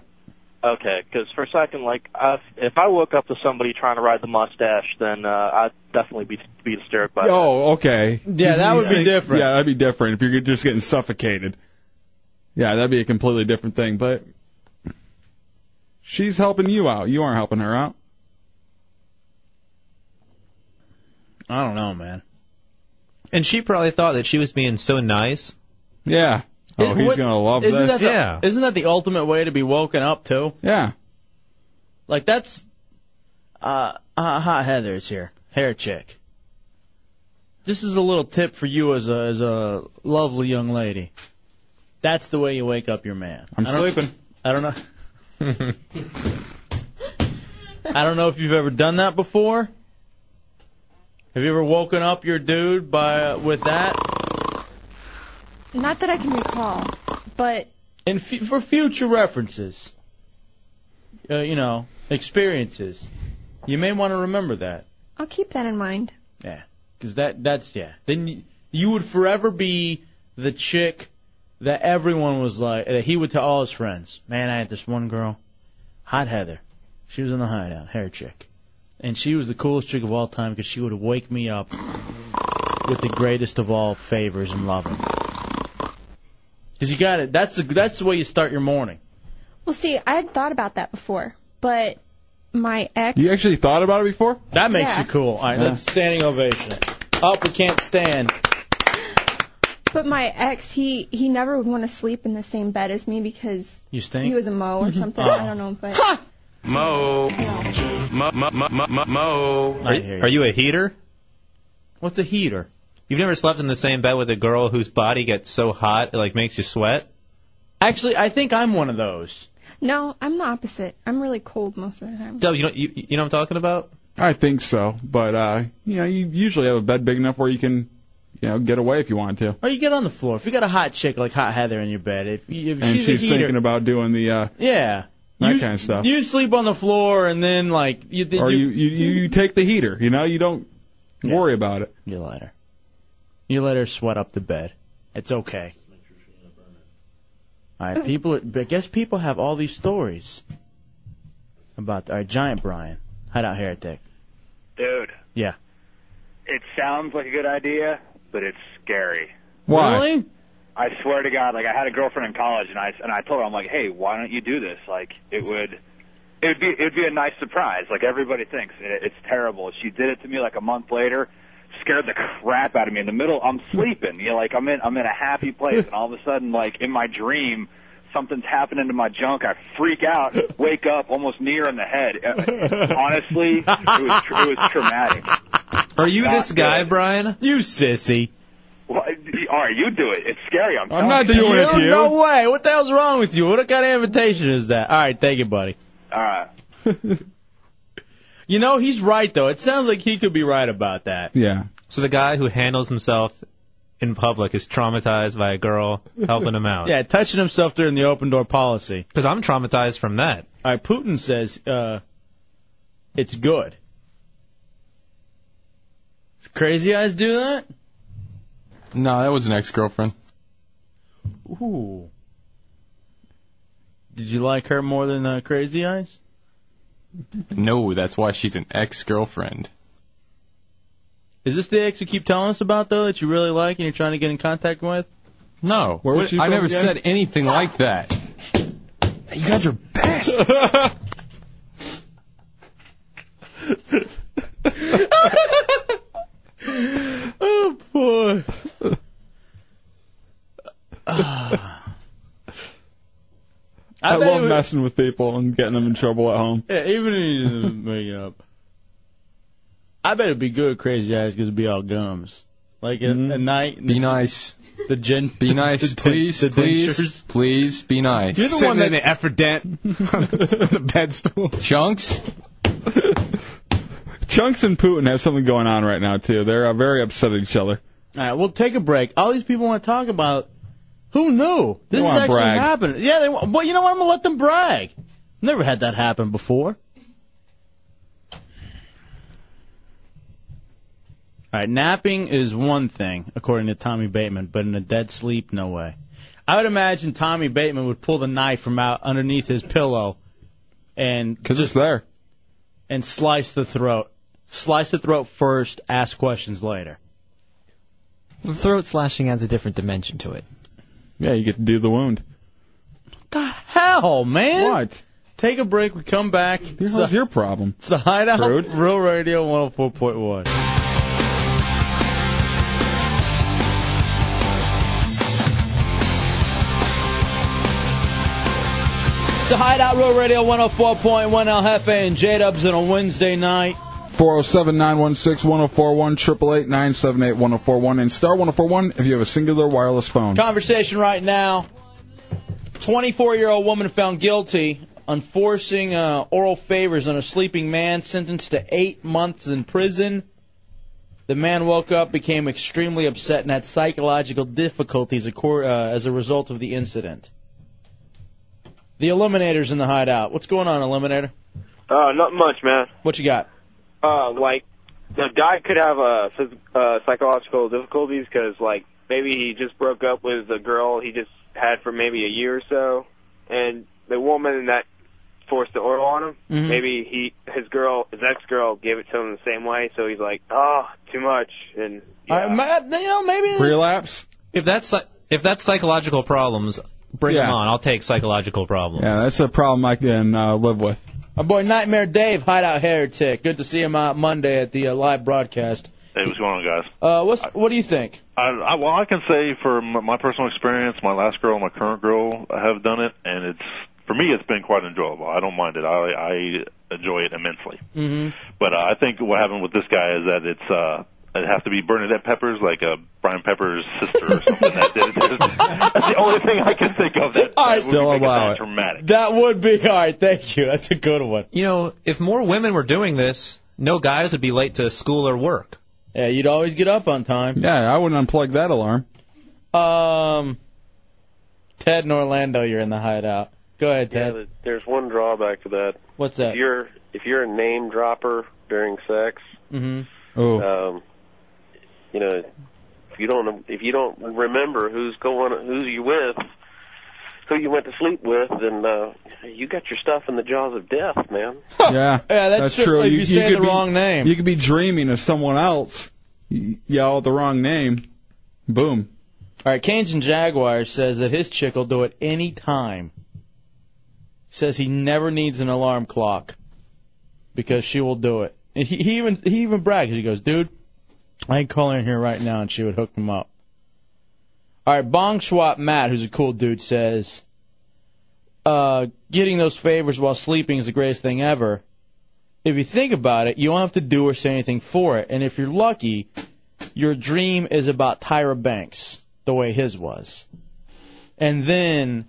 Speaker 16: Okay, because for a second, like, I, if I woke up to somebody trying to ride the mustache, then uh, I'd definitely be be disturbed by. that.
Speaker 4: oh, okay.
Speaker 16: Yeah, that
Speaker 4: You
Speaker 16: would be
Speaker 4: think-
Speaker 16: different.
Speaker 4: Yeah, that'd be different if you're just getting suffocated. Yeah, that'd be a completely different thing. But she's helping you out. You aren't helping her out.
Speaker 3: I don't know, man.
Speaker 6: And she probably thought that she was being so nice.
Speaker 4: Yeah.
Speaker 6: Oh, he's
Speaker 3: What-
Speaker 6: gonna love
Speaker 3: isn't
Speaker 6: this.
Speaker 3: That the,
Speaker 6: Yeah.
Speaker 3: Isn't that the ultimate way to be woken up to?
Speaker 4: Yeah.
Speaker 3: Like that's, uh, uh hot Heather's here, hair chick. This is a little tip for you as a as a lovely young lady. That's the way you wake up your man.
Speaker 4: I'm
Speaker 3: I don't-
Speaker 4: sleeping.
Speaker 3: I don't know. I don't know if you've ever done that before. Have you ever woken up your dude by uh, with that?
Speaker 29: Not that I can recall, but
Speaker 3: And f- for future references, uh, you know, experiences, you may want to remember that.
Speaker 29: I'll keep that in mind.
Speaker 3: Yeah, because that that's yeah. Then you, you would forever be the chick that everyone was like. That he would tell all his friends, "Man, I had this one girl, hot Heather. She was in the hideout, hair chick, and she was the coolest chick of all time because she would wake me up with the greatest of all favors and loving." Because you got it. That's the that's the way you start your morning.
Speaker 29: Well, see, I had thought about that before, but my ex.
Speaker 3: You actually thought about it before? That makes
Speaker 29: Yeah.
Speaker 3: you cool. All right, that's standing ovation. Up, we can't stand.
Speaker 29: But my ex, he he never would want to sleep in the same bed as me because
Speaker 3: You
Speaker 29: he
Speaker 3: stink.
Speaker 29: was a mo or something.
Speaker 3: Oh.
Speaker 29: I don't know, but
Speaker 6: Mo. Mo. Mo. Mo. Mo. Are, are you a heater?
Speaker 3: What's a heater?
Speaker 6: You've never slept in the same bed with a girl whose body gets so hot it like makes you sweat.
Speaker 3: Actually, I think I'm one of those.
Speaker 29: no, I'm the opposite. I'm really cold most of the time.
Speaker 6: Dub, you know you, you know what I'm talking about?
Speaker 4: I think so, but uh, you know, you usually have a bed big enough where you can, you know, get away if you want to.
Speaker 3: Or you get on the floor. If you got a hot chick like Hot Heather in your bed, if, you, if
Speaker 4: And
Speaker 3: she's,
Speaker 4: she's,
Speaker 3: a heater,
Speaker 4: thinking about doing the uh,
Speaker 3: yeah,
Speaker 4: that kind of stuff.
Speaker 3: you sleep on the floor and then like you.
Speaker 4: or you you, you you take the heater. You know, you don't worry about it.
Speaker 3: You let her. You let her sweat up the bed. It's okay. All right, people. I guess people have all these stories about. All right, Giant Brian, hideout heretic.
Speaker 30: Dude,
Speaker 3: Yeah.
Speaker 30: it sounds like a good idea, but it's scary.
Speaker 3: Why? Really?
Speaker 30: I swear to God, like I had a girlfriend in college, and I and I told her, I'm like, hey, why don't you do this? Like it would, it would be it would be a nice surprise. Like everybody thinks it, it's terrible. She did it to me like a month later, scared the crap out of me. In the middle, I'm sleeping. You know, like I'm in I'm in a happy place, and all of a sudden, like in my dream. Something's happening to my junk. I freak out, wake up almost near on the head. Uh, Honestly, it was, tr- it was traumatic.
Speaker 6: Are you this guy, Brian?
Speaker 3: You sissy.
Speaker 30: Well, all right, you do it. It's scary. I'm,
Speaker 3: I'm
Speaker 30: telling
Speaker 3: not
Speaker 30: you.
Speaker 3: doing it to you. No way. What the hell's wrong with you? What kind of invitation is that? All right, thank you, buddy.
Speaker 30: All right.
Speaker 3: you know he's right though. It sounds like he could be right about that.
Speaker 4: Yeah.
Speaker 6: So the guy who handles himself in public is traumatized by a girl helping him out.
Speaker 3: Yeah, touching himself during the open door policy.
Speaker 6: Because I'm traumatized from that.
Speaker 3: All right, Putin says uh, it's good. Does crazy eyes do that?
Speaker 9: No, that was an ex-girlfriend.
Speaker 3: Ooh. Did you like her more than uh, Crazy Eyes?
Speaker 9: No, that's why she's an ex-girlfriend.
Speaker 3: Is this the ex you keep telling us about though that you really like and you're trying to get in contact with?
Speaker 9: No,
Speaker 3: Where was she
Speaker 9: I
Speaker 3: from
Speaker 9: never
Speaker 3: again?
Speaker 9: said anything like that. You guys are bastards.
Speaker 3: oh boy.
Speaker 4: I,
Speaker 3: bet
Speaker 4: love
Speaker 3: it would-
Speaker 4: messing with people and getting them in trouble at home.
Speaker 3: Yeah, even if you didn't make it up. I bet it'd be good, crazy eyes, 'cause it'd be all gums. Like at, at night. Be
Speaker 9: Mm-hmm. nice.
Speaker 3: The gen.
Speaker 9: Be nice,
Speaker 3: the-
Speaker 9: please,
Speaker 3: the
Speaker 9: please,
Speaker 3: dentures.
Speaker 9: please. Be nice.
Speaker 3: You're the Sitting one that- in the
Speaker 9: effordent the bedstool. Chunks.
Speaker 4: Chunks and Putin have something going on right now too. They're uh, very upset at each other.
Speaker 3: All right, we'll take a break. All these people want to talk about. Who knew this is
Speaker 4: wanna
Speaker 3: actually
Speaker 4: brag.
Speaker 3: happening? Yeah, they. wa- Well, you know what? I'm gonna let them brag. Never had that happen before. All right, napping is one thing, according to Tommy Bateman, but in a dead sleep, no way. I would imagine Tommy Bateman would pull the knife from out underneath his pillow and because
Speaker 4: it's there,
Speaker 3: and slice the throat. Slice the throat first, ask questions later.
Speaker 31: The throat slashing adds a different dimension to it.
Speaker 4: Yeah, you get to do the wound.
Speaker 3: The hell, man!
Speaker 4: What?
Speaker 3: Take a break. We come back. It's
Speaker 4: What's
Speaker 3: the,
Speaker 4: your problem?
Speaker 3: it's the Hideout
Speaker 4: Rude.
Speaker 3: Real Radio 104.1. It's the Hideout Real Radio 104.1 El Jefe and J Dubs on a Wednesday night.
Speaker 4: 407 916 1041, 888 978 1041, and star 1041 if you have a singular wireless phone.
Speaker 3: Conversation right now. 24-year-old woman found guilty on forcing uh, oral favors on a sleeping man, sentenced to eight months in prison. The man woke up, became extremely upset, and had psychological difficulties acor- uh, as a result of the incident. The Eliminator's in the hideout. What's going on, Eliminator?
Speaker 32: Uh, not much, man.
Speaker 3: What you got?
Speaker 32: Uh, like the guy could have uh, phys- uh psychological difficulties because like maybe he just broke up with the girl he just had for maybe a year or so, and the woman that forced the oral on him,
Speaker 3: Mhm.
Speaker 32: maybe he his girl his ex girl gave it to him the same way, so he's like, oh, too much, and
Speaker 3: I, might- Uh, you know, maybe.
Speaker 6: Relapse. If that's psy- if that's psychological problems, bring
Speaker 4: Yeah.
Speaker 6: them on. I'll take psychological problems.
Speaker 4: Yeah, that's a problem I can uh, live with.
Speaker 3: My boy Nightmare Dave, hideout heretic. Good to see him out Monday at the uh, live broadcast.
Speaker 33: Hey, what's going on, guys?
Speaker 3: Uh, what's what do you think?
Speaker 33: I, I, well, I can say from my personal experience, my last girl and my current girl have done it, and it's for me, it's been quite enjoyable. I don't mind it. I I enjoy it immensely.
Speaker 3: Mm-hmm.
Speaker 33: But uh, I think what happened with this guy is that it's uh it has to be Bernadette Peppers, like uh, Brian Pepper's sister or something. that did it. That's the only thing I can think of that, that would make that dramatic.
Speaker 3: That would be all right. Thank you. That's a good one.
Speaker 6: You know, if more women were doing this, no guys would be late to school or work.
Speaker 3: Yeah, you'd always get up on time.
Speaker 4: Yeah, I wouldn't unplug that alarm.
Speaker 3: Um, Ted in Orlando, you're in the hideout. Go ahead,
Speaker 12: Yeah,
Speaker 3: Ted.
Speaker 12: th- there's one drawback to that.
Speaker 3: What's that?
Speaker 12: If you're if you're a name dropper during sex,
Speaker 3: Mm-hmm.
Speaker 4: Oh,
Speaker 12: um, you know, if you don't if you don't remember who's going who you with, who you went to sleep with, then uh, you got your stuff in the jaws of death, man.
Speaker 4: yeah,
Speaker 3: yeah, that's true if you say
Speaker 4: could
Speaker 3: the wrong name.
Speaker 4: You could be dreaming of someone else. Y- Yell the wrong name. Boom.
Speaker 3: All right, Canes and Jaguar says that his chick will do it any time. Says he never needs an alarm clock because she will do it. And he, he even he even brags. He goes, "Dude, I could call her in here right now and she would hook him up." All right, Bong Swap Matt, who's a cool dude, says, uh, "Getting those favors while sleeping is the greatest thing ever. If you think about it, you don't have to do or say anything for it, and if you're lucky." your dream is about Tyra Banks, the way his was. And then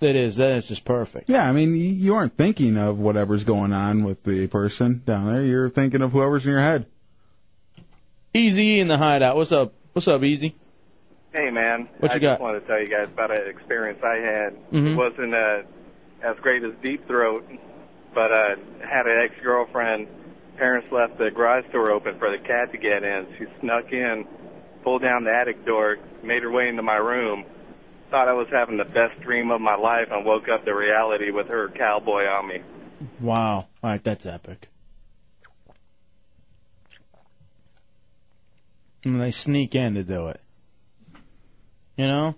Speaker 3: that is then it's just perfect.
Speaker 4: Yeah, I mean, y- you aren't thinking of whatever's going on with the person down there. You're thinking of whoever's in your head.
Speaker 3: Easy in the hideout. What's up? What's up, Easy?
Speaker 23: Hey man,
Speaker 3: What you
Speaker 23: I
Speaker 3: got?
Speaker 23: just wanted to tell you guys about an experience I had.
Speaker 3: Mhm.
Speaker 23: It wasn't uh, as great as Deep Throat, but uh, had an ex-girlfriend. Parents left the garage door open for the cat to get in. She snuck in, pulled down the attic door, made her way into my room. Thought I was having the best dream of my life, and woke up to reality with her cowboy on me.
Speaker 3: Wow. All right, that's epic. And they sneak in to do it. You know?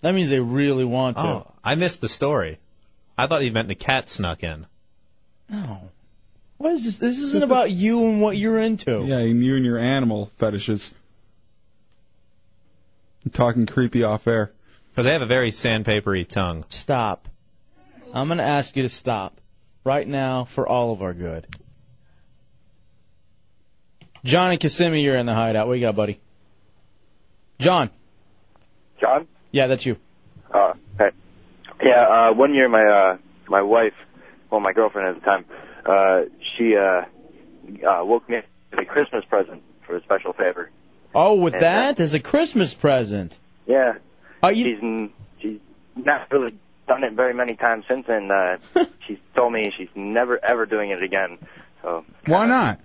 Speaker 3: That means they really want to.
Speaker 6: Oh, I missed the story. I thought he meant the cat snuck in.
Speaker 3: No. What is this? This isn't about you and what you're into.
Speaker 4: Yeah, and you and your animal fetishes. I'm talking creepy off air.
Speaker 6: Because they have a very sandpapery tongue.
Speaker 3: Stop. I'm going to ask you to stop right now for all of our good. John and Kissimmee, you're in the hideout. What you got, buddy? John.
Speaker 7: John?
Speaker 3: Yeah, that's you.
Speaker 7: Uh, hey. Yeah, uh, one year my, uh, my wife, well, my girlfriend at the time, uh, she, uh, uh, woke me up with a Christmas present for a special favor.
Speaker 3: Oh, with
Speaker 7: And, uh,
Speaker 3: that as a Christmas present.
Speaker 7: Yeah.
Speaker 3: Are you-
Speaker 7: She's, n- she's not really done it very many times since, and, uh, she's told me she's never ever doing it again. So,
Speaker 4: Why not?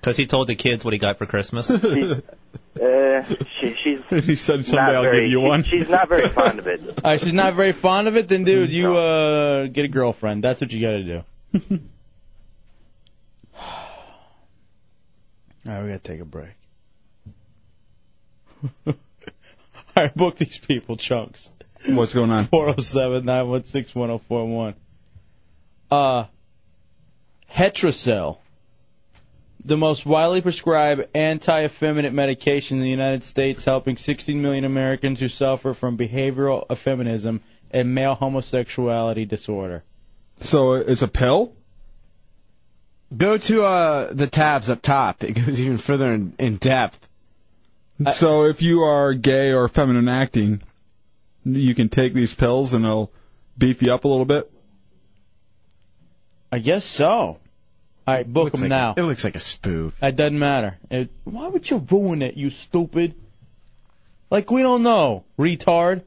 Speaker 6: Because he told the kids what he got for Christmas.
Speaker 7: uh, she, she's
Speaker 4: he said
Speaker 7: not very, she- she's not very fond of it.
Speaker 3: All right, she's not very fond of it, then dude, you uh get a girlfriend. That's what you got to do. All right, we got to take a break. All right, book these people, chunks.
Speaker 4: What's going on?
Speaker 3: 407 916 1041. Uh, Hetracell, the most widely prescribed anti effeminate medication in the United States, helping 16 million Americans who suffer from behavioral effeminism and male homosexuality disorder.
Speaker 4: So it's a pill?
Speaker 34: Go to uh, the tabs up top. It goes even further in, in depth. Uh,
Speaker 4: so if you are gay or feminine acting, you can take these pills and they'll beef you up a little bit.
Speaker 3: I guess so. All right, book
Speaker 22: Looks
Speaker 3: him
Speaker 22: like
Speaker 3: now.
Speaker 22: a- it looks like a spoof.
Speaker 3: It doesn't matter. It, why would you ruin it, you stupid? Like we don't know, retard.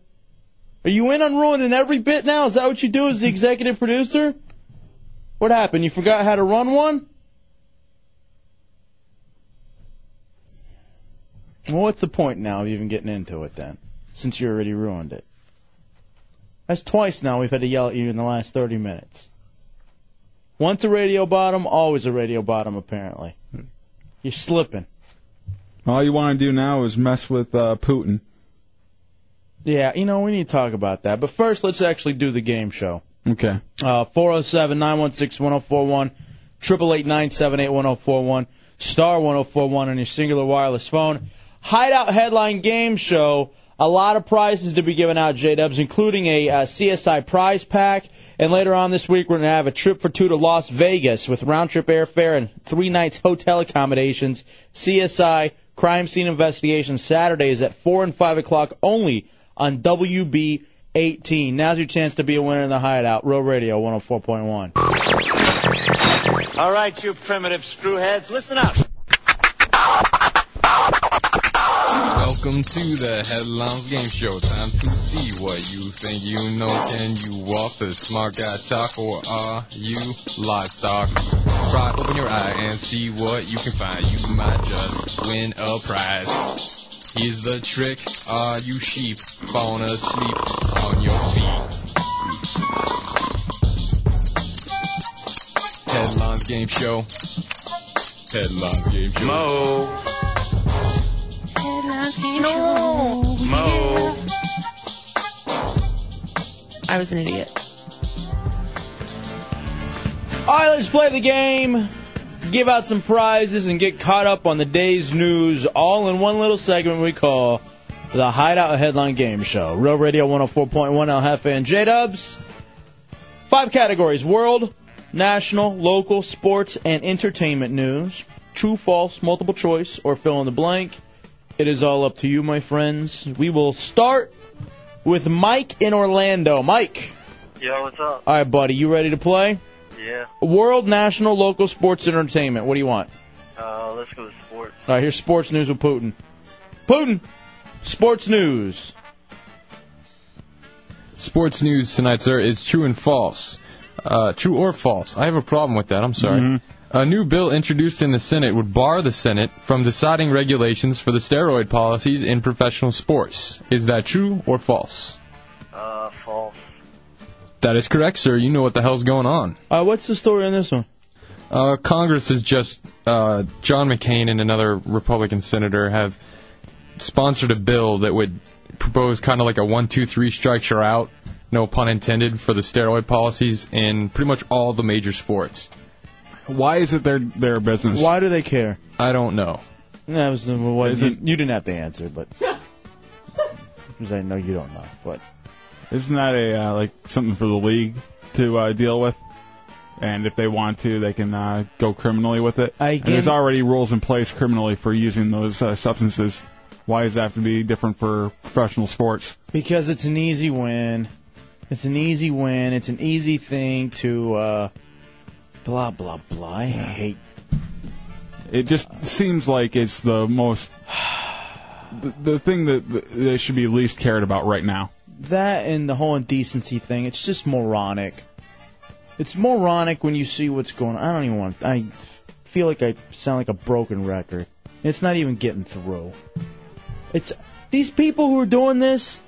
Speaker 3: Are you in on ruining every bit now? Is that what you do as the executive producer? What happened? You forgot how to run one? Well, what's the point now of even getting into it then? Since you already ruined it. That's twice now we've had to yell at you in the last 30 minutes. Once a radio bottom, always a radio bottom, apparently. You're slipping.
Speaker 4: All you want to do now is mess with uh, Putin.
Speaker 3: Yeah, you know, we need to talk about that. But first, let's actually do the game show.
Speaker 4: Okay.
Speaker 3: Uh, 407-916-1041, 888-978-1041, star 1041 on your singular wireless phone. Hideout Headline Game Show. A lot of prizes to be given out, J-Dubs, including a uh, CSI prize pack. And later on this week, we're going to have a trip for two to Las Vegas with round-trip airfare and three nights hotel accommodations. CSI Crime Scene Investigation Saturdays at 4 and 5 o'clock only on WB 18. Now's your chance to be a winner in the hideout. Real Radio 104.1.
Speaker 7: All right, you primitive screwheads, listen up.
Speaker 9: Welcome to the Headlines Game Show. Time to see what you think you know. Can you walk the smart guy talk or are you livestock? Try open your eye and see what you can find. You might just win a prize. Here's the trick. Are you sheep falling asleep on your feet? Headlines Game Show. Headlines Game Show. Mo.
Speaker 12: No.
Speaker 9: Mo.
Speaker 12: I was an idiot.
Speaker 3: All right, let's play the game, give out some prizes, and get caught up on the day's news all in one little segment we call the Hideout Headline Game Show. Real Radio 104.1 El Jefe and J Dubs. Five categories world, national, local, sports, and entertainment news. True, false, multiple choice, or fill in the blank. It is all up to you, my friends. We will start with Mike in Orlando. Mike.
Speaker 17: Yo, what's up?
Speaker 3: All right, buddy, you ready to play?
Speaker 17: Yeah.
Speaker 3: World, national, local, sports, entertainment. What do you want?
Speaker 17: Uh, let's go with sports.
Speaker 3: All right, here's sports news with Putin. Putin, sports news.
Speaker 9: Sports news tonight, sir, is true and false. Uh, true or false? I have a problem with that. I'm sorry. A new bill introduced in the Senate would bar the Senate from deciding regulations for the steroid policies in professional sports. Is that true or false?
Speaker 17: Uh, false.
Speaker 9: That is correct, sir. You know what the hell's going on.
Speaker 3: Uh, what's the story on this one?
Speaker 9: Uh, Congress has just uh, John McCain and another Republican senator have sponsored a bill that would propose kind of like a one, two, three strikes you're out, no pun intended, for the steroid policies in pretty much all the major sports.
Speaker 4: Why is it their their business? Uh,
Speaker 3: Why do they care?
Speaker 9: I don't know.
Speaker 3: That was the one.
Speaker 4: Is
Speaker 3: you,
Speaker 4: it-
Speaker 3: you didn't have to answer, but because I know you don't know. But
Speaker 4: Isn't that a uh, like something for the league to uh, deal with? And if they want to, they can uh, go criminally with it.
Speaker 3: I
Speaker 4: and there's
Speaker 3: give-
Speaker 4: already rules in place criminally for using those uh, substances. Why does that have to be different for professional sports?
Speaker 3: because it's an easy win, it's an easy win. It's an easy thing to uh, blah blah blah. I hate
Speaker 4: It just seems like it's the most the, the thing that that they should be least cared about right now.
Speaker 3: that and the whole indecency thing. It's just moronic. It's moronic when you see what's going on. I don't even want. I feel like I sound like a broken record. It's not even getting through. It's these people who are doing this.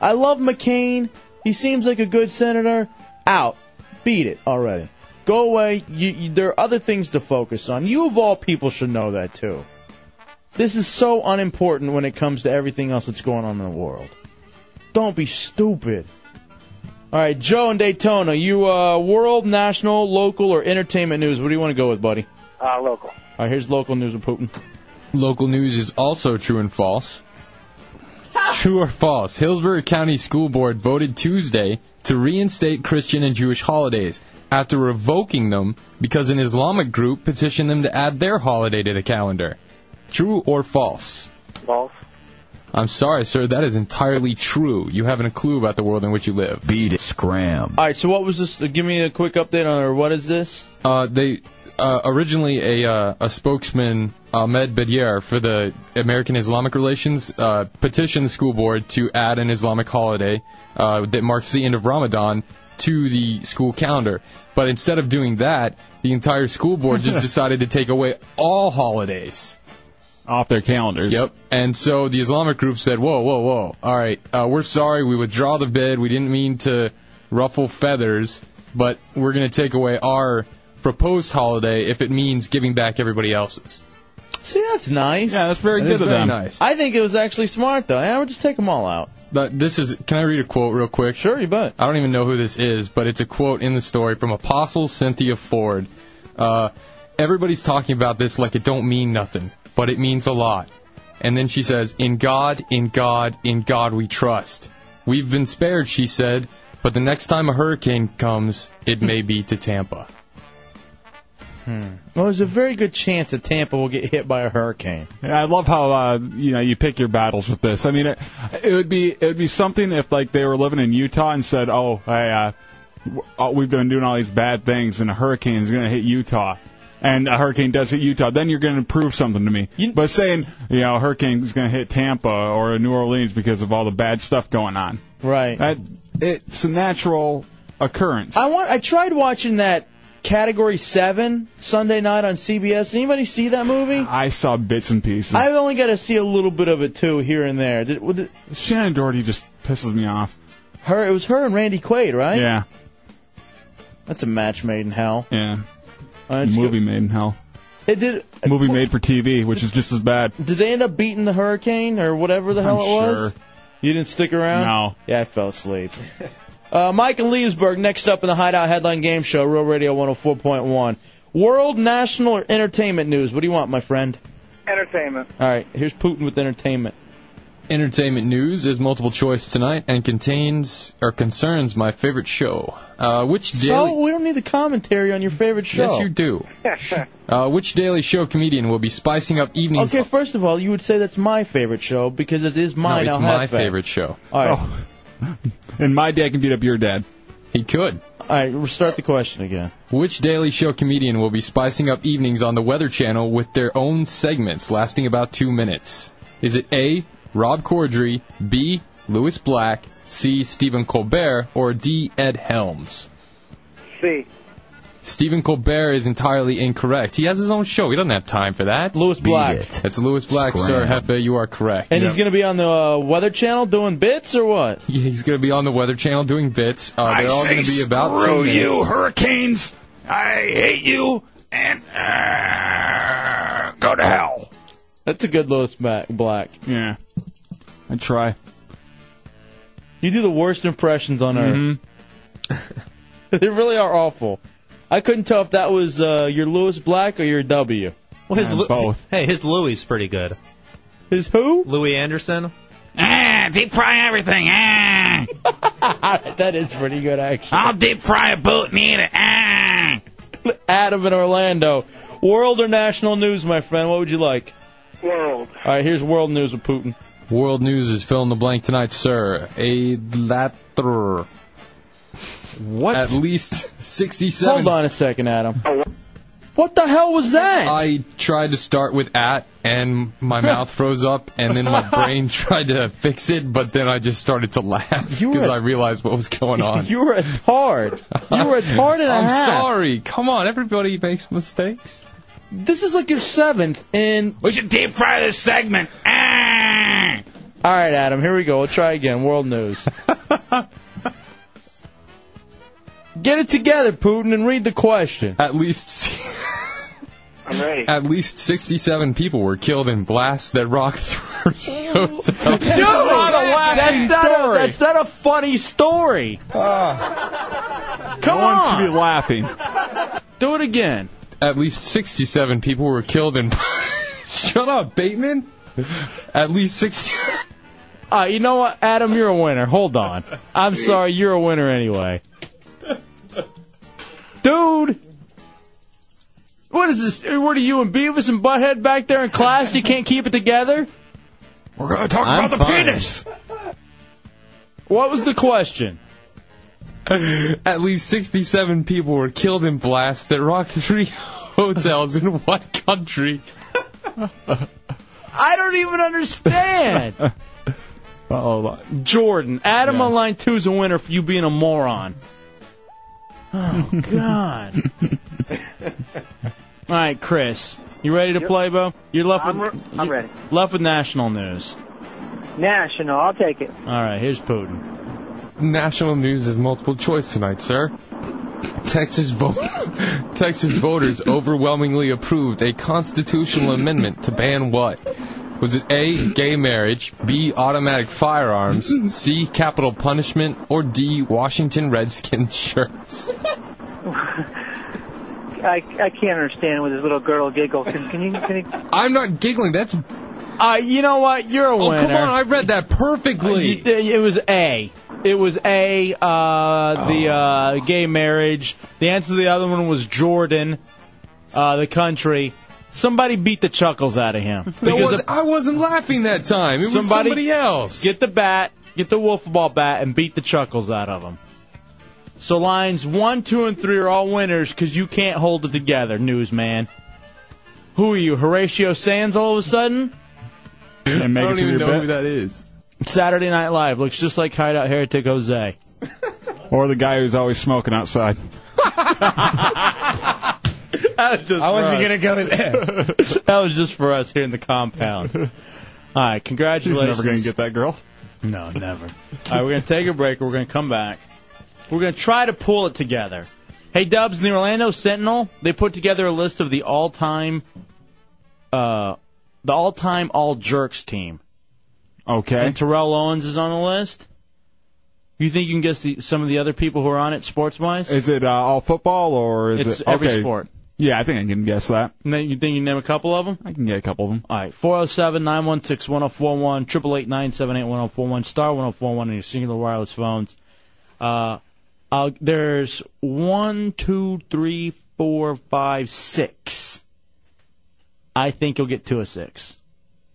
Speaker 3: I love McCain. He seems like a good senator. Out. Beat it already. Go away. You, you, there are other things to focus on. You of all people should know that too. This is so unimportant when it comes to everything else that's going on in the world. Don't be stupid. All right, Joe in Daytona, you uh, world, national, local, or entertainment news? What do you want to go with, buddy?
Speaker 17: Uh, local.
Speaker 3: All right, here's local news with Putin.
Speaker 9: Local news is also true and false. True or false? Hillsborough County School Board voted Tuesday to reinstate Christian and Jewish holidays after revoking them because an Islamic group petitioned them to add their holiday to the calendar. True or false?
Speaker 17: False.
Speaker 9: I'm sorry, sir, that is entirely true. You haven't a clue about the world in which you live. Beat it, scram.
Speaker 3: All right, so what was this? Give me a quick update on, or what is this?
Speaker 9: Uh, they uh, originally a, uh, a spokesman, Ahmed Bedier, for the American Islamic Relations, uh, petitioned the school board to add an Islamic holiday uh, that marks the end of Ramadan to the school calendar. But instead of doing that, the entire school board just decided to take away all holidays
Speaker 4: off their calendars.
Speaker 9: Yep. And so the Islamic group said, "Whoa, whoa, whoa! All right, uh, we're sorry. We withdraw the bid. We didn't mean to ruffle feathers, but we're going to take away our proposed holiday if it means giving back everybody else's."
Speaker 3: See, that's nice. Yeah,
Speaker 4: that's very
Speaker 9: That good is of very them. nice.
Speaker 3: I think it was actually smart though. Yeah, we'll just take them all out.
Speaker 9: But this is. Can I read a quote real quick?
Speaker 3: Sure, you bet.
Speaker 9: I don't even know who this is, but it's a quote in the story from Apostle Cynthia Ford. Uh, everybody's talking about this like it don't mean nothing, but it means a lot. And then she says, "In God, in God, in God we trust. We've been spared," she said. But the next time a hurricane comes, it may be to Tampa.
Speaker 3: Hmm. Well, there's a very good chance that Tampa will get hit by a hurricane.
Speaker 4: Yeah, I love how uh, you know you pick your battles with this. I mean, it, it would be it would be something if like they were living in Utah and said, "Oh, hey, uh, w- oh, we've been doing all these bad things, and a hurricane is going to hit Utah." And a hurricane does hit Utah, then you're going to prove something to me. but saying, you know, a hurricane is going to hit Tampa or New Orleans because of all the bad stuff going on.
Speaker 3: Right.
Speaker 4: That, it's a natural occurrence.
Speaker 3: I want. I tried watching that Category Seven Sunday night on CBS. Anybody see that movie?
Speaker 4: I saw bits and pieces.
Speaker 3: I've only got to see a little bit of it too here and there. Did, was it-
Speaker 4: Shannon Doherty just pisses me off.
Speaker 3: her, it was her and Randy Quaid, right?
Speaker 4: Yeah.
Speaker 3: That's a match made in hell.
Speaker 4: Yeah.
Speaker 3: Uh,
Speaker 4: Movie made in hell.
Speaker 3: It did.
Speaker 4: Movie made for TV, which is just as bad.
Speaker 3: Did they end up beating the hurricane or whatever the hell
Speaker 4: I'm
Speaker 3: it was?
Speaker 4: sure.
Speaker 3: You didn't stick around.
Speaker 4: No.
Speaker 3: Yeah, I fell asleep. Uh, Mike and Leesburg next up in the Hideout Headline Game Show, Real Radio 104.1. World, national, or entertainment news? What do you want, my friend?
Speaker 14: Entertainment.
Speaker 3: All right, here's Putin with entertainment.
Speaker 9: Entertainment news is multiple choice tonight and contains or concerns my favorite show. Uh, which daily?
Speaker 3: So we don't need the commentary on your favorite show.
Speaker 9: Yes, you do. Uh, which Daily Show comedian will be spicing up evenings?
Speaker 3: Okay, first of all, you would say that's my favorite show because it is mine.
Speaker 9: no, it's
Speaker 3: I'll
Speaker 9: my
Speaker 3: have that.
Speaker 9: favorite show. Oh,
Speaker 3: All right.
Speaker 4: And my dad can beat up your dad.
Speaker 9: He could.
Speaker 3: All right, start the question again.
Speaker 9: Which Daily Show comedian will be spicing up evenings on the Weather Channel with their own segments lasting about two minutes? Is it A. Rob Corddry, B. Louis Black, C. Stephen Colbert, or D. Ed Helms?
Speaker 14: C.
Speaker 9: Stephen Colbert is entirely incorrect. He has his own show. He doesn't have time for that.
Speaker 3: Louis Black.
Speaker 9: That's Louis Black, sir. Hefe, you are correct.
Speaker 3: And he's going to be on the uh, Weather Channel doing bits or what?
Speaker 9: Yeah, he's going to be on the Weather Channel doing bits. Uh,
Speaker 3: I
Speaker 9: they're all
Speaker 3: say
Speaker 9: going to be about
Speaker 3: screw
Speaker 9: two
Speaker 3: you,
Speaker 9: minutes.
Speaker 4: hurricanes. I hate you and uh, go to hell.
Speaker 3: That's a good Louis Mac- Black.
Speaker 4: Yeah. I try.
Speaker 3: You do the worst impressions on
Speaker 4: Mhm.
Speaker 3: earth. they really are awful. I couldn't tell if that was uh, your Louis Black or your W.
Speaker 6: Well, his Lu-
Speaker 3: both.
Speaker 6: Hey, his Louis is pretty good.
Speaker 3: His who?
Speaker 6: Louis Anderson.
Speaker 35: Ah, deep fry everything. Ah.
Speaker 3: that is pretty good, actually.
Speaker 35: I'll deep fry a boot and eat it. Ah.
Speaker 3: Adam in Orlando. World or national news, my friend? What would you like?
Speaker 14: World.
Speaker 3: All right, here's world news with Putin.
Speaker 9: World News is fill in the blank tonight, sir. A latter. What? At least 67.
Speaker 3: Hold on a second, Adam. What the hell was that?
Speaker 9: I tried to start with at, and my mouth froze up, and then my brain tried to fix it, but then I just started to laugh because I realized what was going on.
Speaker 3: You were a tard. You were a tard and a
Speaker 9: I'm
Speaker 3: half.
Speaker 9: sorry. Come on, everybody makes mistakes.
Speaker 3: This is like your seventh, and
Speaker 35: We should deep fry this segment. Ah.
Speaker 3: All right, Adam, here we go. We'll try again. World news. Get it together, Putin, and read the question.
Speaker 9: At least
Speaker 14: I'm ready.
Speaker 9: at least 67 people were killed in blasts that rocked three hotels.
Speaker 3: That's not a laughing that's not A, that's not a funny story. Come
Speaker 9: one
Speaker 3: on.
Speaker 9: should be
Speaker 4: laughing.
Speaker 3: Do it again.
Speaker 9: At least 67 people were killed in. Shut up, Bateman. At least 60.
Speaker 3: Uh, you know what, Adam, you're a winner. Hold on. I'm sorry, you're a winner anyway. Dude! What is this? What are you and Beavis and Butthead back there in class? You can't keep it together?
Speaker 4: We're going to talk
Speaker 3: I'm about the fine. penis. What was the question?
Speaker 9: At least 67 people were killed in blasts that rocked three hotels in what country?
Speaker 3: I don't even understand.
Speaker 4: oh
Speaker 3: uh, Jordan, Adam on line two is a winner for you being a moron. Oh, God. All right, Chris, you ready to
Speaker 21: Yep.
Speaker 3: play, Bo? You're left
Speaker 21: I'm
Speaker 3: with
Speaker 21: re- I'm
Speaker 3: you're
Speaker 21: ready.
Speaker 3: Left with national news.
Speaker 21: National, I'll take it.
Speaker 3: All right, here's Putin.
Speaker 9: National news is multiple choice tonight, sir. Texas vote Texas voters overwhelmingly approved a constitutional amendment to ban what? Was it A gay marriage, B automatic firearms, C capital punishment, or D Washington Redskins shirts?
Speaker 21: I, I can't understand with his little girl giggles. Can, can you? Can you
Speaker 9: I'm not giggling. That's
Speaker 3: Uh, you know what? You're a
Speaker 9: Oh,
Speaker 3: winner. Uh,
Speaker 9: come on, I read that perfectly.
Speaker 3: You did- it was A. It was A. Uh, the uh, gay marriage. The answer to the other one was Jordan, uh, the country. Somebody beat the chuckles out of him
Speaker 9: That was-
Speaker 3: because
Speaker 9: I wasn't laughing that time. It was somebody else.
Speaker 3: Get the bat, get the wolf ball bat, and beat the chuckles out of him. So lines one, two, and three are all winners because you can't hold it together, newsman. Who are you, Horatio Sands? All of a sudden?
Speaker 4: And make
Speaker 9: I don't
Speaker 4: it through your
Speaker 9: even know
Speaker 4: bet.
Speaker 9: who that is.
Speaker 3: Saturday Night Live looks just like Hideout Heretic Jose.
Speaker 4: Or the guy who's always smoking outside.
Speaker 3: I
Speaker 35: wasn't
Speaker 3: gonna go there. that was just for us here in the compound. All right, congratulations.
Speaker 4: He's never gonna get
Speaker 3: that girl. No, never. All right, we're gonna take a break. We're gonna come back. We're gonna try to pull it together. Hey, Dubs, in the Orlando Sentinel, they put together a list of the all-time, uh, the all-time all jerks team.
Speaker 4: Okay.
Speaker 3: And Terrell Owens is on the list. You think you can guess the, some of the other people who are on it sports-wise?
Speaker 4: Is it uh, all football or is
Speaker 3: It's
Speaker 4: it
Speaker 3: every
Speaker 4: okay.
Speaker 3: sport.
Speaker 4: Yeah, I think I can guess that.
Speaker 3: And then you think you can name a couple of them?
Speaker 4: I can get a couple of them.
Speaker 3: All right, 407 916 1041, 888 978 1041, star 1041 on your singular wireless phones. Uh, I'll, there's one, two, three, four, five, six. I think you'll get two of six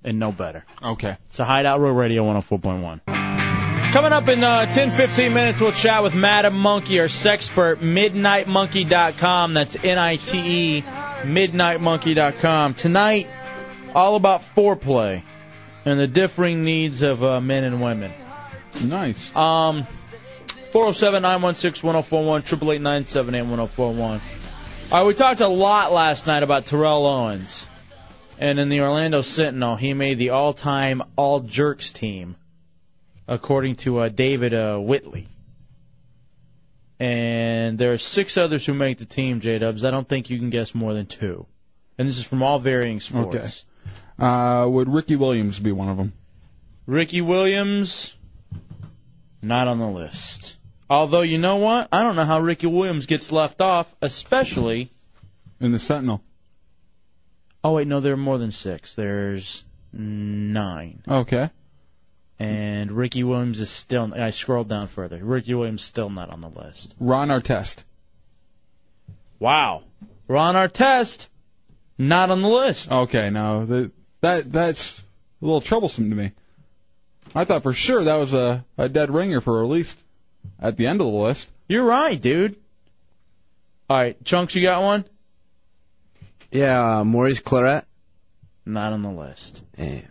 Speaker 3: and no better.
Speaker 4: Okay.
Speaker 3: It's a Hideout Road Radio 104.1. Coming up in uh, 10, 15 minutes, we'll chat with Madam Monkey, our sexpert, midnightmonkey.com. That's N-I-T-E, midnightmonkey.com. Tonight, all about foreplay and the differing needs of uh, men and women.
Speaker 4: Nice.
Speaker 3: Um, 407-916-1041, 888-978-1041. All right, we talked a lot last night about Terrell Owens. And in the Orlando Sentinel, he made the all-time all-jerks team, according to uh, David uh, Whitley. And there are six others who make the team, J-Dubs. I don't think you can guess more than two. And this is from all varying sports.
Speaker 4: Okay. Uh, would Ricky Williams be one of them?
Speaker 3: Ricky Williams, not on the list. Although, you know what? I don't know how Ricky Williams gets left off, especially.
Speaker 4: In the Sentinel.
Speaker 3: Oh, wait, no, there are more than six. There's nine.
Speaker 4: Okay.
Speaker 3: And Ricky Williams is still. I scrolled down further. Ricky Williams still not on the list.
Speaker 4: Ron Artest.
Speaker 3: Wow. Ron Artest, not on the list.
Speaker 4: Okay, no, that, that that's a little troublesome to me. I thought for sure that was a, a dead ringer for at least at the end of the list.
Speaker 3: You're right, dude. All right, Chunks, you got one?
Speaker 22: Yeah, uh, Maurice Claret.
Speaker 3: Not on the list.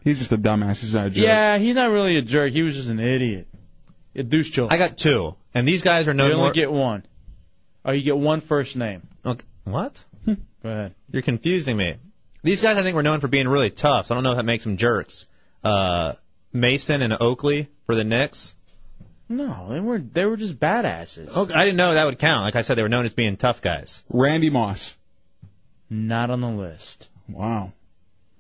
Speaker 4: He's just a dumbass. He's not a jerk.
Speaker 3: Yeah, he's not really a jerk. He was just an idiot. A douche chill.
Speaker 6: I got two, and these guys are no
Speaker 3: you only
Speaker 6: more.
Speaker 3: get one. Oh, you get one first name.
Speaker 6: Okay, What?
Speaker 3: Go ahead.
Speaker 6: You're confusing me. These guys, I think, were known for being really tough. So I don't know if that makes them jerks. Uh, Mason and Oakley for the Knicks.
Speaker 3: No, they were they were just badasses.
Speaker 6: Okay, I didn't know that would count. Like I said, they were known as being tough guys.
Speaker 4: Randy Moss.
Speaker 3: Not on the list.
Speaker 4: Wow.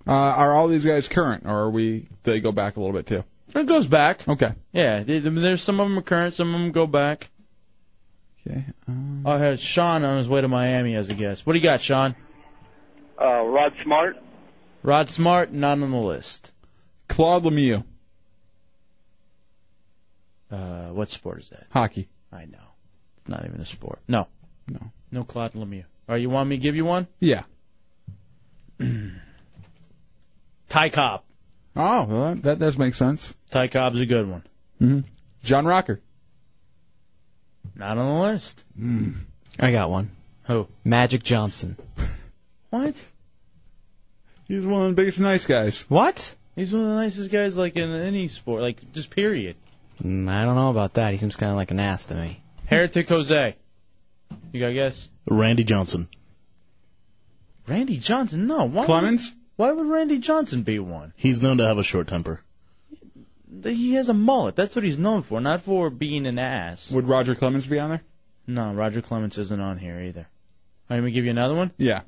Speaker 4: Uh, are all these guys current, or are we? They go back a little bit too.
Speaker 3: It goes back.
Speaker 4: Okay.
Speaker 3: Yeah, they- I mean, there's some of them are current, some of them go back.
Speaker 4: Okay. um.
Speaker 3: I had Sean on his way to Miami as a guest. What do you got, Sean?
Speaker 23: Uh, Rod Smart.
Speaker 3: Rod Smart, not on the list.
Speaker 4: Claude Lemieux.
Speaker 3: Uh, what sport is that?
Speaker 4: Hockey.
Speaker 3: I know. It's not even a sport. No.
Speaker 4: No.
Speaker 3: No Claude Lemieux. All right, you want me to give you one?
Speaker 4: Yeah.
Speaker 3: Ty Cobb.
Speaker 4: Oh, well, that, that does make sense.
Speaker 3: Ty Cobb's a good one.
Speaker 4: Mm-hmm. John Rocker.
Speaker 3: Not on the list.
Speaker 4: Hmm.
Speaker 10: I got one.
Speaker 3: Who?
Speaker 10: Magic Johnson.
Speaker 3: What?
Speaker 4: He's one of the biggest nice guys.
Speaker 10: What?
Speaker 3: He's one of the nicest guys, like in any sport, like just period.
Speaker 10: Mm, I don't know about that. He seems kind of like an ass to me.
Speaker 3: Heretic Jose. You got a guess?
Speaker 15: Randy Johnson.
Speaker 3: Randy Johnson? No. Why
Speaker 4: Clemens?
Speaker 3: Why would Randy Johnson be one?
Speaker 15: He's known to have a short temper.
Speaker 3: He has a mullet. That's what he's known for, not for being an ass.
Speaker 4: Would Roger Clemens be on there?
Speaker 3: No, Roger Clemens isn't on here either. All right, let me give you another one.
Speaker 4: Yeah.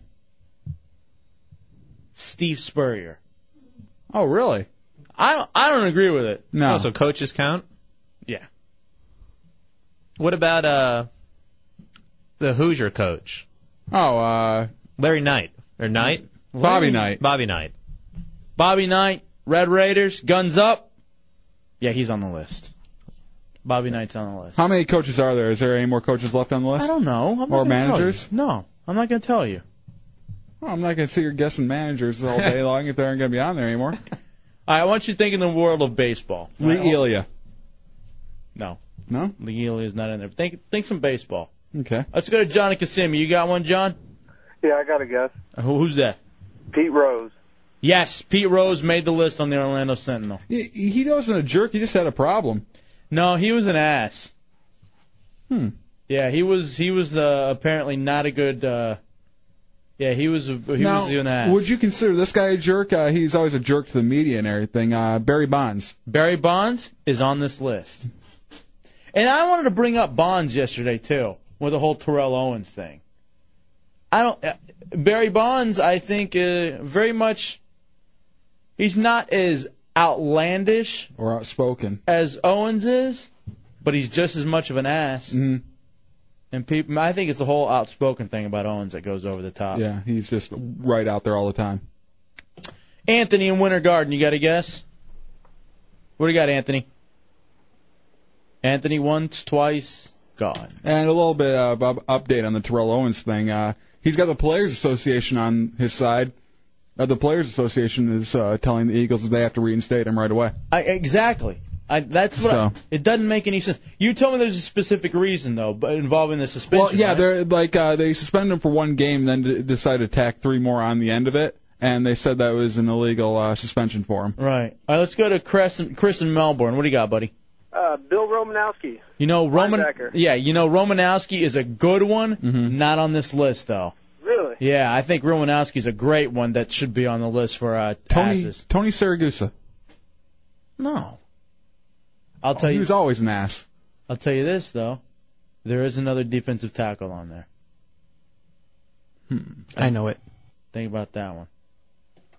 Speaker 3: Steve Spurrier.
Speaker 4: Oh, really?
Speaker 3: I don't, I don't agree with it.
Speaker 4: No.
Speaker 6: Oh, so coaches count?
Speaker 3: Yeah.
Speaker 6: What about uh the Hoosier coach?
Speaker 4: Oh, uh,
Speaker 6: Larry Knight. Or Knight?
Speaker 4: Bobby Knight.
Speaker 6: Bobby Knight.
Speaker 3: Bobby Knight, Red Raiders, guns up. Yeah, he's on the list. Bobby Knight's on the list.
Speaker 4: How many coaches are there? Is there any more coaches left on the list?
Speaker 3: I don't know. I'm not
Speaker 4: Or
Speaker 3: gonna tell
Speaker 4: managers?
Speaker 3: you. No, I'm not going to tell you.
Speaker 4: Oh, I'm not going to sit here guessing managers all day long if they aren't going to be on there anymore.
Speaker 3: All right, I want you to think in the world of baseball.
Speaker 4: Lee Elia.
Speaker 3: No,
Speaker 4: No?
Speaker 3: Legilia is not in there. Think think some baseball.
Speaker 4: Okay.
Speaker 3: Let's go to Johnny Cassimi. You got one, John?
Speaker 14: Yeah, I got a guess.
Speaker 3: Who- Who's that?
Speaker 14: Pete Rose.
Speaker 3: Yes, Pete Rose made the list on the Orlando Sentinel.
Speaker 4: He, he wasn't a jerk. He just had a problem.
Speaker 3: No, he was an ass.
Speaker 4: Hmm.
Speaker 3: Yeah, he was he was uh, apparently not a good. Uh, yeah, he was a- he
Speaker 4: now,
Speaker 3: was an ass.
Speaker 4: would you consider this guy a jerk? Uh, he's always a jerk to the media and everything. Uh, Barry Bonds.
Speaker 3: Barry Bonds is on this list. And I wanted to bring up Bonds yesterday too, with the whole Terrell Owens thing. I don't uh, Barry Bonds. I think uh, very much. He's not as outlandish
Speaker 4: Or outspoken.
Speaker 3: as Owens is, but he's just as much of an ass.
Speaker 4: Mm,
Speaker 3: And people, I think it's the whole outspoken thing about Owens that goes over the top.
Speaker 4: yeah, he's just right out there all the time.
Speaker 3: Anthony in Winter Garden, you got a guess? What do you got, Anthony? Anthony once, twice, gone.
Speaker 4: And a little bit of up- update on the Terrell Owens thing. Uh, he's got the Players Association on his side. Uh, the Players Association is uh, telling the Eagles that they have to reinstate him right away.
Speaker 3: I, exactly. I, that's what. I-
Speaker 4: So.
Speaker 3: it doesn't make any sense. You told me there's a specific reason though, but involving the suspension.
Speaker 4: Well, yeah,
Speaker 3: right?
Speaker 4: they're like uh, they suspended him for one game, then d- decided to tack three more on the end of it, and they said that was an illegal uh, suspension for him.
Speaker 3: Right. All right. Let's go to Chris, and- Chris in Melbourne. What do you got, buddy?
Speaker 14: Uh, Bill Romanowski.
Speaker 3: You know Roman.
Speaker 14: Linebacker.
Speaker 3: Yeah, you know Romanowski is a good one.
Speaker 4: Mm-hmm.
Speaker 3: Not on this list though.
Speaker 14: Really?
Speaker 3: Yeah, I think Romanowski's a great one that should be on the list for uh,
Speaker 4: Tony
Speaker 3: asses.
Speaker 4: Tony Saragusa.
Speaker 3: No. I'll tell
Speaker 4: he
Speaker 3: you.
Speaker 4: was always an ass.
Speaker 3: I'll tell you this though, there is another defensive tackle on there.
Speaker 10: Hmm. I know it.
Speaker 3: Think about that one.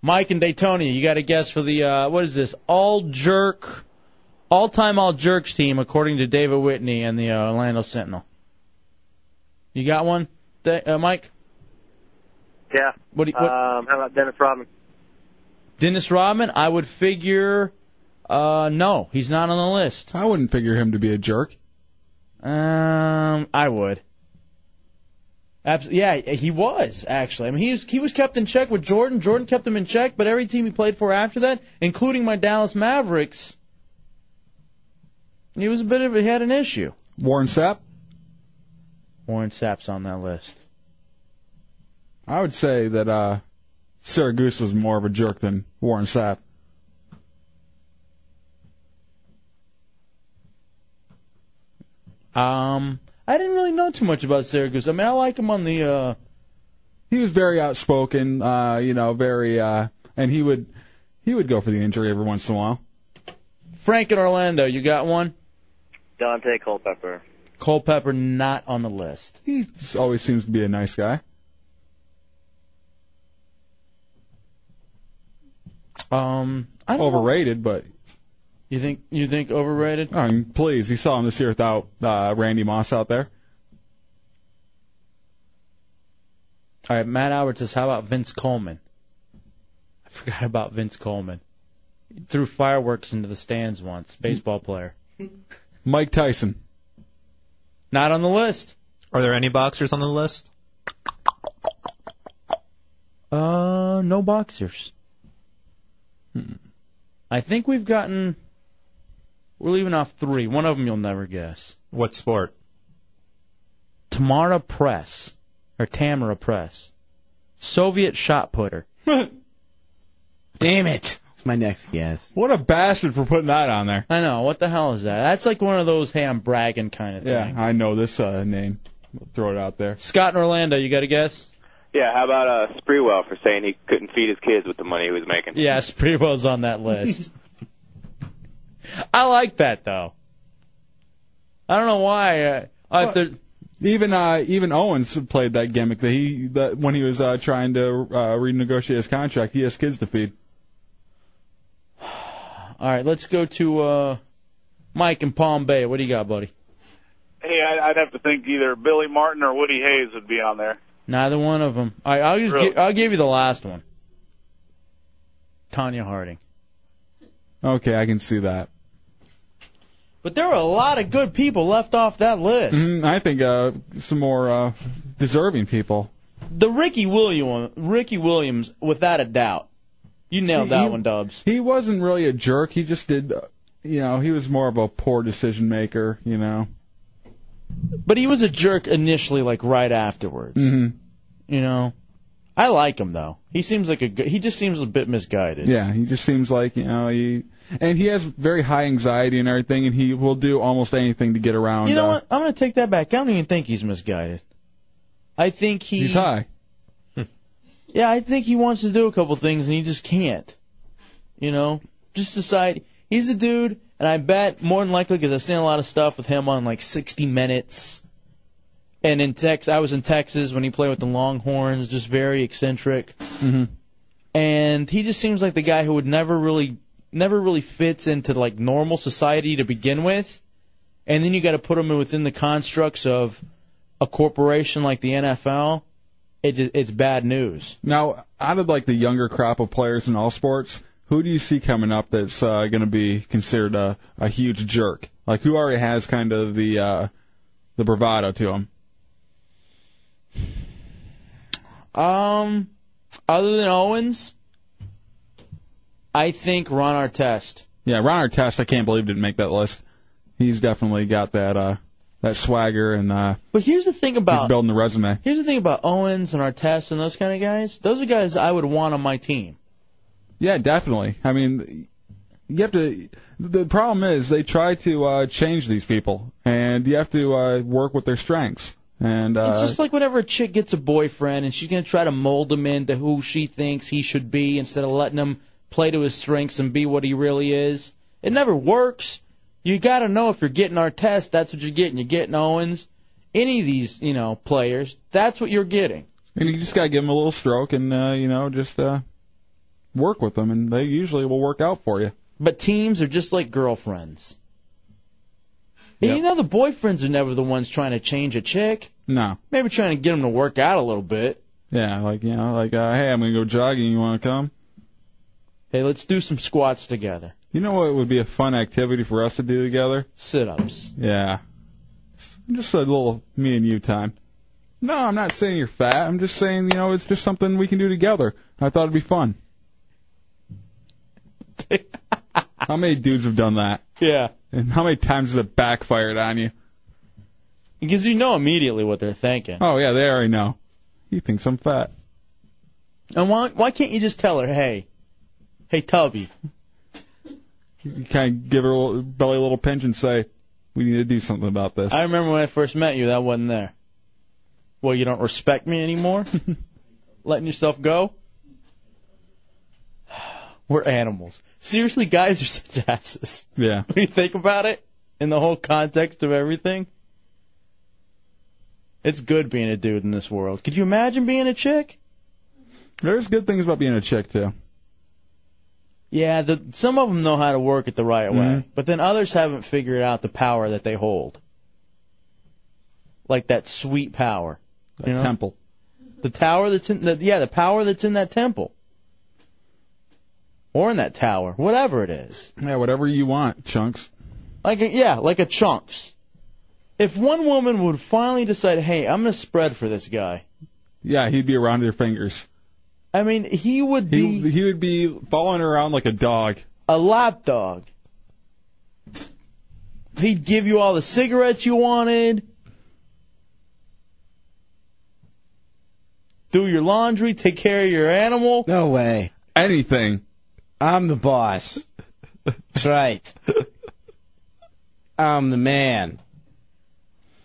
Speaker 3: Mike and Daytona, you got to guess for the uh, what is this? All jerk, all time all jerks team according to David Whitney and the uh, Orlando Sentinel. You got one, Da- uh, Mike?
Speaker 14: Yeah.
Speaker 3: What do you- what-
Speaker 14: Um, how about Dennis Rodman?
Speaker 3: Dennis Rodman? I would figure, uh, no, he's not on the list.
Speaker 4: I wouldn't figure him to be a jerk.
Speaker 3: Um, I would. Abs- yeah, he was actually. I mean, he was he was kept in check with Jordan. Jordan kept him in check, but every team he played for after that, including my Dallas Mavericks, he was a bit of he had an issue.
Speaker 4: Warren Sapp.
Speaker 3: Warren Sapp's on that list.
Speaker 4: I would say that uh, Saragusa was more of a jerk than Warren Sapp.
Speaker 3: Um, I didn't really know too much about Syracuse. I mean, I like him on the uh,
Speaker 4: He was very outspoken. Uh, you know, very uh, and he would he would go for the injury every once in a while.
Speaker 3: Frank in Orlando. You got one.
Speaker 32: Dante Culpepper.
Speaker 3: Culpepper not on the list.
Speaker 4: He just always seems to be a nice guy.
Speaker 3: Um, I don't know.
Speaker 4: Overrated, but
Speaker 3: You think you think overrated?
Speaker 4: I mean, please, you saw him this year without uh, Randy Moss out there.
Speaker 3: All right, Matt Albert says, how about Vince Coleman? I forgot about Vince Coleman. He threw fireworks into the stands once, baseball player.
Speaker 4: Mike Tyson.
Speaker 3: Not on the list.
Speaker 6: Are there any boxers on the list?
Speaker 3: Uh, no boxers. Hmm. I think we've gotten. We're leaving off three. One of them you'll never guess.
Speaker 6: What sport?
Speaker 3: Tamara Press or Tamara Press. Soviet shot putter.
Speaker 22: Damn it. It's my next guess.
Speaker 3: What a bastard for putting that on there. I know. What the hell is that? That's like one of those, hey, I'm bragging kind of
Speaker 4: Yeah,
Speaker 3: thing.
Speaker 4: I know this uh, name. We'll throw it out there.
Speaker 3: Scott in Orlando, you got a guess?
Speaker 1: Yeah, how about uh, Spreewell for saying he couldn't feed his kids with the money he was making?
Speaker 3: Yes, pretty well's on that list. I like that though. I don't know why. Uh, uh, there-
Speaker 4: Even uh, even Owens played that gimmick that he that when he was uh, trying to uh, renegotiate his contract. He has kids to feed.
Speaker 3: All right, let's go to uh, Mike in Palm Bay. What do you got, buddy?
Speaker 16: Hey, I- I'd have to think either Billy Martin or Woody Hayes would be on there.
Speaker 3: Neither one of them. All right, I'll just gi- I'll give you the last one. Tanya Harding.
Speaker 4: Okay, I can see that.
Speaker 3: But there were a lot of good people left off that list.
Speaker 4: Mm, I think uh, some more uh, deserving people.
Speaker 3: The Ricky William Ricky Williams, without a doubt. You nailed that one, Dubs.
Speaker 4: He wasn't really a jerk. He just did, uh, you know, he was more of a poor decision maker. You know.
Speaker 3: But he was a jerk initially, like right afterwards.
Speaker 4: Mm-hmm.
Speaker 3: You know, I like him though. He seems like a good. He just seems a bit misguided.
Speaker 4: Yeah, he just seems like you know he, and he has very high anxiety and everything, and he will do almost anything to get around.
Speaker 3: You know
Speaker 4: uh,
Speaker 3: what? I'm gonna take that back. I don't even think he's misguided. I think he.
Speaker 4: He's high.
Speaker 3: Yeah, I think he wants to do a couple things and he just can't. You know, just decide he's a dude, and I bet more than likely because I've seen a lot of stuff with him on like 60 Minutes, and in Tex, I was in Texas when he played with the Longhorns, just very eccentric.
Speaker 4: Mm-hmm.
Speaker 3: and he just seems like the guy who would never really never really fits into like normal society to begin with and then you got to put him within the constructs of a corporation like the NFL it ju- it's bad news
Speaker 4: Now, out of like the younger crop of players in all sports, who do you see coming up that's uh, going to be considered a, a huge jerk? Like who already has kind of the uh, the bravado to him?
Speaker 3: um other than Owens I think Ron Artest
Speaker 4: Yeah, Ron Artest, I can't believe didn't make that list. He's definitely got that uh, that swagger and uh,
Speaker 3: but here's the thing
Speaker 4: he's
Speaker 3: about
Speaker 4: building the resume.
Speaker 3: Here's the thing about Owens and Artest and those kind of guys those are guys I would want on my team
Speaker 4: Yeah, definitely. I mean, you have to. The problem is they try to uh, change these people, and you have to uh, work with their strengths. And uh,
Speaker 3: It's just like whenever a chick gets a boyfriend and she's going to try to mold him into who she thinks he should be instead of letting him play to his strengths and be what he really is. It never works. You got to know if you're getting Artest, that's what you're getting. You're getting Owens, any of these, you know, players, that's what you're getting.
Speaker 4: and you just gotta give them a little stroke, and uh, you know, just uh, work with them, and they usually will work out for you.
Speaker 3: But teams are just like girlfriends. And you
Speaker 4: Yep.
Speaker 3: know the boyfriends are never the ones trying to change a chick.
Speaker 4: No,
Speaker 3: Maybe trying to get them to work out a little bit.
Speaker 4: yeah, like you know, like uh, hey, I'm gonna go jogging. You want to come?
Speaker 3: Hey, let's do some squats together.
Speaker 4: You know what would be a fun activity for us to do together?
Speaker 3: Sit-ups.
Speaker 4: Yeah, just a little me and you time. No, I'm not saying you're fat. I'm just saying you know it's just something we can do together. I thought it'd be fun. how many dudes have done that?
Speaker 3: Yeah.
Speaker 4: And how many times has it backfired on you?
Speaker 3: Because you know immediately what they're thinking.
Speaker 4: Oh yeah, they already know. He thinks I'm fat.
Speaker 3: And why why can't you just tell her, hey, hey Tubby,
Speaker 4: You kind of give her a little, belly a little pinch and say, "We need to do something about this."
Speaker 3: I remember when I first met you, that wasn't there. Well, you don't respect me anymore. Letting yourself go. We're animals. Seriously, guys are such asses.
Speaker 4: Yeah.
Speaker 3: When you think about it, in the whole context of everything, it's good being a dude in this world. Could you imagine being a chick?
Speaker 4: There's good things about being a chick too.
Speaker 3: Yeah, the, some of them know how to work it the right
Speaker 4: Mm-hmm.
Speaker 3: way, but then others haven't figured out the power that they hold. Like that sweet power. you know?
Speaker 4: temple.
Speaker 3: The tower that's in the yeah, the power that's in that temple. Or in that tower, whatever it is.
Speaker 4: Yeah, whatever you want, chunks.
Speaker 3: Like a, yeah, like a chunks. If one woman would finally decide, hey, I'm gonna spread for this guy.
Speaker 4: Yeah, he'd be around your fingers.
Speaker 3: I mean, he would
Speaker 4: be. He, would be following around like a dog.
Speaker 3: A lap dog. He'd give you all the cigarettes you wanted. do your laundry, take care of your animal.
Speaker 22: No way.
Speaker 4: Anything.
Speaker 22: I'm the boss. That's right. I'm the man.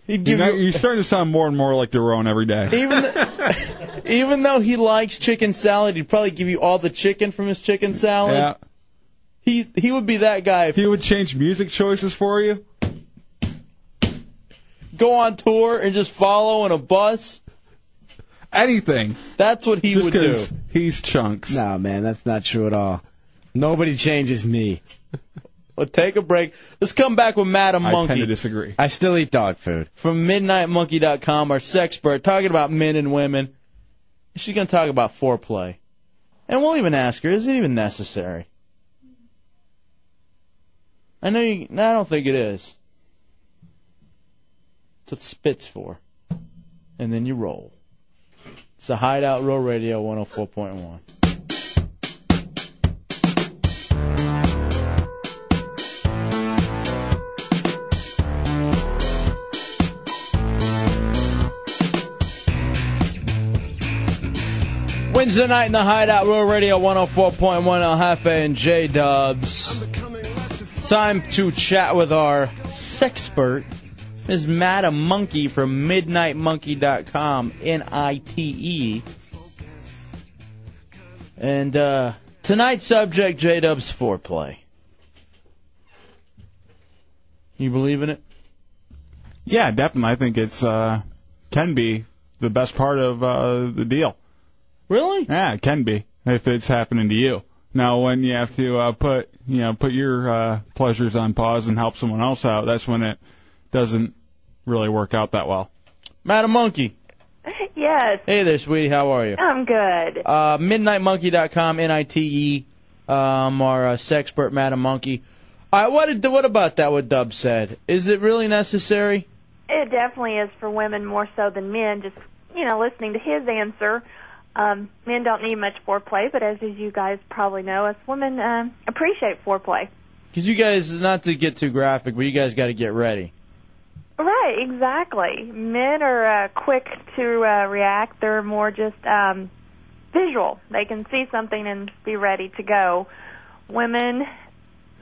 Speaker 4: You know, you're starting to sound more and more like Daron every day.
Speaker 3: Even th- even though he likes chicken salad, he'd probably give you all the chicken from his chicken salad.
Speaker 4: Yeah.
Speaker 3: He he would be that guy. If
Speaker 4: he would change music choices for you.
Speaker 3: Go on tour and just follow in a bus.
Speaker 4: Anything.
Speaker 3: That's what he
Speaker 22: Just
Speaker 3: would
Speaker 22: 'cause-
Speaker 3: do.
Speaker 4: He's chunks.
Speaker 22: No, man, that's not true at all. Nobody changes me.
Speaker 3: Well, take a break. Let's come back with Madam
Speaker 22: I
Speaker 3: Monkey.
Speaker 22: tend to
Speaker 4: disagree.
Speaker 22: I still eat dog food.
Speaker 3: From MidnightMonkey.com, our sexpert, talking about men and women. She's going to talk about foreplay. And we'll even ask her, is it even necessary? I know you, no, I don't think it is. That's what spits for. And then you roll. It's a Hideout Roll Radio 104.1. Wednesday night in the Hideout, Real Radio 104.1 El Jefe and J Dubs. Time to chat with our sexpert, Ms. Madam Monkey from MidnightMonkey.com, N-I-T-E. E. And uh, tonight's subject, J Dubs foreplay. You believe in it?
Speaker 4: Yeah, definitely. I think it's uh, can be the best part of uh, the deal.
Speaker 3: Really?
Speaker 4: Yeah, it can be if it's happening to you. Now, when you have to uh, put you know put your uh, pleasures on pause and help someone else out, that's when it doesn't really work out that well.
Speaker 3: Madam Monkey.
Speaker 2: Yes,
Speaker 3: Hey there, sweetie. How are you?
Speaker 2: I'm good.
Speaker 3: Uh, MidnightMonkey.com, N-I-T-E, um, our uh, sexpert, Madam Monkey. Uh, what did, what about that? What Dub said? Is it really necessary?
Speaker 2: It definitely is for women more so than men. Just you know, listening to his answer, um, men don't need much foreplay, but as you guys probably know, us women um, appreciate foreplay.
Speaker 3: 'Cause you guys, not to get too graphic, but you guys got to get ready.
Speaker 2: Right, exactly. Men are uh, quick to uh, react. They're more just um, visual. They can see something and be ready to go. Women,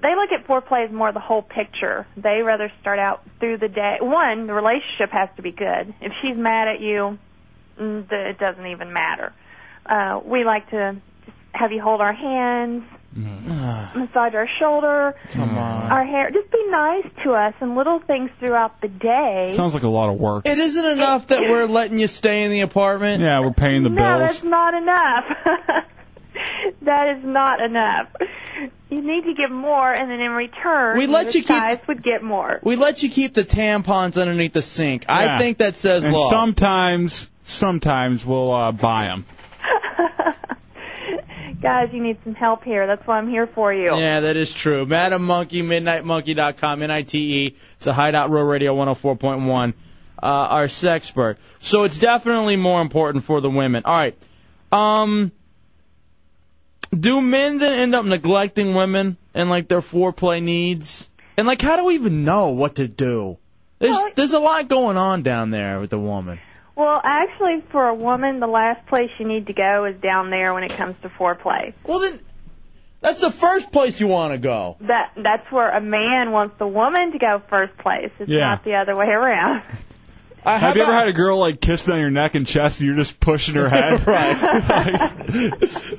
Speaker 2: they look at foreplay as more the whole picture. They rather start out through the day. One, the relationship has to be good. If she's mad at you, mm, the- it doesn't even matter. Uh, we like to just have you hold our hands, massage our shoulder,
Speaker 3: Ah, Come on.
Speaker 2: our hair. Just be nice to us and little things throughout the day.
Speaker 4: Sounds like a lot of work.
Speaker 3: It isn't enough that we're letting you stay in the apartment.
Speaker 4: Yeah, we're paying the
Speaker 2: no,
Speaker 4: bills.
Speaker 2: that's not enough. that is not enough. You need to give more, and then in return,
Speaker 3: We let
Speaker 2: the
Speaker 3: you keep-
Speaker 2: guys would get more.
Speaker 3: We let you keep the tampons underneath the sink. I
Speaker 4: Yeah.
Speaker 3: think that says
Speaker 4: and
Speaker 3: law.
Speaker 4: sometimes sometimes we'll uh, buy them.
Speaker 2: Guys, you need some help here. That's why I'm here for you.
Speaker 3: Yeah, that is true. Madam Monkey, MidnightMonkey.com, N-I-T-E. E. It's a Hideout Row Radio 104.1. Uh, our sexpert. So it's definitely more important for the women. All right. Um, do men then end up neglecting women and like their foreplay needs? And like, how do we even know what to do? There's there's a lot going on down there with the woman.
Speaker 2: Well, actually, for a woman, the last place you need to go is down there when it comes to foreplay.
Speaker 3: Well, then That's the first place you want to go.
Speaker 2: that that's where a man wants the woman to go first place. It's
Speaker 4: Yeah.
Speaker 2: not the other way around.
Speaker 3: Have
Speaker 4: you ever had a girl like kissed on your neck and chest and you're just pushing her head?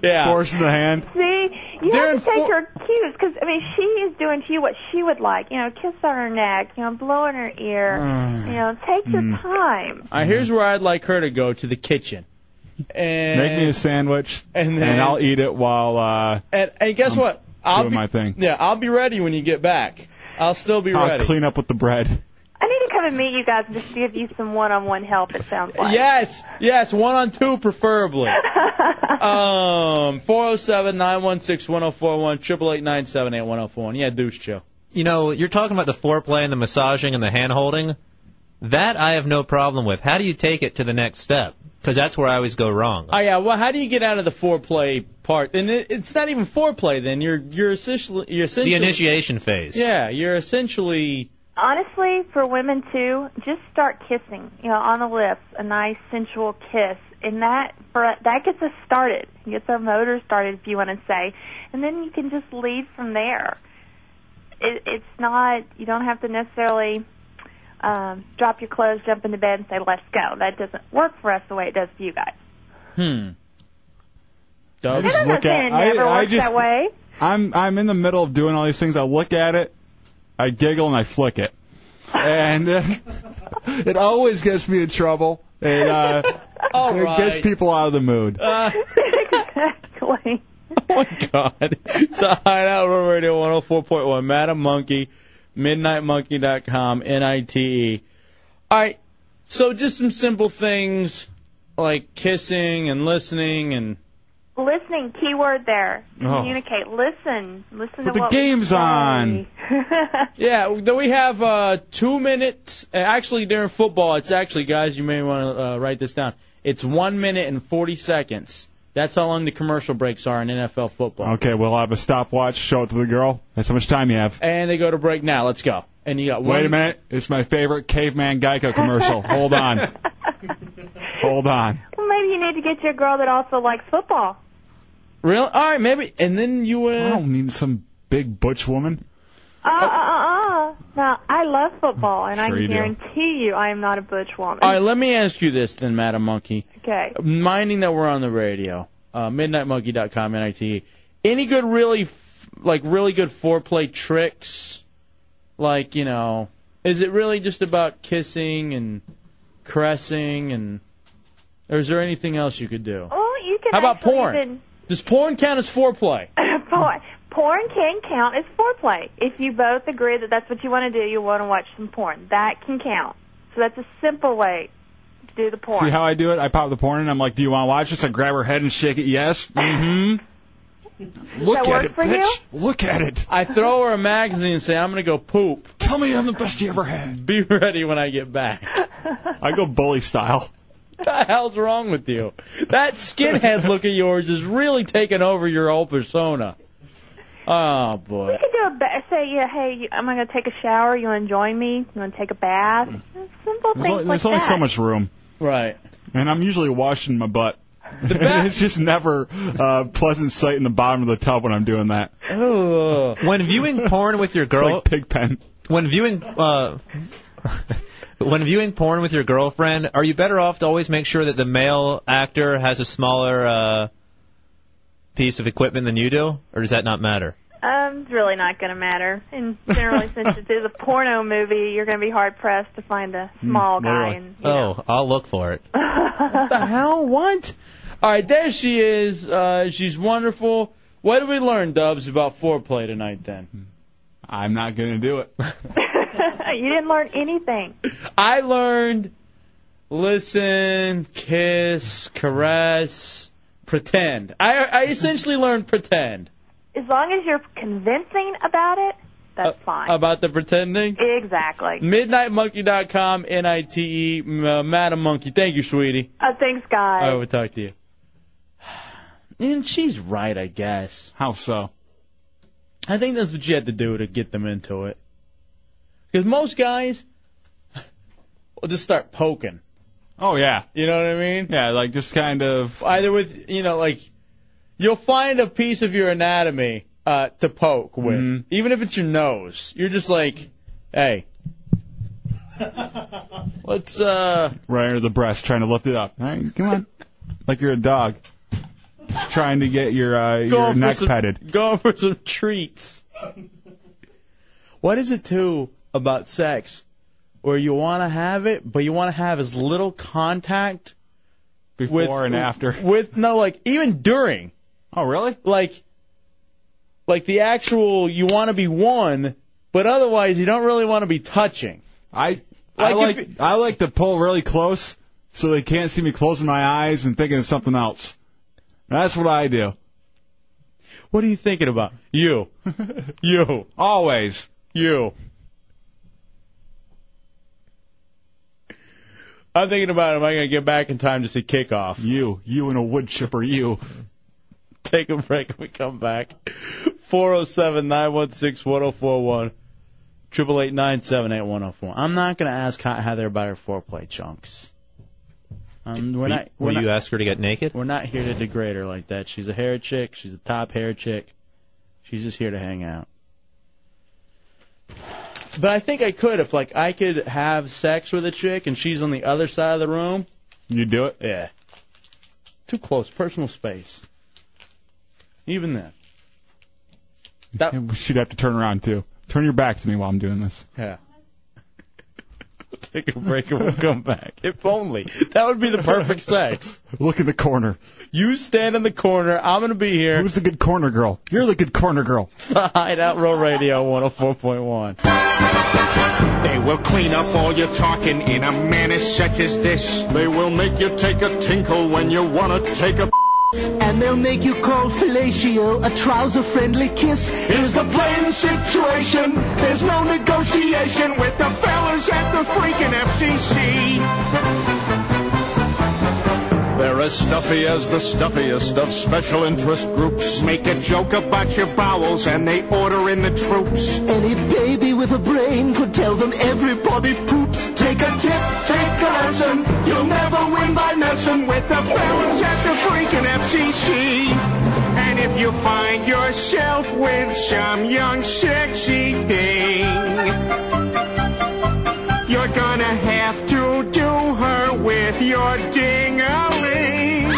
Speaker 3: yeah.
Speaker 4: Forcing the hand.
Speaker 2: See, you have to take her cues because I mean she is doing to you what she would like. You know, kiss on her neck. You know, blow in her ear. you know, take your
Speaker 3: Mm.
Speaker 2: time.
Speaker 3: All right, here's where I'd like her to go to the kitchen. And
Speaker 4: Make me a sandwich
Speaker 3: and then-
Speaker 4: I'll eat it while uh
Speaker 3: And, and guess what? I'll
Speaker 4: doing
Speaker 3: be,
Speaker 4: my thing.
Speaker 3: Yeah, I'll be ready when you get back. I'll still be
Speaker 4: I'll
Speaker 3: ready.
Speaker 4: clean up with the bread.
Speaker 2: I need to come and meet you guys and just give you some one-on-one help. It sounds like.
Speaker 3: Yes, yes, one on two preferably. um, four zero seven nine one six one zero four one triple eight nine seven eight one zero four one. Yeah, douche chill.
Speaker 6: You know, Oh, you're talking about the foreplay and the massaging and the hand holding. That I have no problem with. How do you take it to the next step? Because that's where I always go wrong.
Speaker 3: Oh yeah, well, how do you get out of the foreplay part? And it, it's not even foreplay. Then you're you're essentially you're essentially
Speaker 6: The initiation phase.
Speaker 3: Yeah, you're essentially
Speaker 2: Honestly, for women too, just start kissing. You know, on the lips, a nice sensual kiss. and that for that gets us started, gets our motor started, if you want to say, and then you can just lead from there. It, it's not you don't have to necessarily um, drop your clothes, jump into bed, and say let's go. That doesn't work for us the way it does for you guys.
Speaker 3: Hmm.
Speaker 4: I
Speaker 2: And I'm not saying it never
Speaker 4: I, I
Speaker 2: works
Speaker 4: just,
Speaker 2: that way.
Speaker 4: I'm I'm in the middle of doing all these things. I look at it, I giggle, and I flick it, and uh, it always gets me in trouble. And uh,
Speaker 3: All
Speaker 4: it gets
Speaker 3: right.
Speaker 4: people out of the mood.
Speaker 2: exactly.
Speaker 3: God. It's a hideout on Radio 104.1. Madam Monkey, midnightmonkey.com, N I T E. All right. So just some simple things like kissing and listening and.
Speaker 2: Listening, keyword there.
Speaker 3: Oh.
Speaker 2: Communicate. Listen. Listen to
Speaker 3: But the
Speaker 2: what we
Speaker 3: game's
Speaker 2: say.
Speaker 3: on. yeah, then we have uh, two minutes. uh, Actually, during football, it's actually, guys, you may want to uh, write this down. It's one minute and 40 seconds. That's how long the commercial breaks are in NFL football.
Speaker 4: Okay, we'll have a stopwatch. Show it to the girl. That's how much time you have.
Speaker 3: And they go to break now. Let's go. And you got one.
Speaker 4: Wait a minute. It's my favorite caveman Geico commercial. Hold on. Hold on.
Speaker 2: Well, maybe you need to get you a girl that also likes football.
Speaker 3: Really? All right, maybe. And then you. Uh... I
Speaker 4: don't need some big butch woman.
Speaker 2: Uh, uh, uh, uh. Now, I love football, and
Speaker 3: Oh. Sure
Speaker 2: I
Speaker 3: you do.
Speaker 2: guarantee you I am not a butch woman.
Speaker 3: All right, let me ask you this then, Madam Monkey.
Speaker 2: Okay.
Speaker 3: Minding that we're on the radio, uh, midnightmonkey.com, NITE. E. Any good, really, f- like, really good foreplay tricks? Like, you know, is it really just about kissing and caressing and. Or is there anything else you could do?
Speaker 2: Well, you Oh, can
Speaker 3: How about
Speaker 2: actually
Speaker 3: porn?
Speaker 2: even-
Speaker 3: Does porn count as foreplay?
Speaker 2: porn. Porn can count as foreplay. If you both agree that that's what you want to do, you want to watch some porn. That can count. So that's a simple way to do the porn.
Speaker 4: See how I do it? I pop the porn and I'm like, "Do you want to watch this?" I grab her head and shake it. Yes. Mm-hmm. Look
Speaker 2: that
Speaker 4: at
Speaker 2: work
Speaker 4: it,
Speaker 2: for
Speaker 4: bitch.
Speaker 2: you?
Speaker 4: Look at it.
Speaker 3: I throw her a magazine and say, I'm going to go poop.
Speaker 4: Tell me I'm the best you ever had.
Speaker 3: Be ready when I get back.
Speaker 4: I go bully style.
Speaker 3: What the hell's wrong with you? That skinhead look of yours is really taking over your whole persona. Oh boy.
Speaker 2: You could do a ba- say, yeah, hey, you, I'm going to take a shower. You want to join me? You want to take a bath? Simple
Speaker 4: Mm. There's
Speaker 2: things
Speaker 4: only,
Speaker 2: like
Speaker 4: there's only
Speaker 2: that.
Speaker 4: so much room.
Speaker 3: Right.
Speaker 4: And I'm usually washing my butt. it's just never uh, pleasant sight in the bottom of the tub when I'm doing that.
Speaker 3: Oh.
Speaker 6: When viewing porn with your girl,
Speaker 4: pig pen.
Speaker 6: When viewing uh, when viewing porn with your girlfriend, are you better off to always make sure that the male actor has a smaller uh, piece of equipment than you do, or does that not matter?
Speaker 2: Um, it's really not going to matter. And generally, since it is a porno movie, you're going to be hard pressed to find a small
Speaker 4: Mm,
Speaker 2: guy. And
Speaker 6: Oh, I'll look for it.
Speaker 3: What the hell? What? All right, there she is. Uh, she's wonderful. What did we learn, Dubs, about foreplay tonight? Then
Speaker 4: I'm not gonna do it.
Speaker 2: you didn't learn anything.
Speaker 3: I learned listen, kiss, caress, pretend. I I essentially learned pretend
Speaker 2: As long as you're convincing about it, that's
Speaker 4: Uh,
Speaker 2: fine.
Speaker 3: about the pretending.
Speaker 2: exactly.
Speaker 3: MidnightMonkey.com, N-I-T-E, M- uh, Madam Monkey. Thank you, sweetie.
Speaker 2: Uh, thanks, guys.
Speaker 3: I will talk to you. And she's right, I guess.
Speaker 4: How so?
Speaker 3: I think that's what you had to do to get them into it. Because most guys will just start poking.
Speaker 4: Oh yeah.
Speaker 3: You know what I mean?
Speaker 4: Yeah, like just kind of.
Speaker 3: Either with, you know, like, you'll find a piece of your anatomy uh, to poke with.
Speaker 4: Mhm.
Speaker 3: Even if it's your nose. You're just like, hey, let's, uh,
Speaker 4: Right under the breast, trying to lift it up. All right, come on. Like you're a dog, just trying to get your uh,
Speaker 3: Going
Speaker 4: your
Speaker 3: for
Speaker 4: neck
Speaker 3: some-
Speaker 4: petted.
Speaker 3: Going for some treats. What is it too about sex where you want to have it, but you want to have as little contact
Speaker 4: Before
Speaker 3: with,
Speaker 4: and after.
Speaker 3: With no, like even during.
Speaker 4: Oh really?
Speaker 3: Like, like the actual you want to be one, but otherwise you don't really want to be touching.
Speaker 4: I
Speaker 3: Like
Speaker 4: I
Speaker 3: if
Speaker 4: like I like to pull really close so they can't see me closing my eyes and thinking of something else. That's what I do.
Speaker 3: What are you thinking about? You. you.
Speaker 4: Always.
Speaker 3: You. I'm thinking about am I going to get back in time to see kickoff?
Speaker 4: You. You and a wood chipper, you.
Speaker 3: Take a break when we come back. 407 916 1041. 888 I'm not going to ask how, how they're about her foreplay chunks. Um, we're
Speaker 6: Will
Speaker 3: not.
Speaker 6: you-
Speaker 3: We're
Speaker 6: will
Speaker 3: not,
Speaker 6: you ask her to get naked?
Speaker 3: We're not here to degrade her like that. She's a hair chick. She's a top hair chick. She's just here to hang out. But I think I could if, like, I could have sex with a chick and she's on the other side of the room. You do it? Yeah. Too close, personal space. Even then.
Speaker 4: She'd have to turn around too. Turn your back to me while I'm doing this.
Speaker 3: Yeah. Take a break and we'll come back. If only. That would be the perfect sex.
Speaker 4: Look in the corner.
Speaker 3: You stand in the corner. I'm going to be here.
Speaker 4: Who's the good corner girl? You're the good corner girl.
Speaker 3: It's the Hideout Row Radio 104.1.
Speaker 7: They will clean up all your talking in a manner such as this. They will make you take a tinkle when you wanna take a.
Speaker 33: And they'll make you call fellatio a trouser friendly kiss.
Speaker 7: Here's the plain situation. There's no negotiation with the fellas at the freaking FCC. They're as stuffy as the stuffiest of special interest groups. Make a joke about your bowels and they order in the troops.
Speaker 33: Any baby with a brain could tell them everybody poops. Take a tip, take a lesson.
Speaker 7: You'll never win by messing with the fellas at the freaking FCC. And if you find yourself with some young sexy thing, you're gonna have to do her with your ding-a-ling.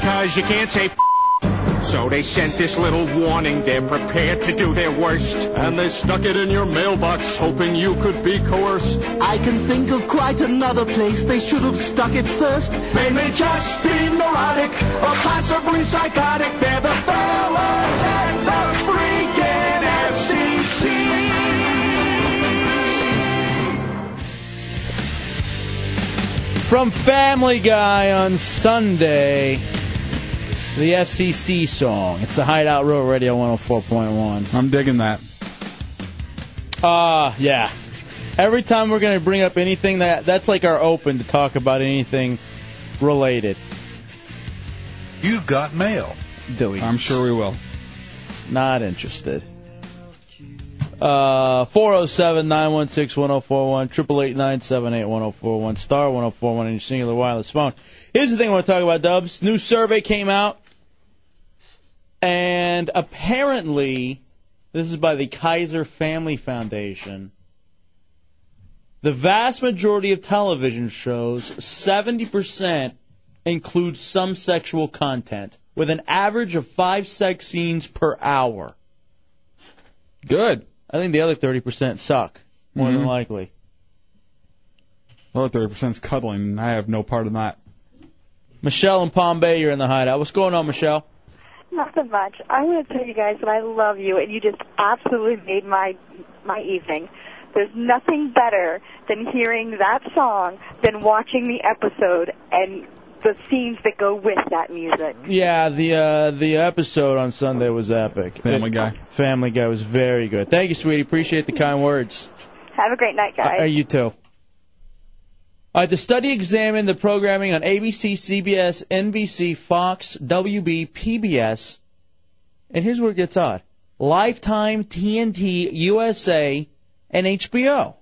Speaker 7: Cause you can't say so they sent this little warning. They're prepared to do their worst. And they stuck it in your mailbox, hoping you could be coerced.
Speaker 33: I can think of quite another place they should have stuck it first.
Speaker 7: They may just be neurotic or possibly psychotic. They're the fellas at the freaking FCC.
Speaker 3: From Family Guy on Sunday, the FCC song. It's the Hideout Row Radio 104.1.
Speaker 4: I'm digging that.
Speaker 3: Ah, yeah. Every time we're going to bring up anything that that's like our open to talk about anything related.
Speaker 36: You've got mail.
Speaker 3: Delete.
Speaker 4: I'm sure we will.
Speaker 3: Not interested. Uh, 407 916 1041, 888 978 1041, star 1041 on your singular wireless phone. Here's the thing I want to talk about, Dubs. New survey came out, and apparently, this is by the Kaiser Family Foundation. The vast majority of television shows, 70%, include some sexual content, with an average of five sex scenes per hour.
Speaker 4: Good.
Speaker 3: I think the other 30% suck, more than
Speaker 4: Mhm.
Speaker 3: likely.
Speaker 4: Well, 30% is cuddling, and I have no part in that.
Speaker 3: Michelle and Palm Bay, you're in the hideout. What's going on, Michelle?
Speaker 27: Nothing much. I want to tell you guys that I love you, and you just absolutely made my my evening. There's nothing better than hearing that song than watching the episode and the scenes that go with that music.
Speaker 3: Yeah, the uh, the episode on Sunday was epic.
Speaker 4: Family Guy.
Speaker 3: Family Guy was very good. Thank you, sweetie. Appreciate the kind words.
Speaker 27: Have a great night, guys.
Speaker 3: Uh, you too. All right, the study examined the programming on ABC, CBS, NBC, Fox, WB, PBS, and here's where it gets odd: Lifetime, TNT, USA, and HBO.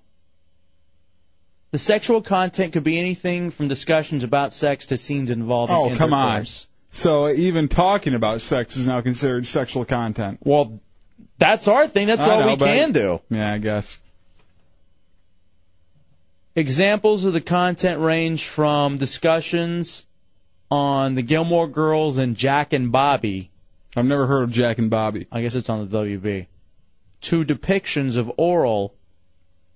Speaker 3: The sexual content could be anything from discussions about sex to scenes involving
Speaker 4: Oh, come on.
Speaker 3: intercourse.
Speaker 4: So even talking about sex is now considered sexual content.
Speaker 3: Well, that's our thing. That's all we can do.
Speaker 4: Yeah, I guess.
Speaker 3: Examples of the content range from discussions on the Gilmore Girls and Jack and Bobby.
Speaker 4: I've never heard of Jack and Bobby.
Speaker 3: I guess it's on the WB. To depictions of oral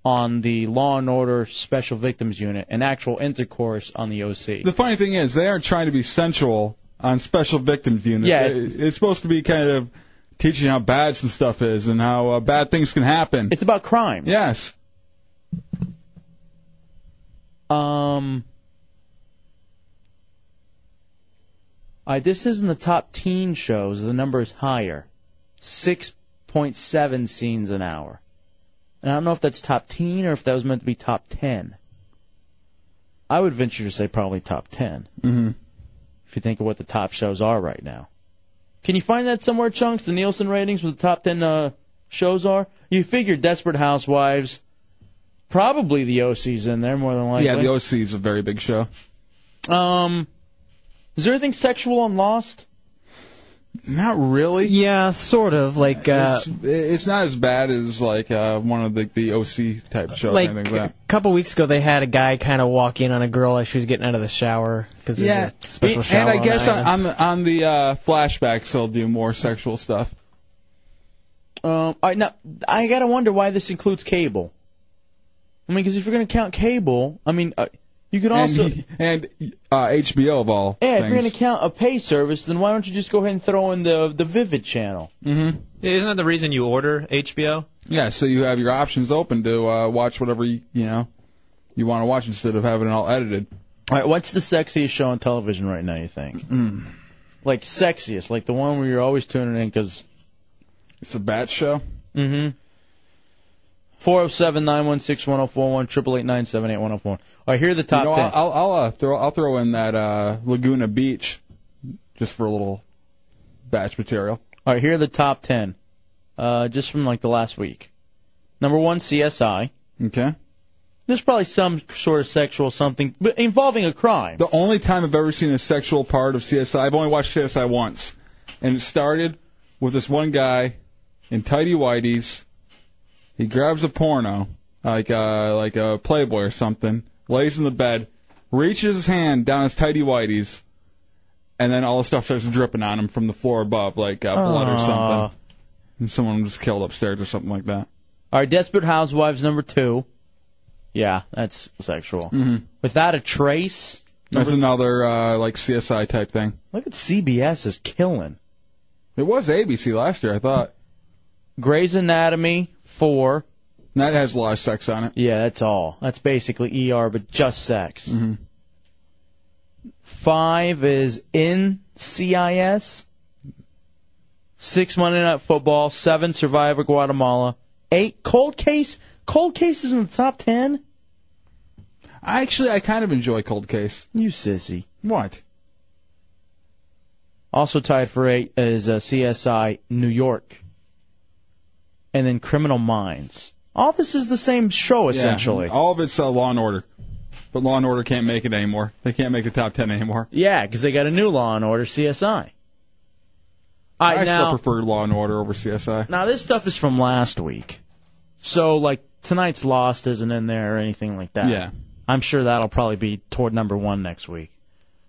Speaker 3: on the Law and Order Special Victims Unit and actual intercourse on the OC.
Speaker 4: The funny thing is, they aren't trying to be sensual on Special Victims Unit.
Speaker 3: Yeah.
Speaker 4: It- it's supposed to be kind of teaching how bad some stuff is and how uh, bad things can happen.
Speaker 3: It's about crimes.
Speaker 4: Yes.
Speaker 3: Um, I, this isn't the top teen shows. The number is higher, six point seven scenes an hour. And I don't know if that's top teen or if that was meant to be top ten. I would venture to say probably top ten
Speaker 4: Mm-hmm.
Speaker 3: if you think of what the top shows are right now. Can you find that somewhere, Chunks? The Nielsen ratings with the top 10 uh, shows are? You figure Desperate Housewives, probably the OC's in there more than likely.
Speaker 4: yeah, the OC is a very big show.
Speaker 3: Um, is there anything sexual on Lost?
Speaker 4: Not really.
Speaker 10: Yeah, sort of. Like uh,
Speaker 4: it's, it's not as bad as like uh, one of the the OC type shows.
Speaker 10: like
Speaker 4: or anything
Speaker 10: a
Speaker 4: like
Speaker 10: couple weeks ago, they had a guy kind of walk in on a girl as she was getting out of the shower because
Speaker 4: that. Yeah,
Speaker 10: special shower.
Speaker 4: and I
Speaker 10: on
Speaker 4: guess
Speaker 10: the island.
Speaker 4: on on the uh, flashbacks they'll do more sexual stuff.
Speaker 3: Um, I now I gotta wonder why this includes cable. I mean, because if you're gonna count cable, I mean, uh, you could also
Speaker 4: and, he- and uh, HBO of all
Speaker 3: yeah, if you're gonna
Speaker 4: things.
Speaker 3: count a pay service, then why don't you just go ahead and throw in the the Vivid channel?
Speaker 4: Mm-hmm.
Speaker 6: Isn't that the reason you order HBO?
Speaker 4: Yeah, so you have your options open to uh, watch whatever you, you know you want to watch instead of having it all edited.
Speaker 3: All right, what's the sexiest show on television right now? You think?
Speaker 4: Mm.
Speaker 3: Like sexiest, like the one where you're always tuning in because
Speaker 4: it's a bat show.
Speaker 3: Mm-hmm. Four zero seven nine one six one zero four one triple eight nine seven eight one zero four. All right, here are the top
Speaker 4: you know,
Speaker 3: ten.
Speaker 4: I'll I'll, I'll, uh, throw I'll throw in that uh, Laguna Beach just for a little batch material.
Speaker 3: All right, here are the top ten, uh, just from like the last week. Number one, CSI.
Speaker 4: Okay.
Speaker 3: There's probably some sort of sexual something, but involving a crime.
Speaker 4: The only time I've ever seen a sexual part of CSI, I've only watched CSI once, and it started with this one guy in tidy whities. He grabs a porno, like uh like a Playboy or something, lays in the bed, reaches his hand down his tidy whities, and then all the stuff starts dripping on him from the floor above, like uh, blood or
Speaker 3: Aw.
Speaker 4: something. And someone was killed upstairs or something like that.
Speaker 3: All right, Desperate Housewives number two. Yeah, that's sexual.
Speaker 4: Mm-hmm.
Speaker 3: Without a trace.
Speaker 4: That's
Speaker 3: Number-
Speaker 4: another uh, like CSI type thing.
Speaker 3: Look at CBS is killing.
Speaker 4: It was ABC last year, I thought.
Speaker 3: Grey's Anatomy four.
Speaker 4: That has a lot of sex on it.
Speaker 3: Yeah, that's all. That's basically ER, but just sex.
Speaker 4: Mm-hmm.
Speaker 3: Five is NCIS. Six Monday Night Football. Seven Survivor Guatemala. Eight Cold Case. Cold Case is in the top ten.
Speaker 4: I actually I kind of enjoy Cold Case.
Speaker 3: You sissy.
Speaker 4: What?
Speaker 3: Also tied for eight is uh, CSI New York. And then Criminal Minds. All this is the same show essentially.
Speaker 4: Yeah, all of it's uh, Law and Order, but Law and Order can't make it anymore. They can't make the top ten anymore.
Speaker 3: Yeah, because they got a new Law and Order CSI. All right,
Speaker 4: I
Speaker 3: now,
Speaker 4: still prefer Law and Order over CSI.
Speaker 3: now this stuff is from last week, so like tonight's Lost isn't in there or anything like that.
Speaker 4: Yeah.
Speaker 3: I'm sure that'll probably be toward number one next week.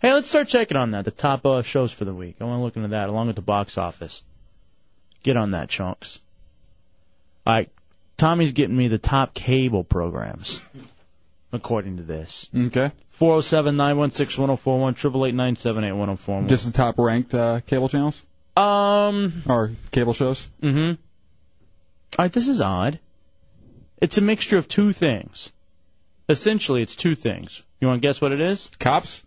Speaker 3: Hey, let's start checking on that. The top uh, shows for the week. I want to look into that along with the box office. Get on that, chunks. All right, Tommy's getting me the top cable programs according to this.
Speaker 4: Okay.
Speaker 3: Four zero seven nine one six one zero four one triple eight nine seven eight one zero four one.
Speaker 4: Just the top ranked uh, cable channels
Speaker 3: Um.
Speaker 4: or cable shows.
Speaker 3: Mm-hmm. All right, this is odd. It's a mixture of two things. Essentially, it's two things. You want to guess what it is?
Speaker 4: Cops.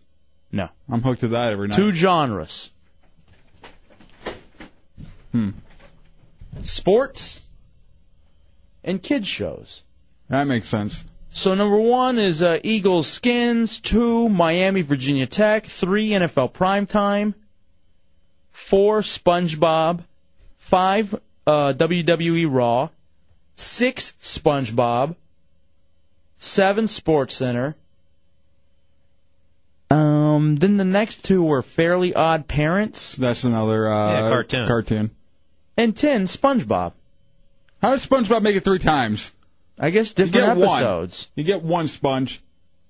Speaker 3: No.
Speaker 4: I'm hooked to that every night.
Speaker 3: Two genres.
Speaker 4: Hmm.
Speaker 3: Sports and kids shows.
Speaker 4: That makes sense.
Speaker 3: So number one is uh, Eagles Skins. Two Miami Virginia Tech. Three NFL Primetime. Four SpongeBob. Five uh, WWE Raw. Six SpongeBob. Seven Sports Center. Um, then the next two were Fairly Odd Parents
Speaker 4: That's another uh,
Speaker 3: Yeah, cartoon.
Speaker 4: Cartoon.
Speaker 3: and ten SpongeBob.
Speaker 4: How does SpongeBob make it three times?
Speaker 3: I guess different
Speaker 4: you get
Speaker 3: episodes.
Speaker 4: One. You get one sponge.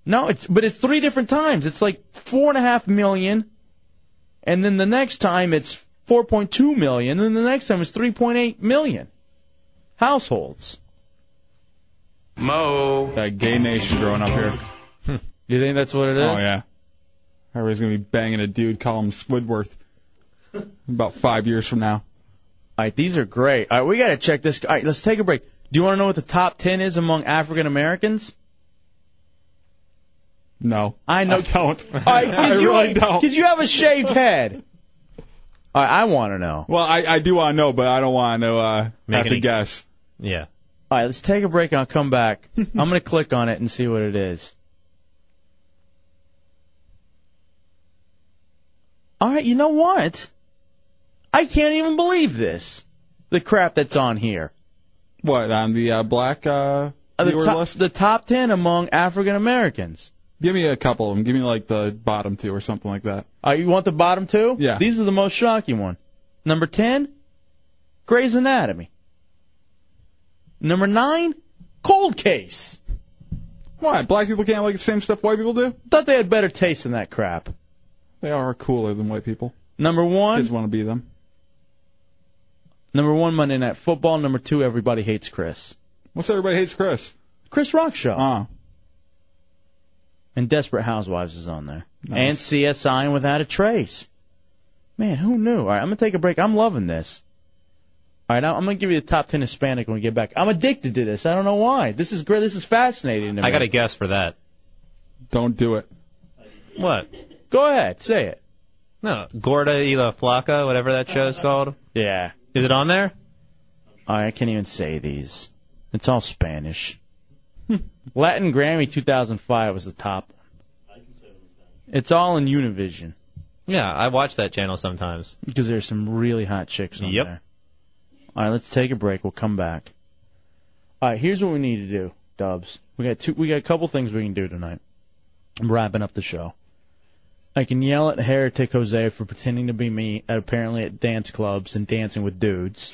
Speaker 3: No, it's but it's three different times. It's like four and a half million, and then the next time it's 4.2 million, and then the next time it's 3.8 million households.
Speaker 4: Mo. That gay nation growing up here.
Speaker 3: Hmm. You think that's what it is?
Speaker 4: Oh yeah. Everybody's gonna be banging a dude, call him Squidworth. About five years from now.
Speaker 3: All right, these are great. All right, we gotta check this. All right, let's take a break. Do you want to know what the top 10 is among African Americans?
Speaker 4: No.
Speaker 3: I know.
Speaker 4: I don't.
Speaker 3: All right, 'cause
Speaker 4: I
Speaker 3: you,
Speaker 4: really don't.
Speaker 3: Because you have a shaved head. All right, I want to know.
Speaker 4: Well, I, I do want to know, but I don't want to uh,
Speaker 3: Make
Speaker 4: have
Speaker 3: any-
Speaker 4: to guess.
Speaker 6: Yeah.
Speaker 3: All right, let's take a break. and I'll come back. I'm going to click on it and see what it is. All right, you know what? I can't even believe this. The crap that's on here.
Speaker 4: What on the uh, black uh,
Speaker 3: Uh, The,
Speaker 4: viewer
Speaker 3: top,
Speaker 4: list?
Speaker 3: the top 10 among African Americans.
Speaker 4: Give me a couple of them. Give me like the bottom two or something like that.
Speaker 3: Uh, you want the bottom two?
Speaker 4: Yeah.
Speaker 3: These are the most shocking one. Number ten, Grey's Anatomy. Number nine, Cold Case.
Speaker 4: Why? Black people can't like the same stuff white people do?
Speaker 3: Thought they had better taste in that crap.
Speaker 4: They are cooler than white people.
Speaker 3: Number one.
Speaker 4: Kids want to be them.
Speaker 3: Number one, Monday Night Football. Number two, Everybody Hates Chris.
Speaker 4: What's everybody hates Chris?
Speaker 3: Chris Rock Show.
Speaker 4: Ah.
Speaker 3: And Desperate Housewives is on there. And
Speaker 4: Nice.
Speaker 3: CSI and Without a Trace. Man, who knew? All right, I'm going to take a break. I'm loving this. All right, I'm I'm going to give you the top 10 Hispanic when we get back. I'm addicted to this. I don't know why. This is great. This is fascinating to me.
Speaker 6: I got a guess for that.
Speaker 4: Don't do it.
Speaker 6: What?
Speaker 3: Go ahead, say it.
Speaker 6: No, Gorda y la Flaca, whatever that show's called.
Speaker 3: Yeah.
Speaker 6: Is it on there?
Speaker 3: All right, I can't even say these. It's all Spanish. Latin Grammy 2005 was the top one. It's all in Univision
Speaker 6: Yeah, I watch that channel sometimes.
Speaker 3: because there's some really hot chicks on
Speaker 6: Yep.
Speaker 3: there. All right, let's take a break. We'll come back. All right, here's what we need to do, Dubs. We got two. We got a couple things we can do tonight. I'm wrapping up the show. I can yell at Heretic Jose for pretending to be me, at, apparently at dance clubs and dancing with dudes,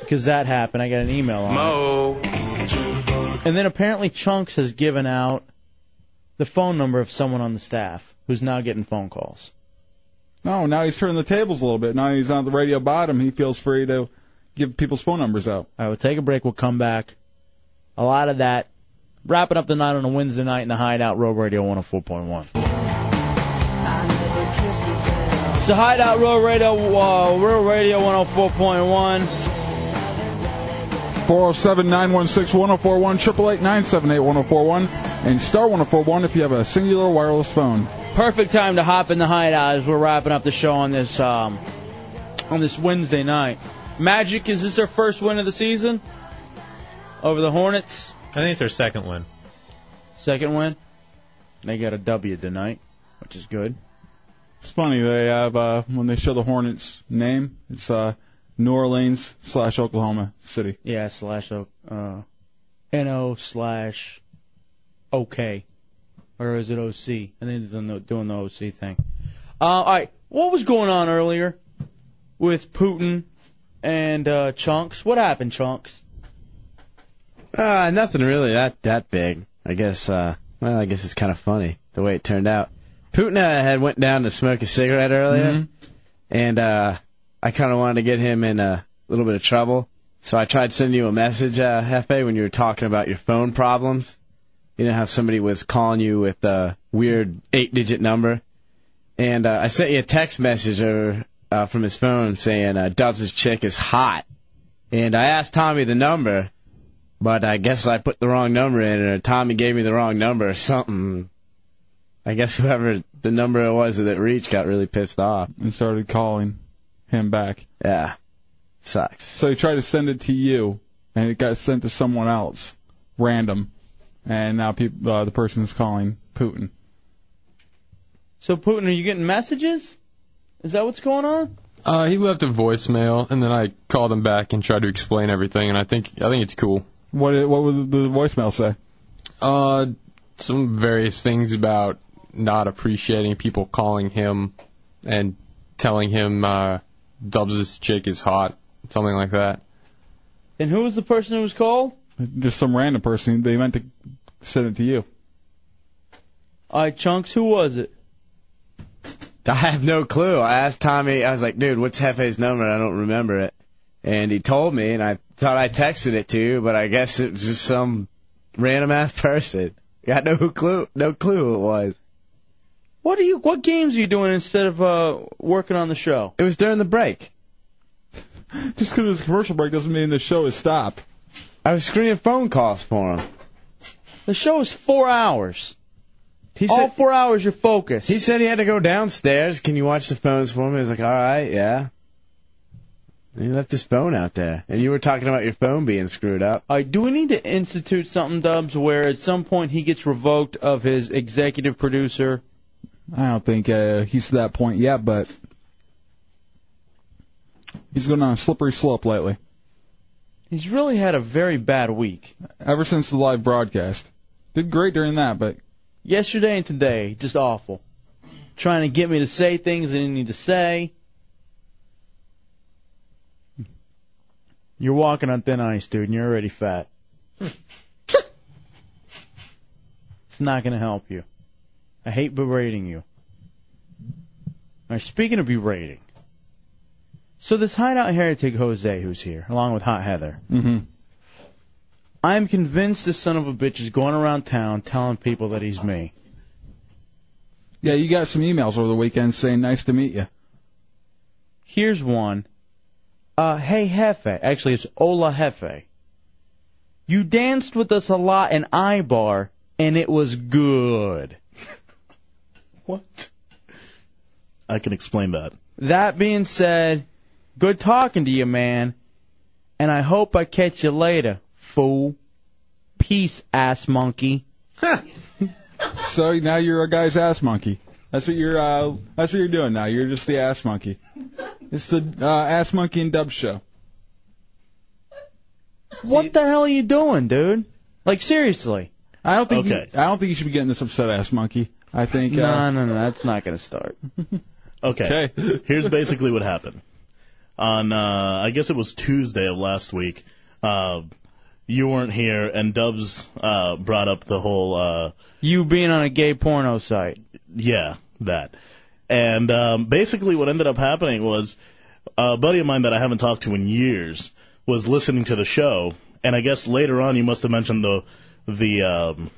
Speaker 3: because that happened. I got an email on it.
Speaker 18: Mo.
Speaker 3: And then apparently Chunks has given out the phone number of someone on the staff who's now getting phone calls.
Speaker 4: No, now he's turning the tables a little bit. Now he's on the radio bottom. He feels free to give people's phone numbers out.
Speaker 3: All right, we'll take a break. We'll come back. A lot of that. Wrapping up the night on a Wednesday night in the Hideout, Road Radio 104.1. It's the Hideout, Road Radio, uh, Road Radio 104.1.
Speaker 4: 407 916 1041, 888 978 1041, and star 1041 if you have a singular wireless phone.
Speaker 3: Perfect time to hop in the Hideout as we're wrapping up the show on this um, on this Wednesday night. Magic, is this our first win of the season over the Hornets?
Speaker 6: I think it's their second one.
Speaker 3: Second win. They got a W tonight, which is good.
Speaker 4: It's funny, they have, uh, when they show the Hornets name, it's uh, New Orleans slash Oklahoma City.
Speaker 3: Yeah, slash O- uh, no slash okay, or is it OC? And then doing the, doing the OC thing. Uh, all right, what was going on earlier with Putin and uh, Chunks? What happened, Chunks?
Speaker 22: Uh, nothing really that that big. I guess. Uh, well, I guess it's kind of funny the way it turned out. Putin uh, had went down to smoke a cigarette earlier, and uh, I kind of wanted to get him in a little bit of trouble. So I tried sending you a message, uh, Hefe, when you were talking about your phone problems. You know how somebody was calling you with a weird eight-digit number, and uh, I sent you a text message or, uh, from his phone saying uh, Dubs' chick is hot, and I asked Tommy the number. But I guess I put the wrong number in, or Tommy gave me the wrong number or something. I guess whoever the number it was that reached got really pissed off.
Speaker 4: And started calling him back.
Speaker 22: Yeah. Sucks.
Speaker 4: So he tried to send it to you, and it got sent to someone else, random, and now peop uh, the person's calling Putin.
Speaker 3: So Putin, are you getting messages? Is that what's going on?
Speaker 9: Uh, he left a voicemail, and then I called him back and tried to explain everything, and I think I think it's cool.
Speaker 4: What did- what would the voicemail say?
Speaker 9: Uh, some various things about not appreciating people calling him and telling him uh, Dubs' chick is hot, something like that.
Speaker 3: And who was the person who was called?
Speaker 4: Just some random person. They meant to send it to you.
Speaker 3: All right, Chunks, who was it?
Speaker 22: I have no clue. I asked Tommy, I was like, dude, what's Hefe's number? I don't remember it. And he told me, and I thought I texted it to you, but I guess it was just some random ass person. Got no clue, no clue who it was.
Speaker 3: What are you? What games are you doing instead of uh, working on the show?
Speaker 22: It was during the break.
Speaker 4: Just because it's a commercial break doesn't mean the show is stopped.
Speaker 22: I was screening phone calls for him.
Speaker 3: The show is four hours.
Speaker 22: He
Speaker 3: All
Speaker 22: said-
Speaker 3: four hours, you're focused.
Speaker 22: He said he had to go downstairs. Can you watch the phones for me? I was like, all right, yeah. And he left his phone out there. And you were talking about your phone being screwed up.
Speaker 3: All right, do we need to institute something, Dubs, where at some point he gets revoked of his executive producer?
Speaker 4: I don't think uh, he's to that point yet, but he's going on a slippery slope lately.
Speaker 3: He's really had a very bad week.
Speaker 4: Ever since the live broadcast. Did great during that, but
Speaker 3: yesterday and today, just awful. Trying to get me to say things I didn't need to say. You're walking on thin ice, dude, and you're already fat. it's not going to help you. I hate berating you. Now, speaking of berating, so this hideout heretic Jose, who's here, along with Hot Heather,
Speaker 4: Mhm.
Speaker 3: I'm convinced this son of a bitch is going around town telling people that he's me.
Speaker 4: Yeah, you got some emails over the weekend saying nice to meet you.
Speaker 3: Here's one. Uh, hey Hefe. Actually, it's Ola Hefe. You danced with us a lot in iBar, and it was good.
Speaker 15: What? I can explain that.
Speaker 3: That being said, good talking to you, man. And I hope I catch you later, fool. Peace, ass monkey.
Speaker 4: so now you're a guy's ass monkey. That's what you're. Uh, that's what you're doing now. You're just the ass monkey. It's the uh, ass monkey and dub show.
Speaker 3: What the hell are you doing, dude? Like seriously.
Speaker 4: I don't think.
Speaker 3: Okay.
Speaker 4: You, I don't think you should be getting this upset ass monkey. I think.
Speaker 3: No,
Speaker 4: uh,
Speaker 3: no, no, that's not going to start.
Speaker 15: Okay. Here's basically what happened. On uh, I guess it was Tuesday of last week. Uh, you weren't here, and Dubs uh, brought up the whole uh,
Speaker 3: you being on a gay porno site.
Speaker 15: Yeah, that. And um, basically, what ended up happening was a buddy of mine that I haven't talked to in years was listening to the show, and I guess later on you must have mentioned the the um,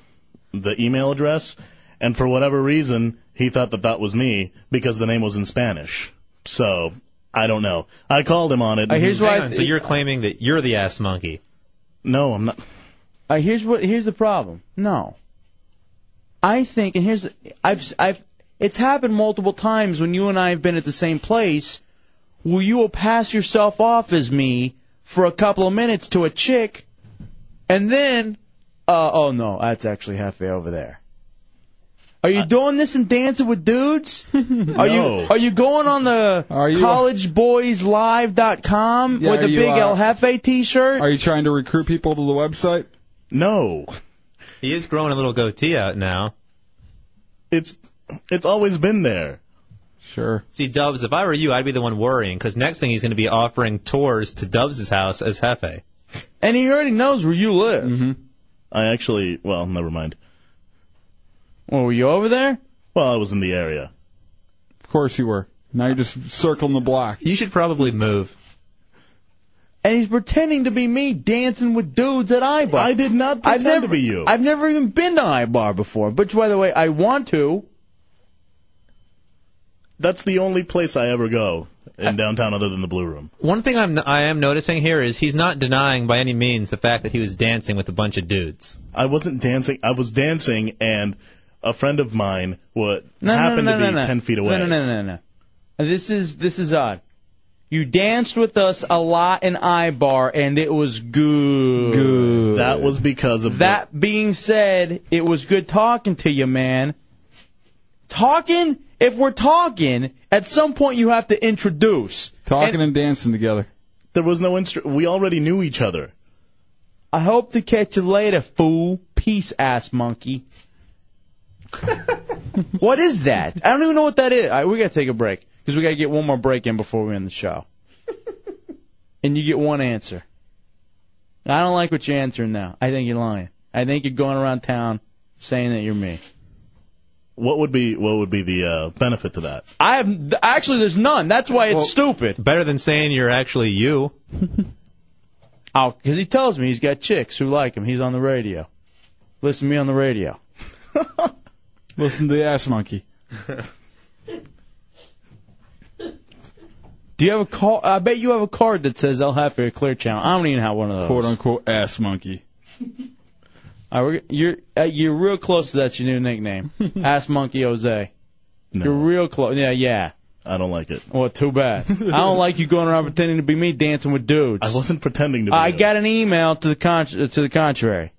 Speaker 15: the email address, and for whatever reason he thought that that was me because the name was in Spanish. So I don't know. I called him on it.
Speaker 6: Uh, here's why.
Speaker 15: I
Speaker 6: so you're claiming that you're the ass monkey.
Speaker 15: No, I'm not.
Speaker 3: Uh, here's what. Here's the problem. No. I think, and here's, I've, I've, it's happened multiple times when you and I have been at the same place, where you will pass yourself off as me for a couple of minutes to a chick, and then, uh, oh no, that's actually halfway over there. Are
Speaker 15: Uh,
Speaker 3: you doing this and dancing with dudes? Are you
Speaker 4: No.
Speaker 3: are you going on the
Speaker 4: you-
Speaker 3: collegeboyslive.com
Speaker 4: Yeah,
Speaker 3: with a
Speaker 4: are you,
Speaker 3: big
Speaker 4: uh,
Speaker 3: El Jefe t-shirt?
Speaker 4: Are you trying to recruit people to the website?
Speaker 15: No.
Speaker 6: He is growing a little goatee out now.
Speaker 15: It's it's always been there.
Speaker 4: Sure.
Speaker 6: See, Dubs, if I were you, I'd be the one worrying because next thing he's going to be offering tours to Dubs' house as Hefe.
Speaker 3: And he already knows where you live.
Speaker 15: Mm-hmm. I actually, well, never mind.
Speaker 3: Well, were you over there?
Speaker 15: Well, I was in the area.
Speaker 4: Of course you were. Now you're just circling the block.
Speaker 6: You should probably move.
Speaker 3: and he's pretending to be me dancing with dudes at iBar. I
Speaker 15: did not
Speaker 3: pretend
Speaker 15: to be you.
Speaker 3: I've never even been to iBar before, which, by the way, I want to.
Speaker 15: That's the only place I ever go
Speaker 3: Uh,
Speaker 15: in downtown other than the Blue Room.
Speaker 6: One thing I'm I am noticing here is he's not denying by any means the fact that he was dancing with a bunch of dudes.
Speaker 15: I wasn't dancing. I was dancing, and a friend of mine what
Speaker 3: No,
Speaker 15: happened
Speaker 3: no, no,
Speaker 15: to
Speaker 3: no,
Speaker 15: be
Speaker 3: no.
Speaker 15: ten feet away.
Speaker 3: No, no, no, no, no. This is this is odd. You danced with us a lot in iBar, and it was good.
Speaker 15: Good. That was because of
Speaker 3: that. Being said, it was good talking to you, man. Talking. If we're talking, at some point you have to introduce.
Speaker 4: Talking and, dancing together.
Speaker 15: There was no instru- We already knew each other.
Speaker 3: I hope to catch you later, fool. Peace, ass monkey. what is that? I don't even know what that is. All right, we gotta take a break because we gotta get one more break in before we end the show. and you get one answer. I don't like what you're answering now. I think you're lying. I think you're going around town saying that you're me.
Speaker 15: What would be what would be the uh, benefit to that?
Speaker 3: I have actually there's none. That's why it's stupid.
Speaker 6: Better than saying you're actually you.
Speaker 3: Oh, because he tells me he's got chicks who like him. He's on the radio. Listen to me on the radio.
Speaker 4: Listen to the ass monkey.
Speaker 3: Do you have a call? I bet you have a card that says "I'll have for your Clear Channel." I don't even have one of those.
Speaker 4: Quote unquote ass monkey.
Speaker 3: All right, we're- you're uh, you're real close to that's your new nickname, Ass Monkey Jose. You're real close. Yeah, yeah.
Speaker 15: I don't like it.
Speaker 3: Well, too bad. I don't like you going around pretending to be me dancing with dudes. I
Speaker 15: wasn't pretending to. be
Speaker 3: I
Speaker 15: you.
Speaker 3: got an email to the con- uh, to the contrary.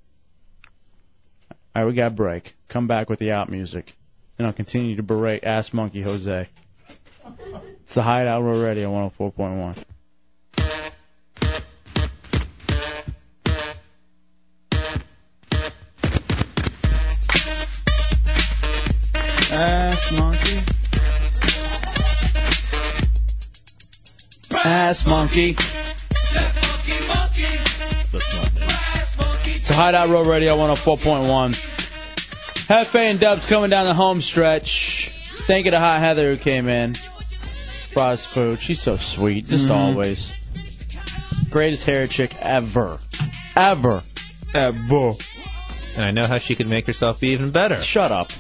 Speaker 3: All right, we got a break. Come back with the out music, and I'll continue to berate Ass Monkey Jose. It's the Hideout Road Radio 104.1.
Speaker 4: ass monkey.
Speaker 3: Ass monkey. It's a Hideout Road Radio 104.1. Hefe and Dubs coming down the home stretch. Thank you to Hot Heather who came in. Frost food. She's so sweet, just
Speaker 4: Mhm.
Speaker 3: always. Greatest hair chick ever. Ever.
Speaker 4: Ever.
Speaker 6: And I know how she could make herself be even better.
Speaker 3: Shut up.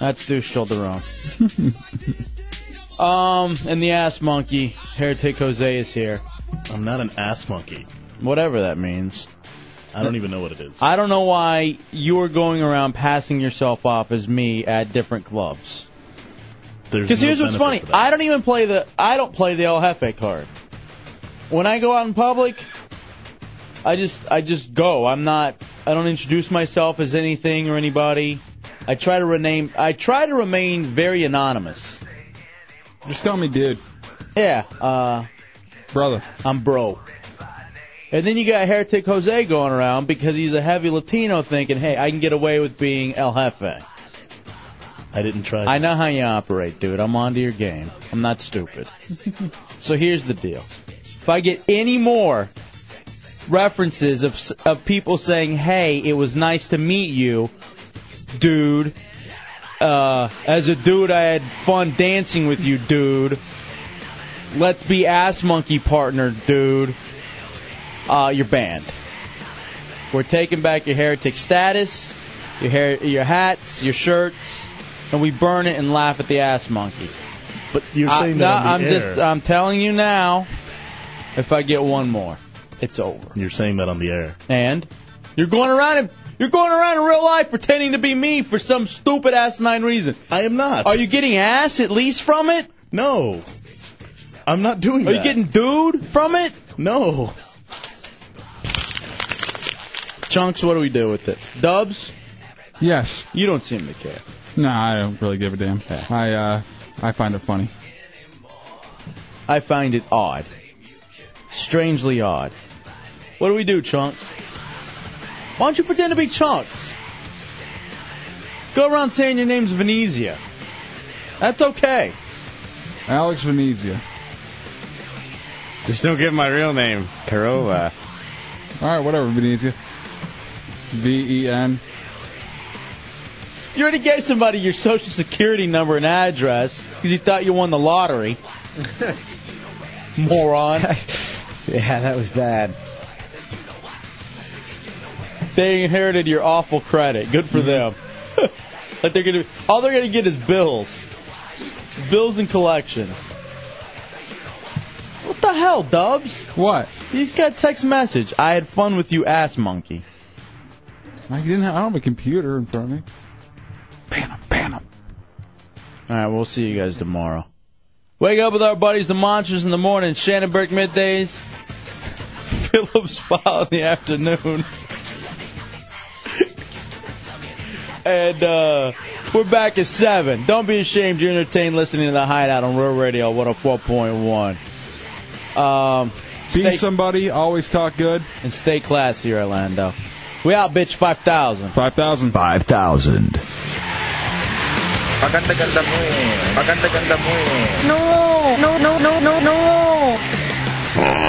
Speaker 3: That's douche Childerone. Um, and the ass monkey, Heretic Jose is here.
Speaker 15: I'm not an ass monkey.
Speaker 3: Whatever that means.
Speaker 15: I don't even know what it is.
Speaker 3: I don't know why you are going around passing yourself off as me at different clubs.
Speaker 15: There's
Speaker 3: Because
Speaker 15: no
Speaker 3: here's what's
Speaker 15: benefit
Speaker 3: funny:
Speaker 15: to that.
Speaker 3: I don't even play the I don't play the El Jefe card. When I go out in public, I just I just go. I'm not. I don't introduce myself as anything or anybody. I try to rename. I try to remain very anonymous.
Speaker 4: Just tell me, dude.
Speaker 3: Yeah. Uh,
Speaker 4: Brother.
Speaker 3: I'm bro. And then you got Heretic Jose going around because he's a heavy Latino thinking, hey, I can get away with being El Jefe.
Speaker 15: I didn't try.
Speaker 3: I know how you operate, dude. I'm onto your game. I'm not stupid. so here's the deal. If I get any more references of s- of people saying, "Hey, it was nice to meet you, dude," uh, as a dude, I had fun dancing with you, dude. Let's be ass monkey partner, dude. Uh, you're banned. We're taking back your heretic status, your hair, your hats, your shirts, and we burn it and laugh at the ass monkey.
Speaker 15: But you're
Speaker 3: I-
Speaker 15: saying
Speaker 3: no,
Speaker 15: that on the
Speaker 3: I'm
Speaker 15: air.
Speaker 3: just I'm telling you now. If I get one more, it's over.
Speaker 15: You're saying that on the air.
Speaker 3: And you're going around and you're going around in real life pretending to be me for some stupid asinine reason.
Speaker 15: I am not.
Speaker 3: Are you getting ass at least from it?
Speaker 15: No. I'm not doing
Speaker 3: Are you
Speaker 15: that.
Speaker 3: getting dude from it?
Speaker 15: No.
Speaker 3: Chunks, what do we do with it? Dubs?
Speaker 4: Yes.
Speaker 3: You don't seem to care.
Speaker 4: Nah, I don't really give a damn. I uh, I find it funny.
Speaker 3: I find it odd. Strangely odd. What do we do, Chunks? Why don't you pretend to be Chunks? Go around saying your name's Venezia. That's okay.
Speaker 4: Alex Venezia.
Speaker 22: Just don't give my real name, Karova.
Speaker 4: All right, whatever, Venezia. V E N.
Speaker 3: You already gave somebody your social security number and address because you thought you won the lottery. Moron.
Speaker 22: yeah, that was bad.
Speaker 3: They inherited your awful credit. Good for them. but they're gonna all they're gonna get is bills, bills and collections. What the hell, Dubs?
Speaker 4: What?
Speaker 3: He's got a text message. I had fun with you, ass monkey.
Speaker 4: I didn't. Have, I don't have a computer in front of me.
Speaker 3: All right, we'll see you guys tomorrow. Wake up with our buddies, the Monsters, in the morning. Shannon Burke middays. Phillips File in the afternoon. and uh, we're back at 7. Don't be ashamed. You're entertained listening to The Hideout on Real Radio 104.1. Um, be
Speaker 4: somebody. Always talk good.
Speaker 3: And stay classy, Orlando. We out, bitch, 5,000.
Speaker 4: 5,000.
Speaker 3: 5,000.
Speaker 7: Paganda-ganda mo eh. Paganda-ganda mo eh.
Speaker 11: No, no, no, no, no, no.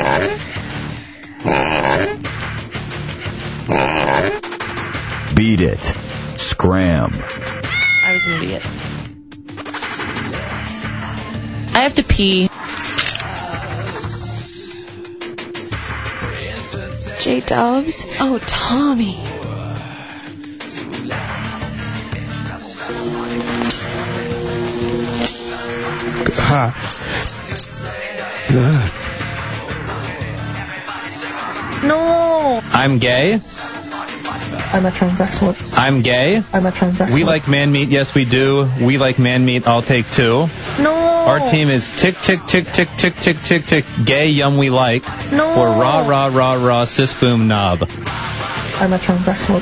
Speaker 8: Beat it. Scram.
Speaker 12: I was an idiot. I have to pee. J Dubs? Oh, Tommy.
Speaker 11: God.
Speaker 12: No!
Speaker 6: I'm gay.
Speaker 12: I'm a transsexual.
Speaker 6: I'm gay.
Speaker 12: I'm a transsexual.
Speaker 6: We like man meat. Yes, we do. We like man meat. I'll take two.
Speaker 12: No!
Speaker 6: Our team is tick tick tick tick tick tick tick tick gay yum we like
Speaker 12: No.
Speaker 6: or rah rah rah rah cis boom knob.
Speaker 12: I'm a transsexual.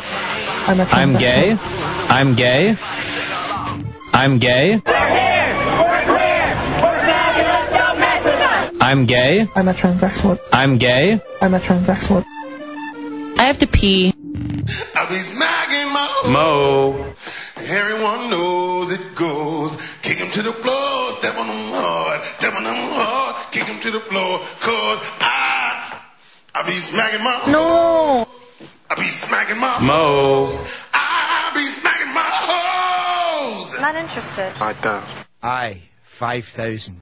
Speaker 12: I'm a transsexual.
Speaker 6: I'm gay. I'm gay. I'm gay. I'm gay.
Speaker 12: I'm a transsexual.
Speaker 6: I'm gay.
Speaker 12: I'm a transsexual. I have to pee.
Speaker 11: I be smacking my
Speaker 6: Mo.
Speaker 19: Everyone knows it goes. Kick him to the floor, step on him hard, step on him hard, kick him to the floor, cause I, I be smacking my,
Speaker 7: No.
Speaker 19: I be smacking my,
Speaker 7: Mo.
Speaker 19: I be smacking my hoes.
Speaker 29: Not interested.
Speaker 3: I don't. I, 5,000.